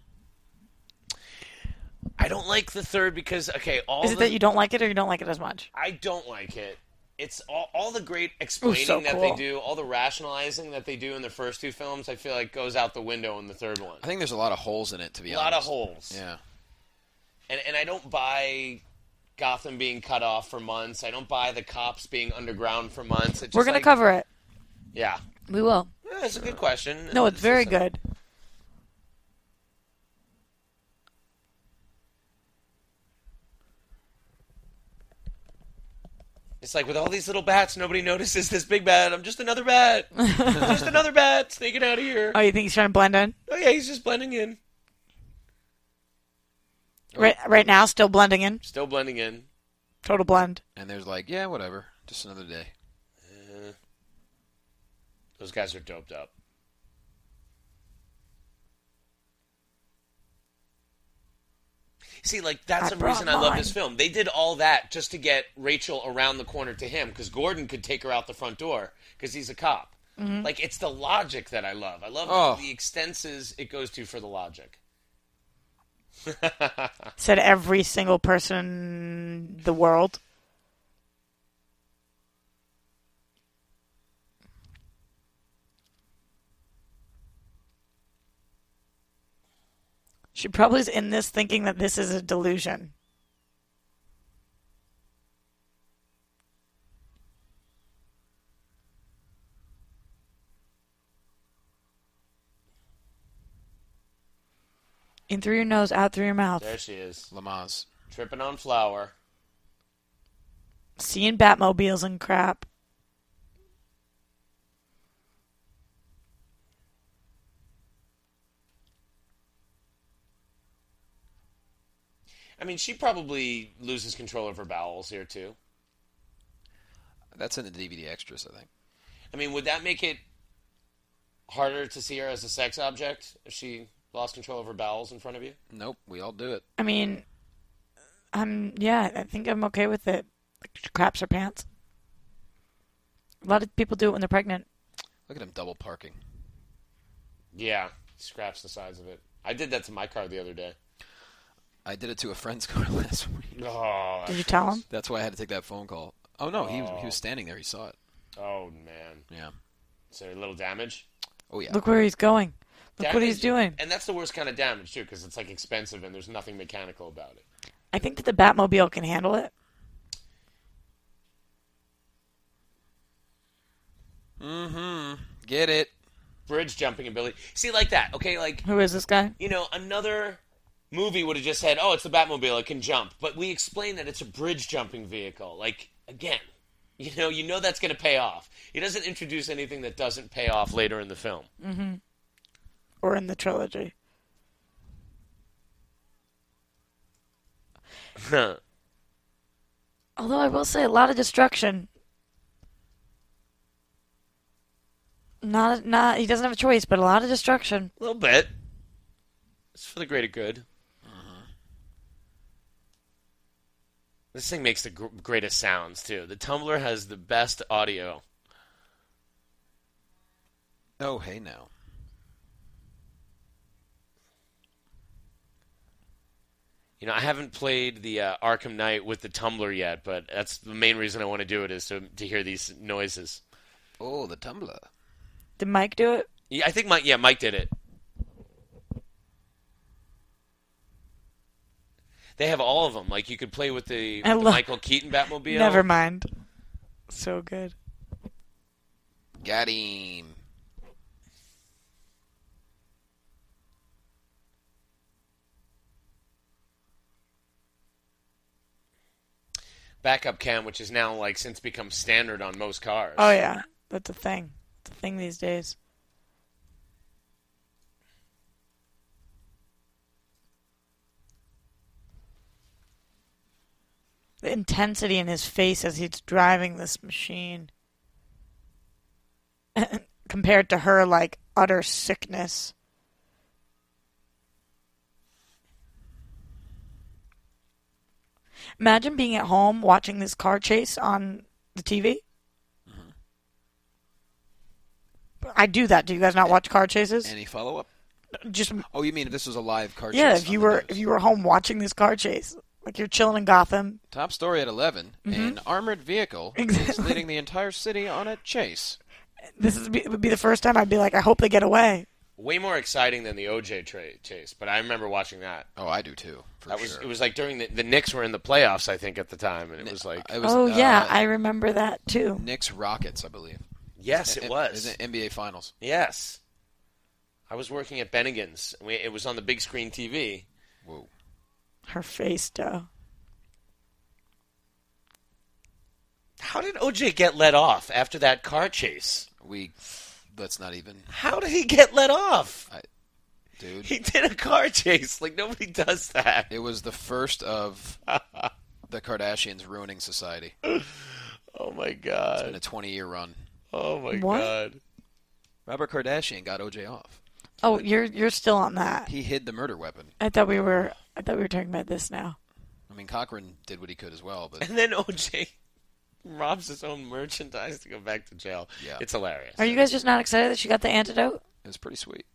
[SPEAKER 5] I don't like the third because okay, all
[SPEAKER 6] Is it
[SPEAKER 5] the-
[SPEAKER 6] that you don't like it or you don't like it as much?
[SPEAKER 5] I don't like it. It's all, all the great explaining
[SPEAKER 6] so
[SPEAKER 5] that
[SPEAKER 6] cool.
[SPEAKER 5] they do, all the rationalizing that they do in the first two films. I feel like goes out the window in the third one.
[SPEAKER 4] I think there's a lot of holes in it, to be
[SPEAKER 5] A
[SPEAKER 4] honest.
[SPEAKER 5] lot of holes.
[SPEAKER 4] Yeah.
[SPEAKER 5] and and I don't buy Gotham being cut off for months. I don't buy the cops being underground for months. It's
[SPEAKER 6] We're
[SPEAKER 5] just
[SPEAKER 6] gonna
[SPEAKER 5] like-
[SPEAKER 6] cover it.
[SPEAKER 5] Yeah.
[SPEAKER 6] We will.
[SPEAKER 5] Yeah, that's a good question.
[SPEAKER 6] No, it's very
[SPEAKER 5] just a-
[SPEAKER 6] good.
[SPEAKER 5] It's like with all these little bats, nobody notices this big bat. I'm just another bat. just another bat sneaking out of here.
[SPEAKER 6] Oh, you think he's trying to blend in?
[SPEAKER 5] Oh yeah, he's just blending in.
[SPEAKER 6] Right, right now, still blending in.
[SPEAKER 5] Still blending in.
[SPEAKER 6] Total blend.
[SPEAKER 4] And there's like, yeah, whatever. Just another day.
[SPEAKER 5] Those guys are doped up. See, like that's
[SPEAKER 6] I
[SPEAKER 5] the
[SPEAKER 6] brought
[SPEAKER 5] reason I love this
[SPEAKER 6] mine.
[SPEAKER 5] film. They did all that just to get Rachel around the corner to him because Gordon could take her out the front door because he's a cop.
[SPEAKER 6] Mm-hmm.
[SPEAKER 5] Like it's the logic that I love. I love
[SPEAKER 4] Oh.
[SPEAKER 5] the extenses it goes to for the logic.
[SPEAKER 6] Said every single person in the world. She probably is in this thinking that this is a delusion. In through your nose, out through your mouth.
[SPEAKER 5] There she is,
[SPEAKER 4] Lamaze.
[SPEAKER 5] tripping on flour.
[SPEAKER 6] Seeing Batmobiles and crap.
[SPEAKER 5] I mean, she probably loses control of her bowels here too.
[SPEAKER 4] That's in the DVD extras, I think.
[SPEAKER 5] I mean, would that make it harder to see her as a sex object if she lost control of her bowels in front of you?
[SPEAKER 4] Nope, we all do it.
[SPEAKER 6] I mean, I'm yeah. I think I'm okay with it. She craps her pants. A lot of people do it when they're pregnant.
[SPEAKER 4] Look at him double parking.
[SPEAKER 5] Yeah, scraps the sides of it. I did that to my car the other day.
[SPEAKER 4] I did it to a friend's car last week.
[SPEAKER 5] Oh,
[SPEAKER 6] Did you tell him?
[SPEAKER 4] That's why I had to take that phone call. Oh no, he he was standing there. He saw it.
[SPEAKER 5] oh man.
[SPEAKER 4] Yeah.
[SPEAKER 5] Is there a little damage?
[SPEAKER 4] Oh yeah.
[SPEAKER 6] Look where he's going. Look what he's
[SPEAKER 5] Damage-
[SPEAKER 6] doing.
[SPEAKER 5] And that's the worst kind of damage too, because it's like expensive and there's nothing mechanical about it.
[SPEAKER 6] I think that the Batmobile can handle it.
[SPEAKER 4] Get it.
[SPEAKER 5] Bridge jumping ability. See, like that. Okay, like
[SPEAKER 6] Who is this guy?
[SPEAKER 5] you know, another movie would have just said, "Oh, it's the Batmobile; it can jump." But we explain that it's a bridge jumping vehicle. Like again, you know, you know that's going to pay off. He doesn't introduce anything that doesn't pay off later in the film.
[SPEAKER 6] Or in the trilogy? Although I will say a lot of destruction. Not not he doesn't have a choice, but a lot of destruction.
[SPEAKER 5] A little bit. It's for the greater good. Uh-huh. This thing makes the gr- greatest sounds too. The tumbler has the best audio.
[SPEAKER 4] Oh hey now.
[SPEAKER 5] You know, I haven't played the uh, Arkham Knight with the tumbler yet, but that's the main reason I want to do it is to to hear these noises.
[SPEAKER 4] Oh the tumbler.
[SPEAKER 6] Did Mike do it?
[SPEAKER 5] Yeah, I think Mike. Yeah, Mike did it. They have all of them. Like you could play with the,
[SPEAKER 6] I
[SPEAKER 5] with the
[SPEAKER 6] love-
[SPEAKER 5] Michael Keaton Batmobile.
[SPEAKER 6] Never mind. So good.
[SPEAKER 4] Got him.
[SPEAKER 5] Backup cam, which is now like since become standard on most cars.
[SPEAKER 6] Oh yeah, that's a thing. It's a thing these days. The intensity in his face as he's driving this machine compared to her like utter sickness. Imagine being at home watching this car chase on the TV. I do that. Do you guys not watch car chases?
[SPEAKER 4] Any follow up?
[SPEAKER 6] Just
[SPEAKER 4] Oh, you mean if this was a live car
[SPEAKER 6] yeah,
[SPEAKER 4] chase
[SPEAKER 6] if
[SPEAKER 4] on
[SPEAKER 6] you
[SPEAKER 4] the
[SPEAKER 6] were
[SPEAKER 4] news.
[SPEAKER 6] if you were home watching this car chase, like you're chilling in Gotham.
[SPEAKER 4] Top story at 11. An armored vehicle is
[SPEAKER 6] Mm-hmm. Exactly.
[SPEAKER 4] leading the entire city on a chase.
[SPEAKER 6] This is, be- would be the first time I'd be like, I hope they get away.
[SPEAKER 5] Way more exciting than the OJ tra- chase, but I remember watching that.
[SPEAKER 4] Oh, I do too. For
[SPEAKER 5] That was
[SPEAKER 4] sure.
[SPEAKER 5] it was like during the the Knicks were in the playoffs, I think, at the time, and it was like
[SPEAKER 4] It was,
[SPEAKER 6] Oh yeah,
[SPEAKER 4] uh,
[SPEAKER 6] I remember that too.
[SPEAKER 4] Knicks Rockets, I believe.
[SPEAKER 5] yes,
[SPEAKER 4] N-
[SPEAKER 5] it
[SPEAKER 4] was
[SPEAKER 5] was.
[SPEAKER 4] the NBA Finals.
[SPEAKER 5] Yes, I was working at Bennigan's. We, it was on the big screen TV.
[SPEAKER 4] Whoa.
[SPEAKER 6] Her face, though.
[SPEAKER 5] How did OJ get let off after that car chase?
[SPEAKER 4] We. Let's not even.
[SPEAKER 5] How did he get let off?
[SPEAKER 4] Dude.
[SPEAKER 5] He did a car chase. Like nobody does that.
[SPEAKER 4] It was the first of the Kardashians ruining society
[SPEAKER 5] Oh my
[SPEAKER 4] in
[SPEAKER 5] god.
[SPEAKER 4] a 20 year run.
[SPEAKER 5] Oh my
[SPEAKER 4] uh,
[SPEAKER 6] What?
[SPEAKER 5] god.
[SPEAKER 4] Robert Kardashian got OJ off.
[SPEAKER 6] Oh, you're you're still on that.
[SPEAKER 4] He hid the murder weapon.
[SPEAKER 6] I thought we were I thought we were talking about this now.
[SPEAKER 4] I mean, Cochran did what he could as well, but
[SPEAKER 5] And then OJ robs his own merchandise to go back to jail.
[SPEAKER 4] Yeah.
[SPEAKER 5] It's hilarious.
[SPEAKER 6] Are you guys just not excited that she got the antidote?
[SPEAKER 4] it was pretty sweet.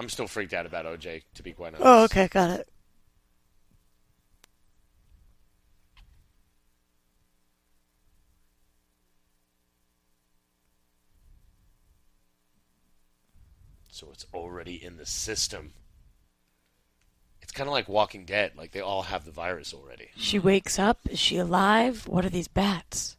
[SPEAKER 5] I'm still freaked out about OJ, to be quite honest.
[SPEAKER 6] Oh, okay, got it.
[SPEAKER 5] So it's already in the system. It's kind of like Walking Dead. Like they all have the virus already.
[SPEAKER 6] She wakes up. Is she alive? What are these bats?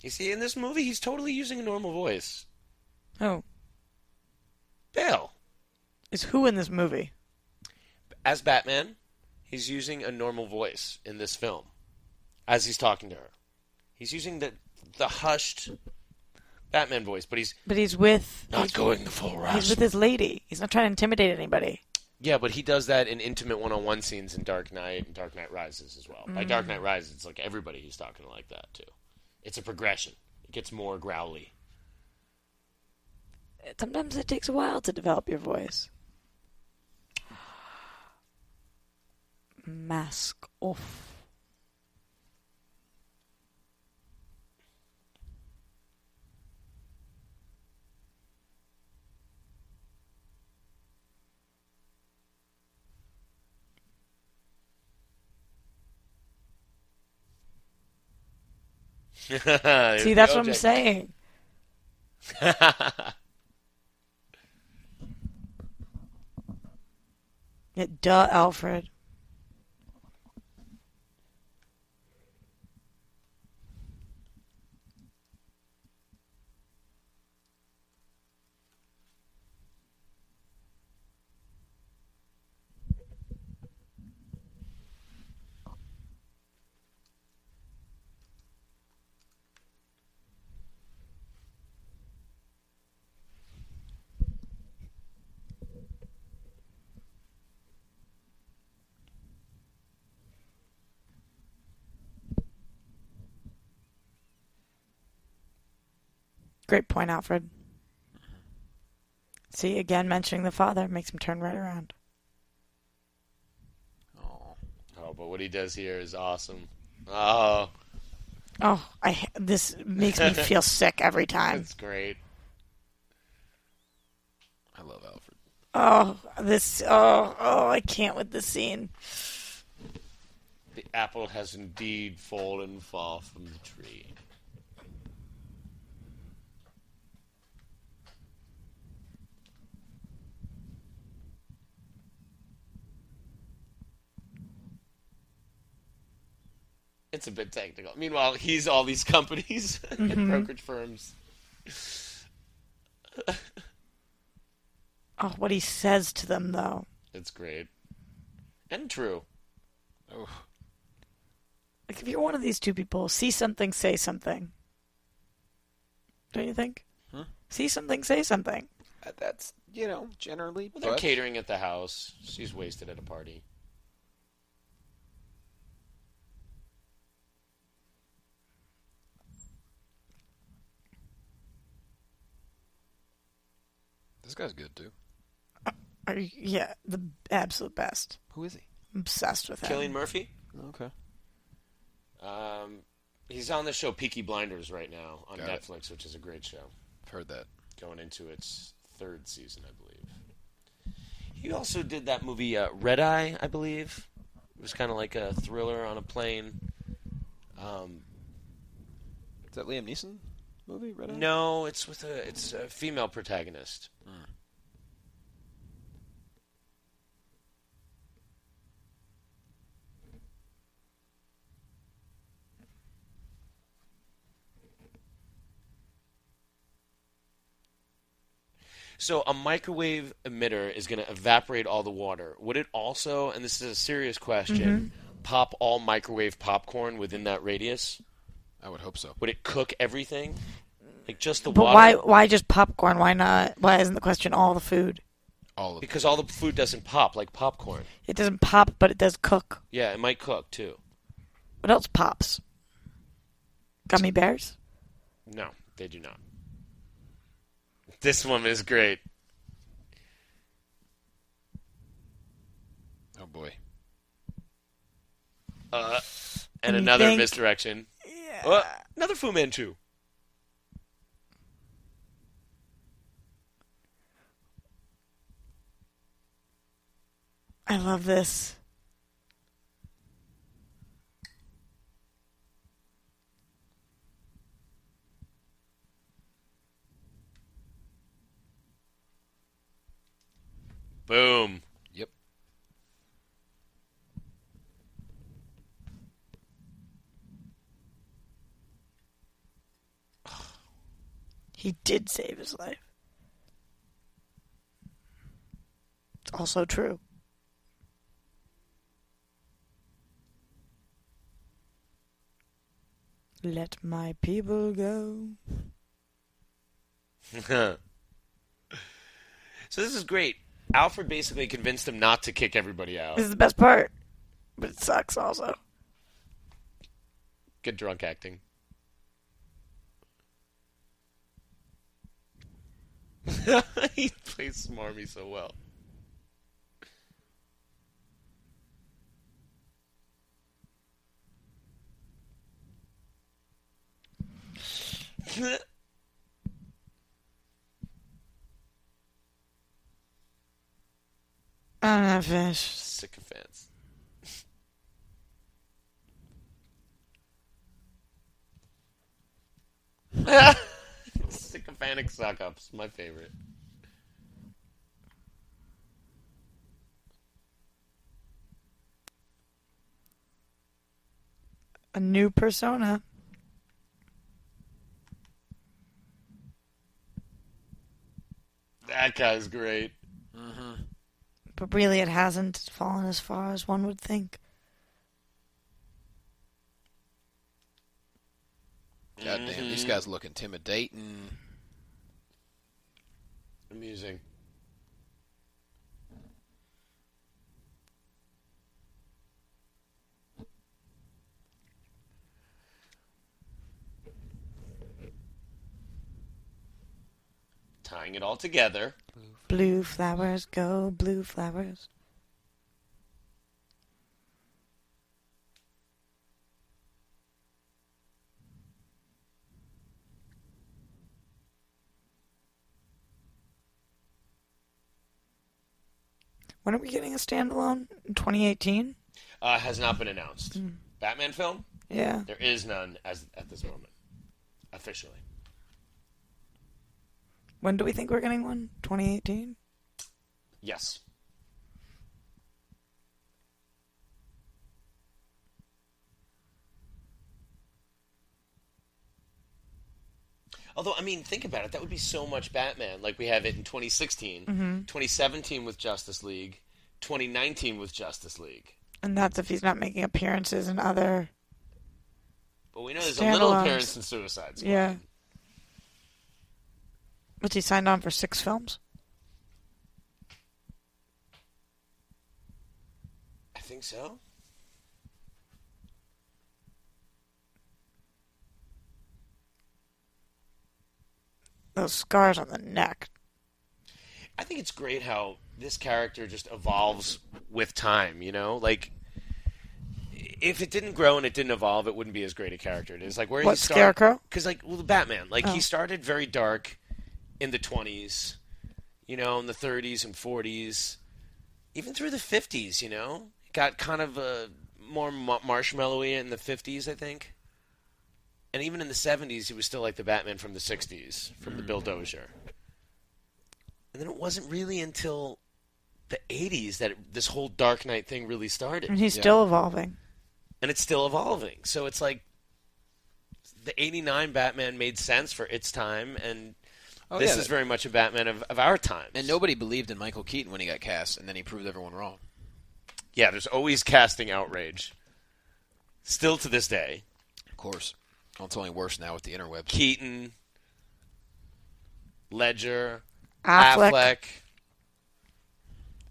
[SPEAKER 5] You see, in this movie, he's totally using a normal voice.
[SPEAKER 6] Oh,
[SPEAKER 5] Bill,
[SPEAKER 6] is who in this movie?
[SPEAKER 5] as Batman, he's using a normal voice in this film as he's talking to her. He's using the the hushed Batman voice, but he's
[SPEAKER 6] But he's with
[SPEAKER 5] not
[SPEAKER 6] he's-
[SPEAKER 5] going the full
[SPEAKER 6] He's
[SPEAKER 5] route.
[SPEAKER 6] with his lady. He's not trying to intimidate anybody.
[SPEAKER 5] Yeah, but he does that in intimate one-on-one scenes in Dark Knight and Dark Knight Rises as well. By Dark Knight Rises, it's like everybody he's talking to like that too. It's a progression. It gets more growly.
[SPEAKER 6] Sometimes it takes a while to develop your voice. Mask off. See, that's what I'm saying. Yeah, duh, Alfred. Great point, Alfred. See, again, mentioning the father makes him turn right around.
[SPEAKER 5] Oh, but what he does here is awesome. Oh,
[SPEAKER 6] Oh, I ha- this makes me feel sick every time.
[SPEAKER 5] it's great.
[SPEAKER 4] I love Alfred.
[SPEAKER 6] Oh, this. Oh, oh, I can't with this scene.
[SPEAKER 5] The apple has indeed fallen far from the tree. It's a bit technical. Meanwhile, he's all these companies and brokerage firms.
[SPEAKER 6] Oh, what he says to them, though.
[SPEAKER 5] It's great. And true.
[SPEAKER 6] Like, if you're one of these two people, see something, say something. Don't you think? See something, say something.
[SPEAKER 4] Uh, That's, you know, generally.
[SPEAKER 5] Well, they're
[SPEAKER 4] but-
[SPEAKER 5] catering at the house. She's wasted at a party.
[SPEAKER 4] This guy's good too.
[SPEAKER 6] Are you, yeah, the absolute best.
[SPEAKER 4] Who is he?
[SPEAKER 6] I'm obsessed with him.
[SPEAKER 5] Killian Murphy.
[SPEAKER 4] Okay.
[SPEAKER 5] Um, he's on the show Peaky Blinders right now on
[SPEAKER 4] Got it.
[SPEAKER 5] Netflix, which is a great show.
[SPEAKER 4] I've heard that.
[SPEAKER 5] Going into its third season, I believe. He also did that movie uh, Red Eye, I believe. It was kind of like a thriller on a plane. Um,
[SPEAKER 4] Is that Liam Neeson movie? Red Eye?
[SPEAKER 5] no, it's with a it's a female protagonist. So a microwave emitter is going to evaporate all the water. Would it also, and this is a serious question,
[SPEAKER 6] Mm-hmm.
[SPEAKER 5] pop all microwave popcorn within that radius?
[SPEAKER 4] I would hope so.
[SPEAKER 5] Would it cook everything? Like just the
[SPEAKER 6] But
[SPEAKER 5] water?
[SPEAKER 6] why? Why just popcorn? Why not? Why isn't the question all the food?
[SPEAKER 4] All of
[SPEAKER 5] Because all the food doesn't pop like popcorn.
[SPEAKER 6] It doesn't pop, but it does cook.
[SPEAKER 5] Yeah, it might cook too.
[SPEAKER 6] What else pops? Gummy bears.
[SPEAKER 5] No, they do not. This one is great.
[SPEAKER 4] Oh boy.
[SPEAKER 5] Uh, and
[SPEAKER 6] You
[SPEAKER 5] another
[SPEAKER 6] think-
[SPEAKER 5] misdirection. Yeah. Oh, another Fu Manchu.
[SPEAKER 6] I love this.
[SPEAKER 5] Boom.
[SPEAKER 4] Yep.
[SPEAKER 6] He did save his life. It's also true. Let my people go.
[SPEAKER 5] so this is great. Alfred basically convinced them not to kick everybody out.
[SPEAKER 6] This is the best part, but it sucks also.
[SPEAKER 5] Good drunk acting. he plays Smarmy so well.
[SPEAKER 6] I'm not finished.
[SPEAKER 5] Sycophants. Sycophantic suck ups, my favorite.
[SPEAKER 6] A new persona.
[SPEAKER 5] That guy's great.
[SPEAKER 6] But really, it hasn't fallen as far as one would think.
[SPEAKER 4] God damn, these guys look intimidating.
[SPEAKER 5] Amusing. Tying it all together.
[SPEAKER 6] Blue flowers, go blue flowers. When are we getting a standalone? In 2018?
[SPEAKER 5] Uh, has not been announced. Batman film?
[SPEAKER 6] Yeah.
[SPEAKER 5] There is none as at this moment, officially.
[SPEAKER 6] When do we think we're getting one? 2018?
[SPEAKER 5] Yes. Although, I mean, think about it. That would be so much Batman. Like, we have it in 2016,
[SPEAKER 6] Mm-hmm.
[SPEAKER 5] 2017 with Justice League, 2019 with Justice League.
[SPEAKER 6] And that's if he's not making appearances in other.
[SPEAKER 5] But we know there's a little
[SPEAKER 6] Standalones.
[SPEAKER 5] appearance in Suicide Squad.
[SPEAKER 6] Yeah. But he signed on for six films.
[SPEAKER 5] I think so.
[SPEAKER 6] Those scars on the neck.
[SPEAKER 5] I think it's great how this character just evolves with time. You know, like if it didn't grow and it didn't evolve, it wouldn't be as great a character. It is like where
[SPEAKER 6] What,
[SPEAKER 5] he start-
[SPEAKER 6] Scarecrow?
[SPEAKER 5] Because like, well, the Batman, like
[SPEAKER 6] Oh.
[SPEAKER 5] he started very dark in the twenties, you know, in the thirties and forties, even through the fifties. You know, got kind of a more ma- marshmallowy in the fifties, I think. And even in the seventies, he was still like the Batman from the sixties, from the Bill Dozier. And then it wasn't really until the '80s that it, this whole Dark Knight thing really started
[SPEAKER 6] And he's still evolving.
[SPEAKER 5] and it's still evolving. So it's like the '89 Batman made sense for its time, and
[SPEAKER 4] Oh,
[SPEAKER 5] this
[SPEAKER 4] yeah,
[SPEAKER 5] is
[SPEAKER 4] that-
[SPEAKER 5] very much a Batman of, of our time.
[SPEAKER 4] And nobody believed in Michael Keaton when he got cast, and then he proved everyone wrong.
[SPEAKER 5] yeah, there's always casting outrage, still to this day.
[SPEAKER 4] Of course. Well, it's only worse now with the interweb.
[SPEAKER 5] Keaton, Ledger,
[SPEAKER 6] Affleck.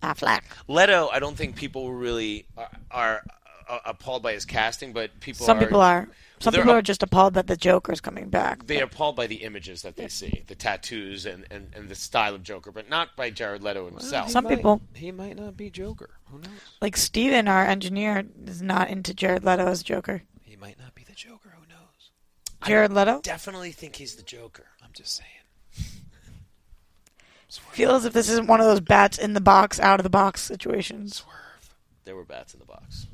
[SPEAKER 6] Affleck.
[SPEAKER 5] Leto. I don't think people were really are, are uh, appalled by his casting, but people
[SPEAKER 6] Some
[SPEAKER 5] are,
[SPEAKER 6] people are. Some
[SPEAKER 5] they're
[SPEAKER 6] people
[SPEAKER 5] up-
[SPEAKER 6] are just appalled that the Joker's coming back.
[SPEAKER 5] they are appalled by the images that they see, the tattoos and, and, and the style of Joker, but not by Jared Leto himself.
[SPEAKER 6] Some people,
[SPEAKER 4] He might not be Joker. Who knows?
[SPEAKER 6] like Steven, our engineer, is not into Jared Leto as Joker.
[SPEAKER 4] He might not be the Joker. Who knows?
[SPEAKER 6] Jared Leto
[SPEAKER 5] definitely think he's the Joker.
[SPEAKER 4] I'm just saying.
[SPEAKER 6] feel as if this isn't one of those bats in the box, out of the box situations.
[SPEAKER 5] There were bats in the box.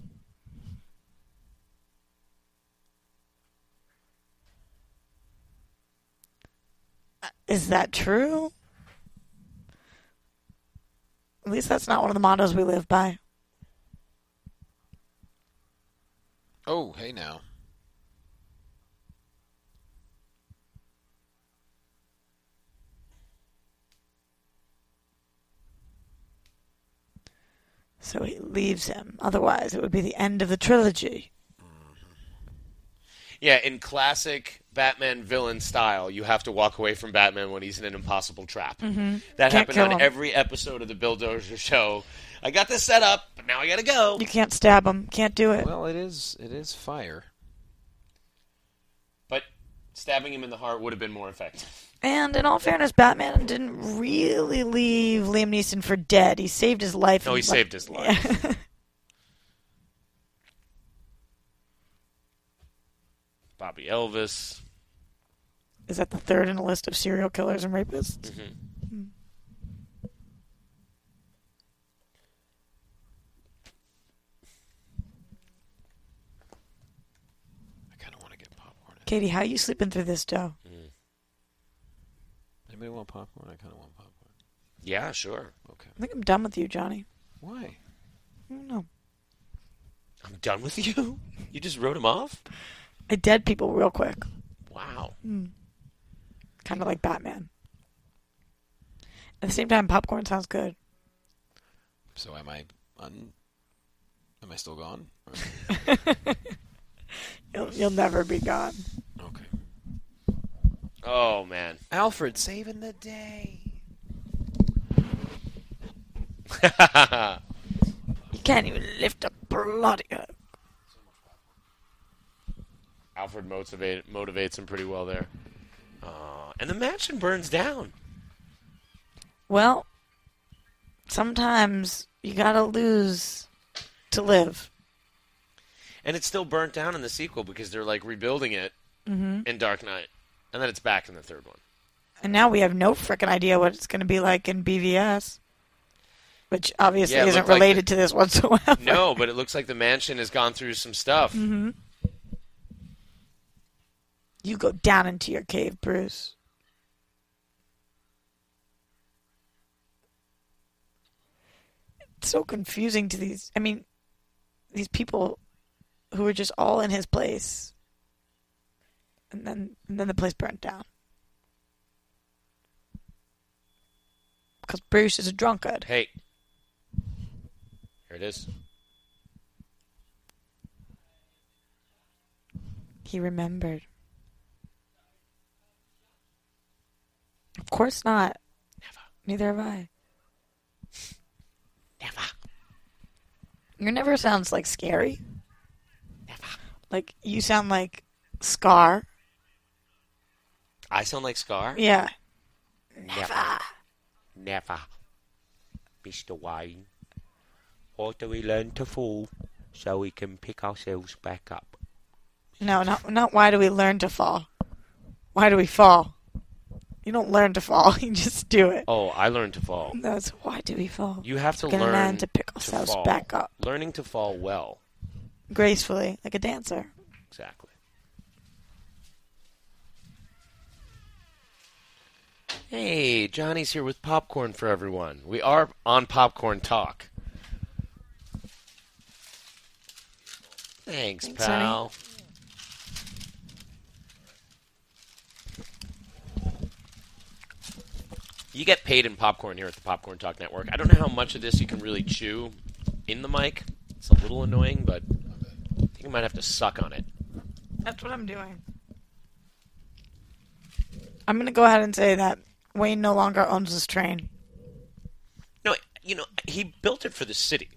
[SPEAKER 6] Is that true? At least that's not one of the mottos we live by.
[SPEAKER 4] Oh, hey now.
[SPEAKER 6] So he leaves him. Otherwise, it would be the end of the trilogy.
[SPEAKER 5] Yeah, in classic Batman villain style, you have to walk away from Batman when he's in an impossible trap. That
[SPEAKER 6] Mm-hmm. Can't
[SPEAKER 5] happened
[SPEAKER 6] kill
[SPEAKER 5] on
[SPEAKER 6] him.
[SPEAKER 5] every episode of the Bill Dozier show. I got this set up, but now I gotta go.
[SPEAKER 6] You can't stab him. Can't do it.
[SPEAKER 4] Well, it is. It is fire.
[SPEAKER 5] But stabbing him in the heart would have been more effective.
[SPEAKER 6] And in all fairness, Batman didn't really leave Liam Neeson for dead. He saved his life.
[SPEAKER 5] No, he
[SPEAKER 6] and, like-
[SPEAKER 5] saved his life. Bobby Elvis.
[SPEAKER 6] Is that the third in a list of serial killers and rapists?
[SPEAKER 5] Mm-hmm.
[SPEAKER 4] I kind of want to get popcorn.
[SPEAKER 6] Katie, how you sleeping through this, Joe?
[SPEAKER 4] Anybody want popcorn? I kind of want popcorn.
[SPEAKER 5] Yeah, sure.
[SPEAKER 4] Okay.
[SPEAKER 6] I think I'm done with you, Johnny.
[SPEAKER 4] Why?
[SPEAKER 6] I don't know.
[SPEAKER 5] I'm done with you. You just wrote him off?
[SPEAKER 6] I dead people real quick,
[SPEAKER 5] Wow.
[SPEAKER 6] kind of like Batman. At the same time, popcorn sounds good.
[SPEAKER 4] So am I? Un- am I still gone? Or-
[SPEAKER 6] You'll, you'll never be gone.
[SPEAKER 4] okay.
[SPEAKER 5] Oh man.
[SPEAKER 4] Alfred saving the day.
[SPEAKER 6] You can't even lift a bloody.
[SPEAKER 5] Alfred motivate, motivates him pretty well there. Uh, and the mansion burns down.
[SPEAKER 6] Well, sometimes you gotta lose to live.
[SPEAKER 5] And it's still burnt down in the sequel because they're like rebuilding it
[SPEAKER 6] Mm-hmm.
[SPEAKER 5] in Dark Knight. And then it's back in the third one.
[SPEAKER 6] And now we have no frickin' idea what it's going to be like in BVS, which obviously
[SPEAKER 5] Yeah, it
[SPEAKER 6] isn't
[SPEAKER 5] looked like
[SPEAKER 6] related
[SPEAKER 5] the-
[SPEAKER 6] to this whatsoever.
[SPEAKER 5] No, but it looks like the mansion has gone through some stuff.
[SPEAKER 6] Mm-hmm. You go down into your cave, Bruce. It's so confusing to these. I mean, these people who were just all in his place, and then and then the place burnt down because Bruce is a drunkard.
[SPEAKER 5] Hey. Here it is.
[SPEAKER 6] He remembered. Of course not. Never. Neither have I.
[SPEAKER 5] Never.
[SPEAKER 6] Your never sounds like scary. Like you sound like Scar.
[SPEAKER 5] I sound like Scar?
[SPEAKER 6] Yeah.
[SPEAKER 5] Never. Never.
[SPEAKER 9] Mr. Wayne. After we learn to fall, so we can pick ourselves back up.
[SPEAKER 6] No, not not why do we learn to fall? Why do we fall? You don't learn to fall, you just do it.
[SPEAKER 5] Oh, I learned to fall.
[SPEAKER 6] That's why do we fall?
[SPEAKER 5] You have to
[SPEAKER 6] We're gonna
[SPEAKER 5] learn
[SPEAKER 6] learn to pick ourselves
[SPEAKER 5] fall.
[SPEAKER 6] back up
[SPEAKER 5] Learning to fall well.
[SPEAKER 6] gracefully, like a dancer.
[SPEAKER 5] Exactly. Hey, Johnny's here with popcorn for everyone. We are on Popcorn Talk. Thanks,
[SPEAKER 6] Thanks,
[SPEAKER 5] pal. You get paid in popcorn here at the Popcorn Talk Network. I don't know how much of this you can really chew in the mic. It's a little annoying, but I think I might have to suck on it.
[SPEAKER 6] That's what I'm doing. I'm gonna go ahead and say that Wayne no longer owns this train.
[SPEAKER 5] No, you know, he built it for the city.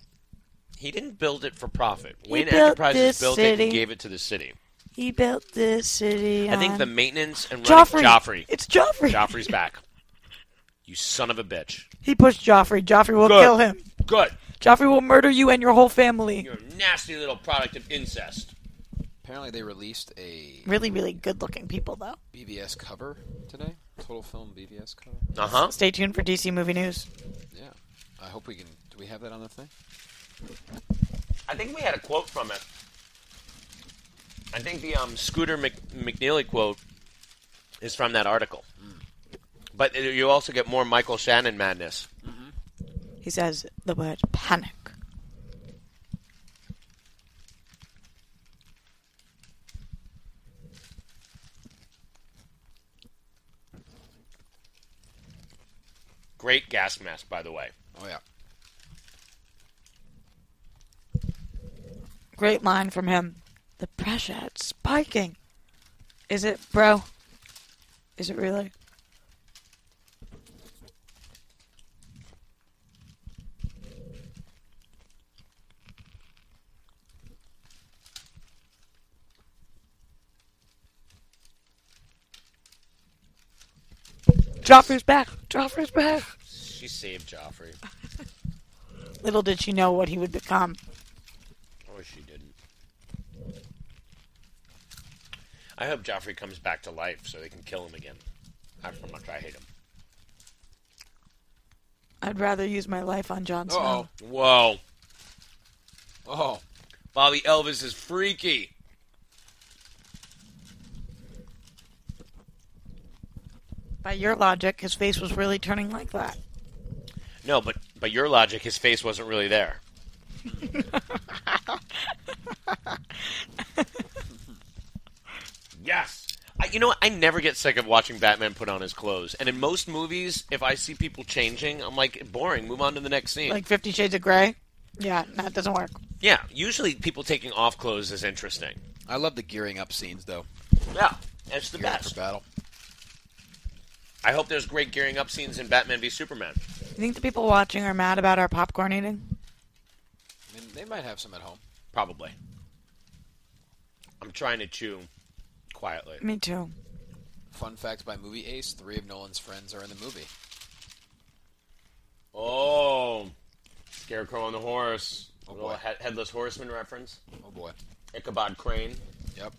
[SPEAKER 5] He didn't build it for profit.
[SPEAKER 6] He
[SPEAKER 5] Wayne
[SPEAKER 6] built
[SPEAKER 5] Enterprises
[SPEAKER 6] this
[SPEAKER 5] built it
[SPEAKER 6] city.
[SPEAKER 5] and gave it to the city.
[SPEAKER 6] He built this city.
[SPEAKER 5] I think
[SPEAKER 6] on-
[SPEAKER 5] the maintenance and running
[SPEAKER 6] Joffrey.
[SPEAKER 5] Joffrey.
[SPEAKER 6] It's Joffrey.
[SPEAKER 5] Joffrey's back. You son of a bitch.
[SPEAKER 6] He pushed Joffrey. Joffrey will
[SPEAKER 5] Good.
[SPEAKER 6] kill him.
[SPEAKER 5] Good.
[SPEAKER 6] Joffrey will murder you and your whole family.
[SPEAKER 5] You're a nasty little product of incest.
[SPEAKER 4] Apparently, they released a
[SPEAKER 6] Really, really good-looking people, though.
[SPEAKER 4] BVS cover today. Total film BVS cover.
[SPEAKER 5] Uh huh.
[SPEAKER 6] Stay tuned for DC movie news.
[SPEAKER 4] Yeah. I hope we can. Do we have that on the thing?
[SPEAKER 5] I think we had a quote from it. I think the um, Scooter Mc- McNeely quote is from that article. But uh, you also get more Michael Shannon madness.
[SPEAKER 6] He says the word panic.
[SPEAKER 5] Great gas mask, by the way.
[SPEAKER 4] Oh yeah.
[SPEAKER 6] Great line from him. The pressure is spiking. Is it, bro? Is it really? Joffrey's back. Joffrey's back.
[SPEAKER 5] She saved Joffrey.
[SPEAKER 6] Little did she know what he would become.
[SPEAKER 5] Or Oh, she didn't. I hope Joffrey comes back to life so they can kill him again. That's how much I hate him.
[SPEAKER 6] I'd rather use my life on Jon Snow.
[SPEAKER 4] Oh.
[SPEAKER 5] Whoa.
[SPEAKER 4] Oh.
[SPEAKER 5] Bobby Elvis is freaky.
[SPEAKER 6] By your logic, his face was really turning like that.
[SPEAKER 5] No, but by your logic, his face wasn't really there. yes. I, you know what? I never get sick of watching Batman put on his clothes. And in most movies, if I see people changing, I'm like, boring. Move on to the next scene.
[SPEAKER 6] Like Fifty Shades of Grey? Yeah, that doesn't work.
[SPEAKER 5] yeah. Usually, people taking off clothes is interesting.
[SPEAKER 4] I love the gearing up scenes though.
[SPEAKER 5] Yeah, it's the
[SPEAKER 4] gearing up
[SPEAKER 5] best.
[SPEAKER 4] for battle.
[SPEAKER 5] I hope there's great gearing up scenes in Batman v Superman.
[SPEAKER 6] You think the people watching are mad about our popcorn eating?
[SPEAKER 4] I mean, they might have some at home.
[SPEAKER 5] Probably. I'm trying to chew quietly.
[SPEAKER 6] Me too.
[SPEAKER 4] Fun fact by Movie Ace: Three of Nolan's friends are in the movie.
[SPEAKER 5] Oh, Scarecrow on the horse.
[SPEAKER 4] Oh,
[SPEAKER 5] little
[SPEAKER 4] boy.
[SPEAKER 5] he- headless horseman reference.
[SPEAKER 4] Oh boy.
[SPEAKER 5] Ichabod Crane.
[SPEAKER 4] Yep.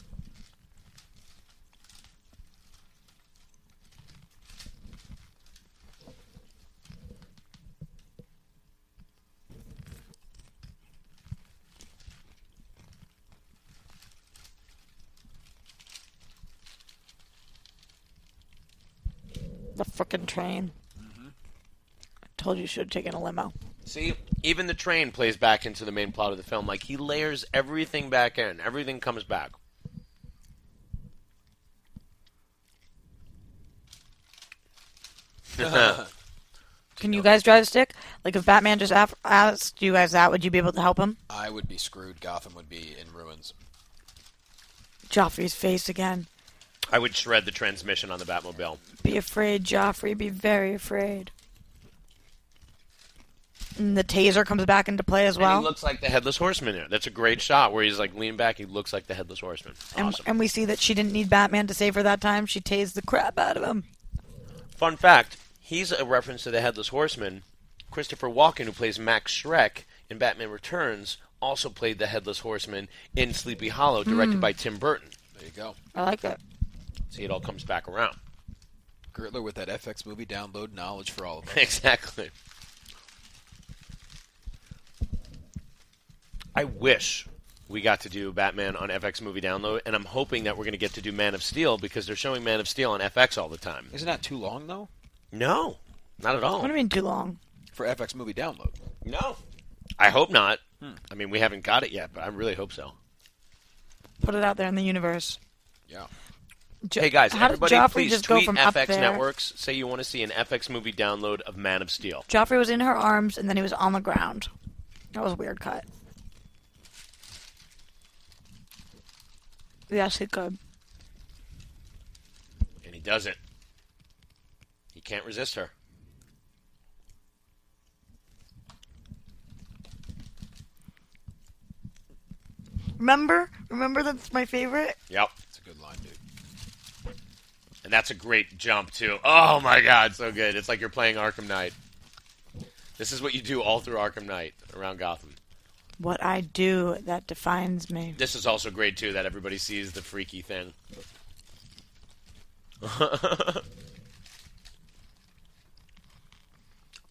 [SPEAKER 6] The frickin' train. Mm-hmm. I told you you should have taken a limo.
[SPEAKER 5] See, even the train plays back into the main plot of the film. Like he layers everything back in. Everything comes back.
[SPEAKER 6] Can you guys drive a stick? Like, if Batman just af- asked you guys that, would you be able to help him?
[SPEAKER 4] I would be screwed. Gotham would be in ruins.
[SPEAKER 6] Joffrey's face again.
[SPEAKER 5] I would shred the transmission on the Batmobile.
[SPEAKER 6] Be afraid, Joffrey. Be very afraid. And the taser comes back into play as well.
[SPEAKER 5] And he looks like the headless horseman there. That's a great shot where he's like leaning back. He looks like the headless horseman.
[SPEAKER 6] And,
[SPEAKER 5] Awesome.
[SPEAKER 6] and we see that she didn't need Batman to save her that time. She tased the crap out of him.
[SPEAKER 5] Fun fact: He's a reference to the headless horseman Christopher Walken, who plays Max Schreck in Batman Returns, also played the Headless Horseman in Sleepy Hollow,
[SPEAKER 6] Hmm.
[SPEAKER 5] directed by Tim Burton.
[SPEAKER 4] There you go.
[SPEAKER 6] I like that.
[SPEAKER 5] See, it all comes back around.
[SPEAKER 4] Gertler with that FX movie download knowledge for all of us.
[SPEAKER 5] exactly. I wish we got to do Batman on FX Movie Download, and I'm hoping that we're going to get to do Man of Steel because they're showing Man of Steel on FX all the time.
[SPEAKER 4] Isn't that too long though
[SPEAKER 5] No, not at all.
[SPEAKER 6] What do you mean too long?
[SPEAKER 4] for FX movie download?
[SPEAKER 5] No. I hope not. I mean, we haven't got it yet, but I really hope so.
[SPEAKER 6] Put it out there in the universe.
[SPEAKER 4] Yeah.
[SPEAKER 6] Jo-
[SPEAKER 5] hey guys,
[SPEAKER 6] how
[SPEAKER 5] everybody,
[SPEAKER 6] did Joffrey
[SPEAKER 5] please
[SPEAKER 6] just
[SPEAKER 5] tweet
[SPEAKER 6] go from up
[SPEAKER 5] FX
[SPEAKER 6] there?
[SPEAKER 5] Networks. Say you want to see an FX movie download of Man of Steel.
[SPEAKER 6] Joffrey was in her arms, and then he was on the ground. That was a weird cut. Yes, he could.
[SPEAKER 5] And he does it. He can't resist her.
[SPEAKER 6] Remember? Remember that's my favorite?
[SPEAKER 5] Yep.
[SPEAKER 4] That's a good line, dude.
[SPEAKER 5] And that's a great jump, too. Oh, my God, so good. It's like you're playing Arkham Knight. This is what you do all through Arkham Knight around Gotham.
[SPEAKER 6] What I do that defines me.
[SPEAKER 5] This is also great, too, that everybody sees the freaky thing.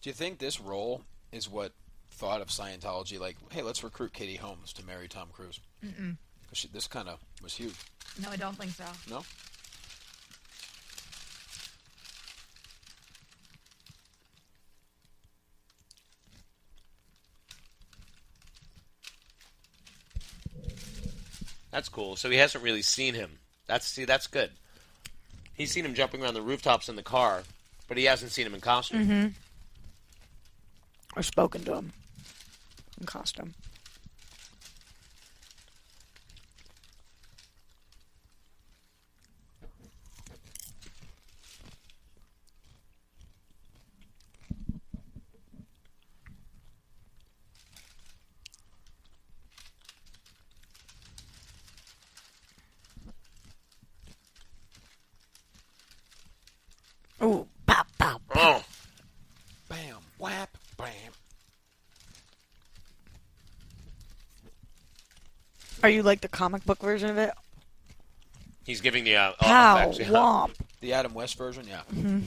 [SPEAKER 4] Do you think this role is what thought of Scientology? Like, hey, let's recruit Katie Holmes to marry Tom Cruise. Because this kind of was huge.
[SPEAKER 6] No, I don't think so.
[SPEAKER 4] No,
[SPEAKER 5] That's cool. So he hasn't really seen him. That's see, that's good. He's seen him jumping around the rooftops in the car, but he hasn't seen him in costume.
[SPEAKER 6] Mm-hmm. Or spoken to him in costume. Ooh, pow, pow.
[SPEAKER 5] Oh,
[SPEAKER 4] bam, whap, bam.
[SPEAKER 6] Are you like the comic book version of it?
[SPEAKER 5] he's giving the uh, oh,
[SPEAKER 6] Pow,
[SPEAKER 5] effects, yeah.
[SPEAKER 6] womp.
[SPEAKER 4] The Adam West version, yeah.
[SPEAKER 6] Mm-hmm.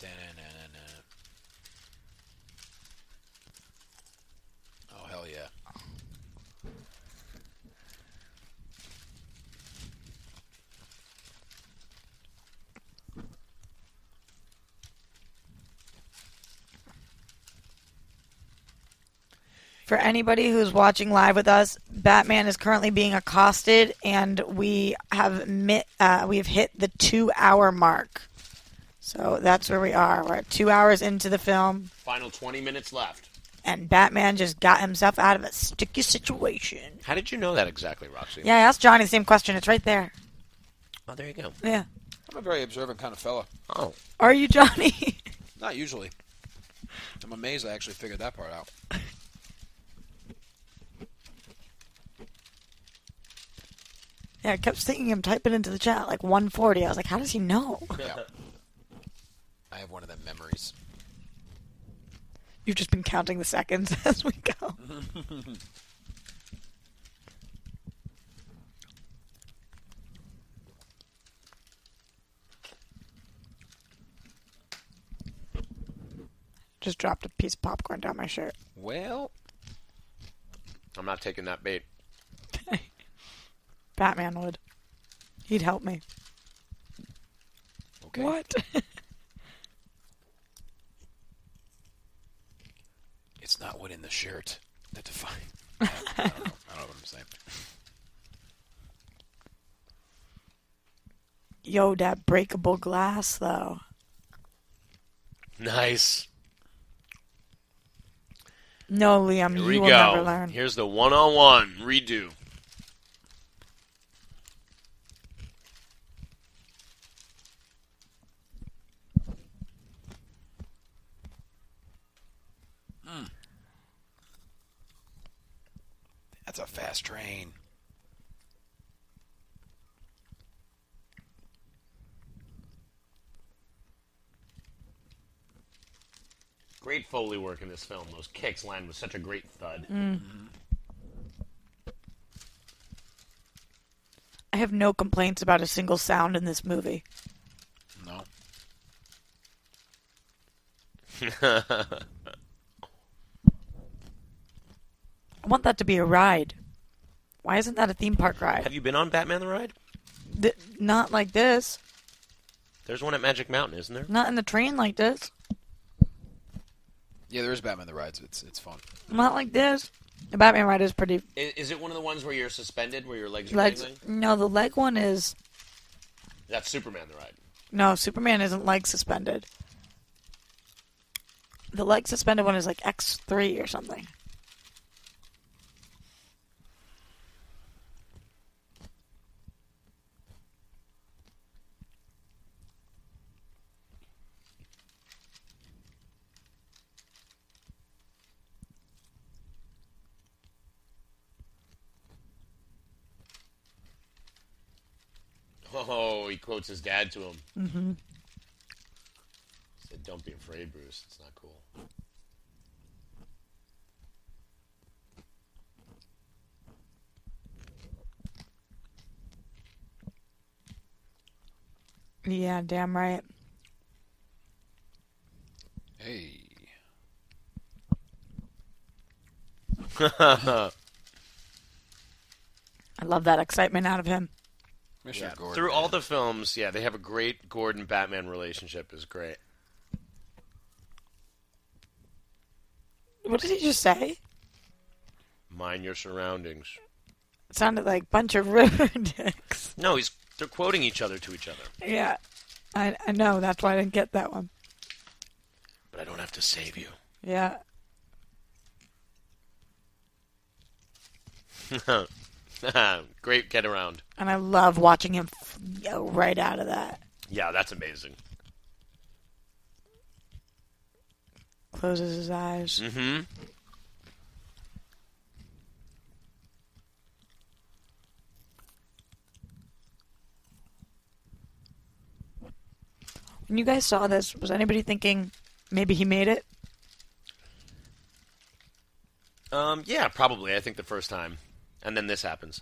[SPEAKER 4] Da-na-na-na-na. Oh hell yeah!
[SPEAKER 6] For anybody who's watching live with us, Batman is currently being accosted, and we have mi- uh, we have hit the two-hour mark. So that's where we are. We're at two hours into the film,
[SPEAKER 5] Final twenty minutes left.
[SPEAKER 6] and Batman just got himself out of a sticky situation.
[SPEAKER 5] How did you know that exactly, Roxy?
[SPEAKER 6] Yeah, I asked Johnny the same question. It's right there.
[SPEAKER 5] Oh, there you go.
[SPEAKER 6] Yeah.
[SPEAKER 4] I'm a very observant kind of fella.
[SPEAKER 5] Oh,
[SPEAKER 6] Are you Johnny?
[SPEAKER 4] Not usually. I'm amazed I actually figured that part out.
[SPEAKER 6] yeah, I kept seeing him typing into the chat like 140. I was like, how does he know?
[SPEAKER 4] Yeah. I have one of them memories.
[SPEAKER 6] You've just been counting the seconds as we go. Just dropped a piece of popcorn down my shirt.
[SPEAKER 4] Well,
[SPEAKER 5] I'm not taking that bait.
[SPEAKER 6] Batman would. He'd help me.
[SPEAKER 4] okay.
[SPEAKER 6] What?
[SPEAKER 4] It's not what in the shirt that defines. I don't, I don't know. I don't know what I'm saying.
[SPEAKER 6] Yo, that breakable glass, though.
[SPEAKER 5] Nice.
[SPEAKER 6] No, Liam,
[SPEAKER 5] Here
[SPEAKER 6] you
[SPEAKER 5] we
[SPEAKER 6] will
[SPEAKER 5] go.
[SPEAKER 6] never learn.
[SPEAKER 5] Here's the one-on-one redo.
[SPEAKER 4] That's a fast train.
[SPEAKER 10] Great Foley work in this film. Those kicks land with such a great thud.
[SPEAKER 6] Mm. I have no complaints about a single sound in this movie.
[SPEAKER 4] No.
[SPEAKER 6] I want that to be a ride. Why isn't that a theme park ride?
[SPEAKER 9] Have you been on Batman the Ride?
[SPEAKER 6] Th- not like this.
[SPEAKER 9] There's one at Magic Mountain, isn't there?
[SPEAKER 6] Not in the train like this.
[SPEAKER 4] Yeah, there is Batman the Rides. It's it's fun.
[SPEAKER 6] Not like this. The Batman ride is pretty.
[SPEAKER 10] Is, is it one of the ones where you're suspended, where your legs are
[SPEAKER 6] Legs.
[SPEAKER 10] dangling?
[SPEAKER 6] No, the leg one is.
[SPEAKER 10] That's Superman the Ride.
[SPEAKER 6] No, Superman isn't leg suspended. The leg suspended one is like X3 or something.
[SPEAKER 10] Oh, he quotes his dad to him. Mm-hmm. Said, "Don't be afraid, Bruce. It's not cool."
[SPEAKER 6] Yeah, damn right.
[SPEAKER 4] Hey.
[SPEAKER 6] I love that excitement out of him.
[SPEAKER 4] Commissioner Gordon.
[SPEAKER 5] Through all the film,
[SPEAKER 10] Films, yeah, they have a great Gordon Batman relationship. Is great.
[SPEAKER 6] What did he just say?
[SPEAKER 10] Mind your surroundings.
[SPEAKER 6] It sounded like bunch of river dicks.
[SPEAKER 10] No, he's they're quoting each other to each other.
[SPEAKER 6] Yeah, I I know. That's why I didn't get that one.
[SPEAKER 10] But I don't have to save you.
[SPEAKER 6] Yeah.
[SPEAKER 10] great get around.
[SPEAKER 6] And I love watching him f- go right out of that.
[SPEAKER 10] Yeah, that's amazing.
[SPEAKER 6] Closes his eyes.
[SPEAKER 10] Mm-hmm.
[SPEAKER 6] When you guys saw this, was anybody thinking maybe he made it?
[SPEAKER 10] Um, yeah, probably. I think the first time, and then this happens.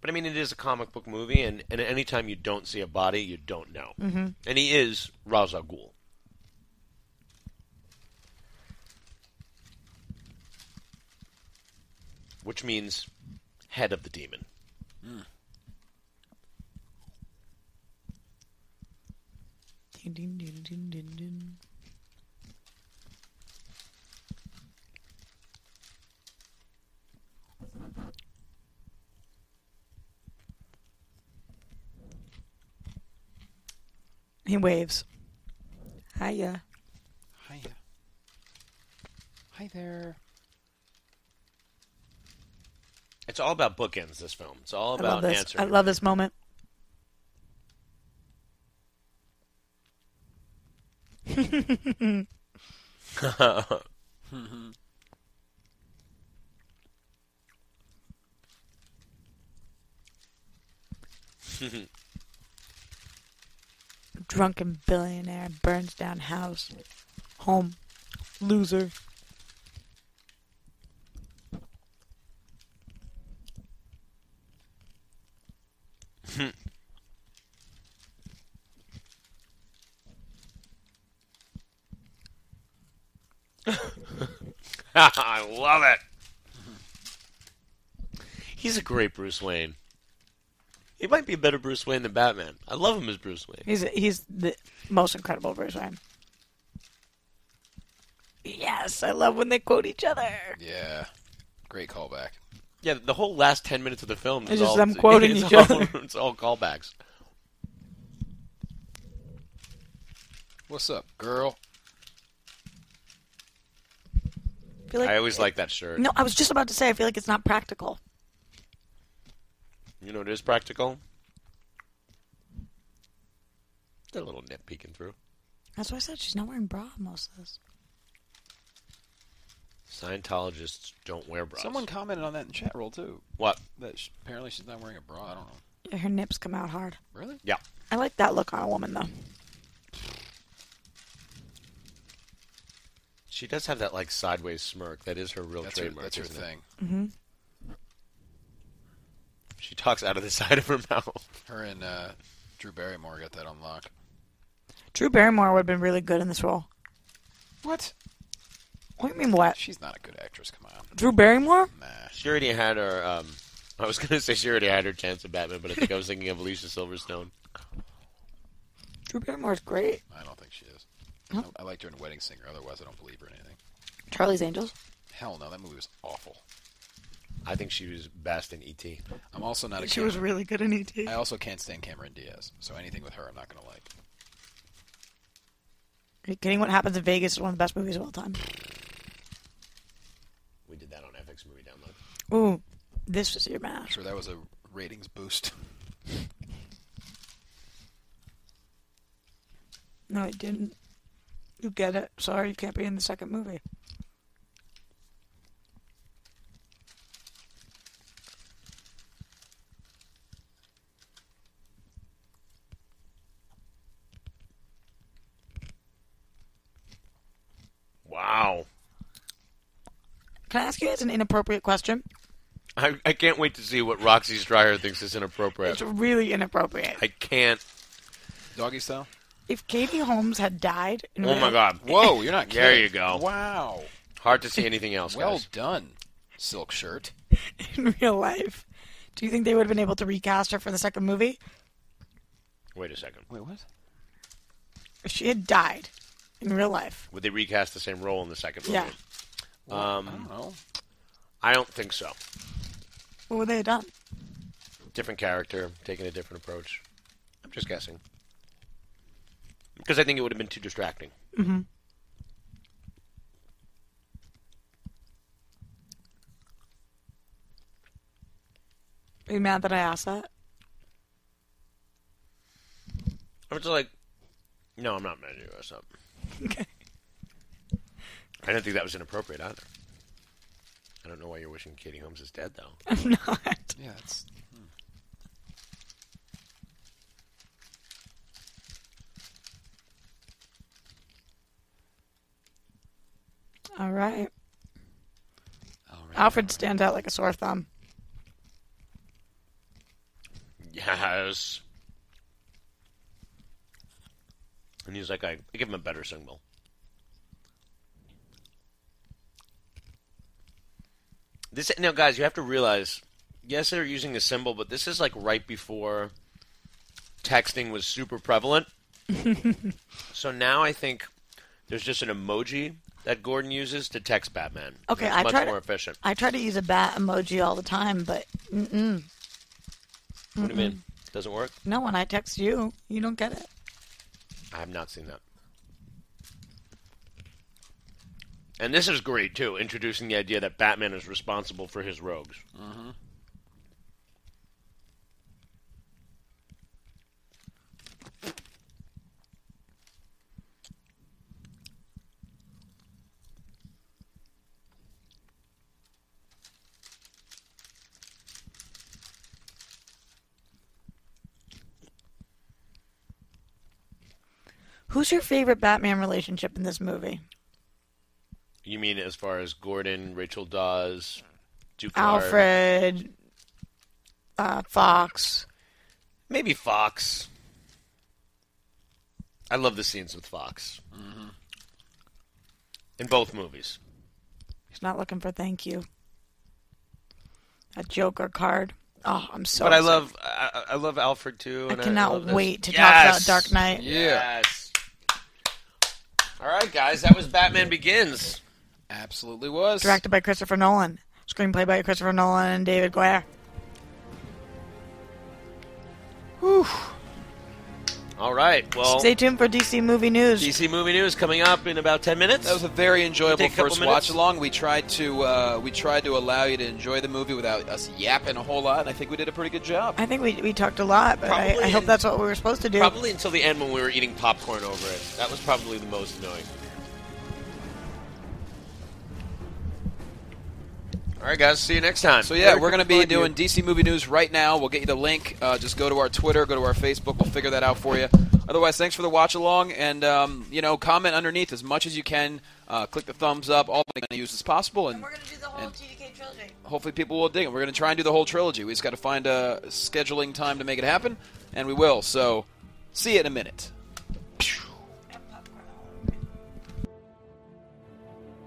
[SPEAKER 5] but I mean, it is a comic book movie, and, and anytime you don't see a body, you don't know. Mm-hmm. And he is Ra's al Ghul. Which means head of the demon.
[SPEAKER 6] Ding, ding, ding, ding, ding, ding. He waves. Hiya.
[SPEAKER 4] Hiya. Hi there.
[SPEAKER 5] It's all about bookends, this film. It's all
[SPEAKER 6] I
[SPEAKER 5] about
[SPEAKER 6] love this.
[SPEAKER 5] answering.
[SPEAKER 6] I love this moment. Drunken billionaire burns down house, home, loser.
[SPEAKER 5] I love it. He's a great Bruce Wayne. He might be a better Bruce Wayne than Batman. I love him as Bruce Wayne.
[SPEAKER 6] He's he's the most incredible Bruce Wayne. Yes, I love when they quote each other.
[SPEAKER 4] Yeah. Great callback.
[SPEAKER 5] Yeah, the whole last ten minutes of the film
[SPEAKER 6] It's
[SPEAKER 5] is
[SPEAKER 6] just
[SPEAKER 5] all
[SPEAKER 6] them quoting
[SPEAKER 5] it's
[SPEAKER 6] each
[SPEAKER 5] all,
[SPEAKER 6] other.
[SPEAKER 5] It's all callbacks.
[SPEAKER 4] What's up, girl?
[SPEAKER 6] I feel like
[SPEAKER 5] I always like that shirt.
[SPEAKER 6] no. I was just about to say I feel like it's not practical.
[SPEAKER 5] You know, it is practical. Got a little nip peeking through.
[SPEAKER 6] That's why I said she's not wearing bra most of this.
[SPEAKER 5] Scientologists don't wear bras.
[SPEAKER 4] Someone commented on that in chat roll too.
[SPEAKER 5] what?
[SPEAKER 4] That sh apparently she's not wearing a bra. I don't know.
[SPEAKER 6] Yeah, her nips come out hard.
[SPEAKER 4] Really?
[SPEAKER 5] Yeah.
[SPEAKER 6] I like that look on a woman though.
[SPEAKER 5] She does have that like sideways smirk. That is her real
[SPEAKER 4] That's her,
[SPEAKER 5] trademark.
[SPEAKER 4] that's her
[SPEAKER 5] isn't it?
[SPEAKER 4] thing.
[SPEAKER 6] Mm-hmm.
[SPEAKER 5] She talks out of the side of her mouth.
[SPEAKER 4] Her and uh, Drew Barrymore got that on lock.
[SPEAKER 6] Drew Barrymore would have been really good in this role.
[SPEAKER 4] What?
[SPEAKER 6] What do you mean what?
[SPEAKER 4] She's not a good actress. Come on.
[SPEAKER 6] Drew Barrymore?
[SPEAKER 4] Nah.
[SPEAKER 5] She already had her. Um, I was gonna say she already had her chance at Batman, but I think I was thinking of Alicia Silverstone.
[SPEAKER 6] Drew Barrymore's great.
[SPEAKER 4] I don't think she is.
[SPEAKER 6] Huh?
[SPEAKER 4] I, I liked her in Wedding Singer. Otherwise, I don't believe her in anything.
[SPEAKER 6] Charlie's Angels.
[SPEAKER 4] Hell no, that movie was awful.
[SPEAKER 5] I think she was best in E ET.
[SPEAKER 4] I'm also not a.
[SPEAKER 6] She was
[SPEAKER 4] Cameron-
[SPEAKER 6] really good in E E.T.
[SPEAKER 4] I also can't stand Cameron Diaz. So anything with her, I'm not gonna like.
[SPEAKER 6] Are you kidding? What happens in Vegas is one of the best movies of all time.
[SPEAKER 5] We did that on FX Movie Download.
[SPEAKER 6] Ooh, this was your match.
[SPEAKER 4] Sure, that was a ratings boost.
[SPEAKER 6] No, it didn't. You get it. Sorry, you can't be in the second movie.
[SPEAKER 5] Wow.
[SPEAKER 6] Can I ask you guys an inappropriate question?
[SPEAKER 5] I, I can't wait to see what Roxy's dryer thinks is inappropriate.
[SPEAKER 6] It's really inappropriate.
[SPEAKER 5] I can't.
[SPEAKER 4] Doggy style.
[SPEAKER 6] If Katie Holmes had died, in
[SPEAKER 5] Oh
[SPEAKER 6] real-
[SPEAKER 5] my god.
[SPEAKER 4] Whoa, you're not. Kidding.
[SPEAKER 5] There you go.
[SPEAKER 4] Wow.
[SPEAKER 5] Hard to see anything else,
[SPEAKER 4] Well
[SPEAKER 5] guys.
[SPEAKER 4] done, silk shirt.
[SPEAKER 6] in real life, do you think they would have been able to recast her for the second movie?
[SPEAKER 5] Wait a second.
[SPEAKER 4] Wait, what?
[SPEAKER 6] If she had died in real life,
[SPEAKER 5] Would they recast the same role in the second movie?
[SPEAKER 6] Yeah.
[SPEAKER 4] I don't
[SPEAKER 5] Um,
[SPEAKER 4] know.
[SPEAKER 5] I don't think so.
[SPEAKER 6] what would they have done?
[SPEAKER 5] Different character, taking a different approach. I'm just guessing. Because I think it would have been too distracting.
[SPEAKER 6] Are you mad that I asked that?
[SPEAKER 5] I'm just like, no, I'm not mad at you. That's not.
[SPEAKER 6] Okay.
[SPEAKER 5] I don't think that was inappropriate either. I don't know why you're wishing Katie Holmes is dead, though.
[SPEAKER 6] I'm not.
[SPEAKER 4] Yeah, that's.
[SPEAKER 6] All right.
[SPEAKER 4] All right.
[SPEAKER 6] Alfred stands out like a sore thumb.
[SPEAKER 5] Yes. And he's like, I, I give him a better signal. This now, guys, you have to realize. Yes, they're using a symbol, but this is like right before texting was super prevalent. so now I think there's just an emoji that Gordon uses to text Batman.
[SPEAKER 6] Okay,
[SPEAKER 5] That's
[SPEAKER 6] I
[SPEAKER 5] much
[SPEAKER 6] tried-
[SPEAKER 5] more efficient.
[SPEAKER 6] I try to use a bat emoji all the time, but mm-mm.
[SPEAKER 5] What do you mean? Doesn't work?
[SPEAKER 6] no, when I text you, you don't get it.
[SPEAKER 5] I have not seen that. And this is great too, introducing the idea that Batman is responsible for his rogues.
[SPEAKER 6] Who's your favorite Batman relationship in this movie?
[SPEAKER 5] You mean as far as Gordon, Rachel Dawes, Duke
[SPEAKER 6] Alfred, uh, Fox.
[SPEAKER 5] maybe Fox? I love the scenes with Fox
[SPEAKER 6] Mm-hmm.
[SPEAKER 5] in both movies.
[SPEAKER 6] He's not looking for thank you. A Joker card. Oh, I'm so.
[SPEAKER 5] but I
[SPEAKER 6] upset.
[SPEAKER 5] love, I, I love Alfred too.
[SPEAKER 6] I
[SPEAKER 5] and
[SPEAKER 6] cannot
[SPEAKER 5] love this.
[SPEAKER 6] wait to talk
[SPEAKER 5] Yes!
[SPEAKER 6] about Dark Knight.
[SPEAKER 5] Yes. All right, guys, that was Batman Begins.
[SPEAKER 4] Absolutely was.
[SPEAKER 6] Directed by Christopher Nolan. Screenplay by Christopher Nolan and David Goyer.
[SPEAKER 5] All right, well,
[SPEAKER 6] Stay tuned for DC movie news.
[SPEAKER 5] DC movie news coming up in about 10 minutes.
[SPEAKER 4] That was a very enjoyable
[SPEAKER 5] Take a couple
[SPEAKER 4] first
[SPEAKER 5] minutes.
[SPEAKER 4] watch along. We tried to uh, we tried to allow you to enjoy the movie without us yapping a whole lot, and I think we did a pretty good job.
[SPEAKER 6] I think we, we talked a lot, but I,
[SPEAKER 5] Probably
[SPEAKER 6] I hope
[SPEAKER 5] in-
[SPEAKER 6] that's what we were supposed to do.
[SPEAKER 5] probably until the end when we were eating popcorn over it. That was probably the most annoying. All right, guys. See you next time.
[SPEAKER 4] So yeah,
[SPEAKER 5] Where
[SPEAKER 4] we're
[SPEAKER 5] can
[SPEAKER 4] going to
[SPEAKER 5] we
[SPEAKER 4] be
[SPEAKER 5] find you?
[SPEAKER 4] doing DC movie news right now. We'll get you the link. Uh, just go to our Twitter, go to our Facebook. We'll figure that out for you. Otherwise, thanks for the watch along, and um, you know, comment underneath as much as you can. Uh, click the thumbs up, all the use as possible, and
[SPEAKER 6] We're gonna do the whole TDK trilogy.
[SPEAKER 4] hopefully people will dig it. We're going to try and do the whole trilogy. We just got to find a scheduling time to make it happen, and we will. So, see you in a minute.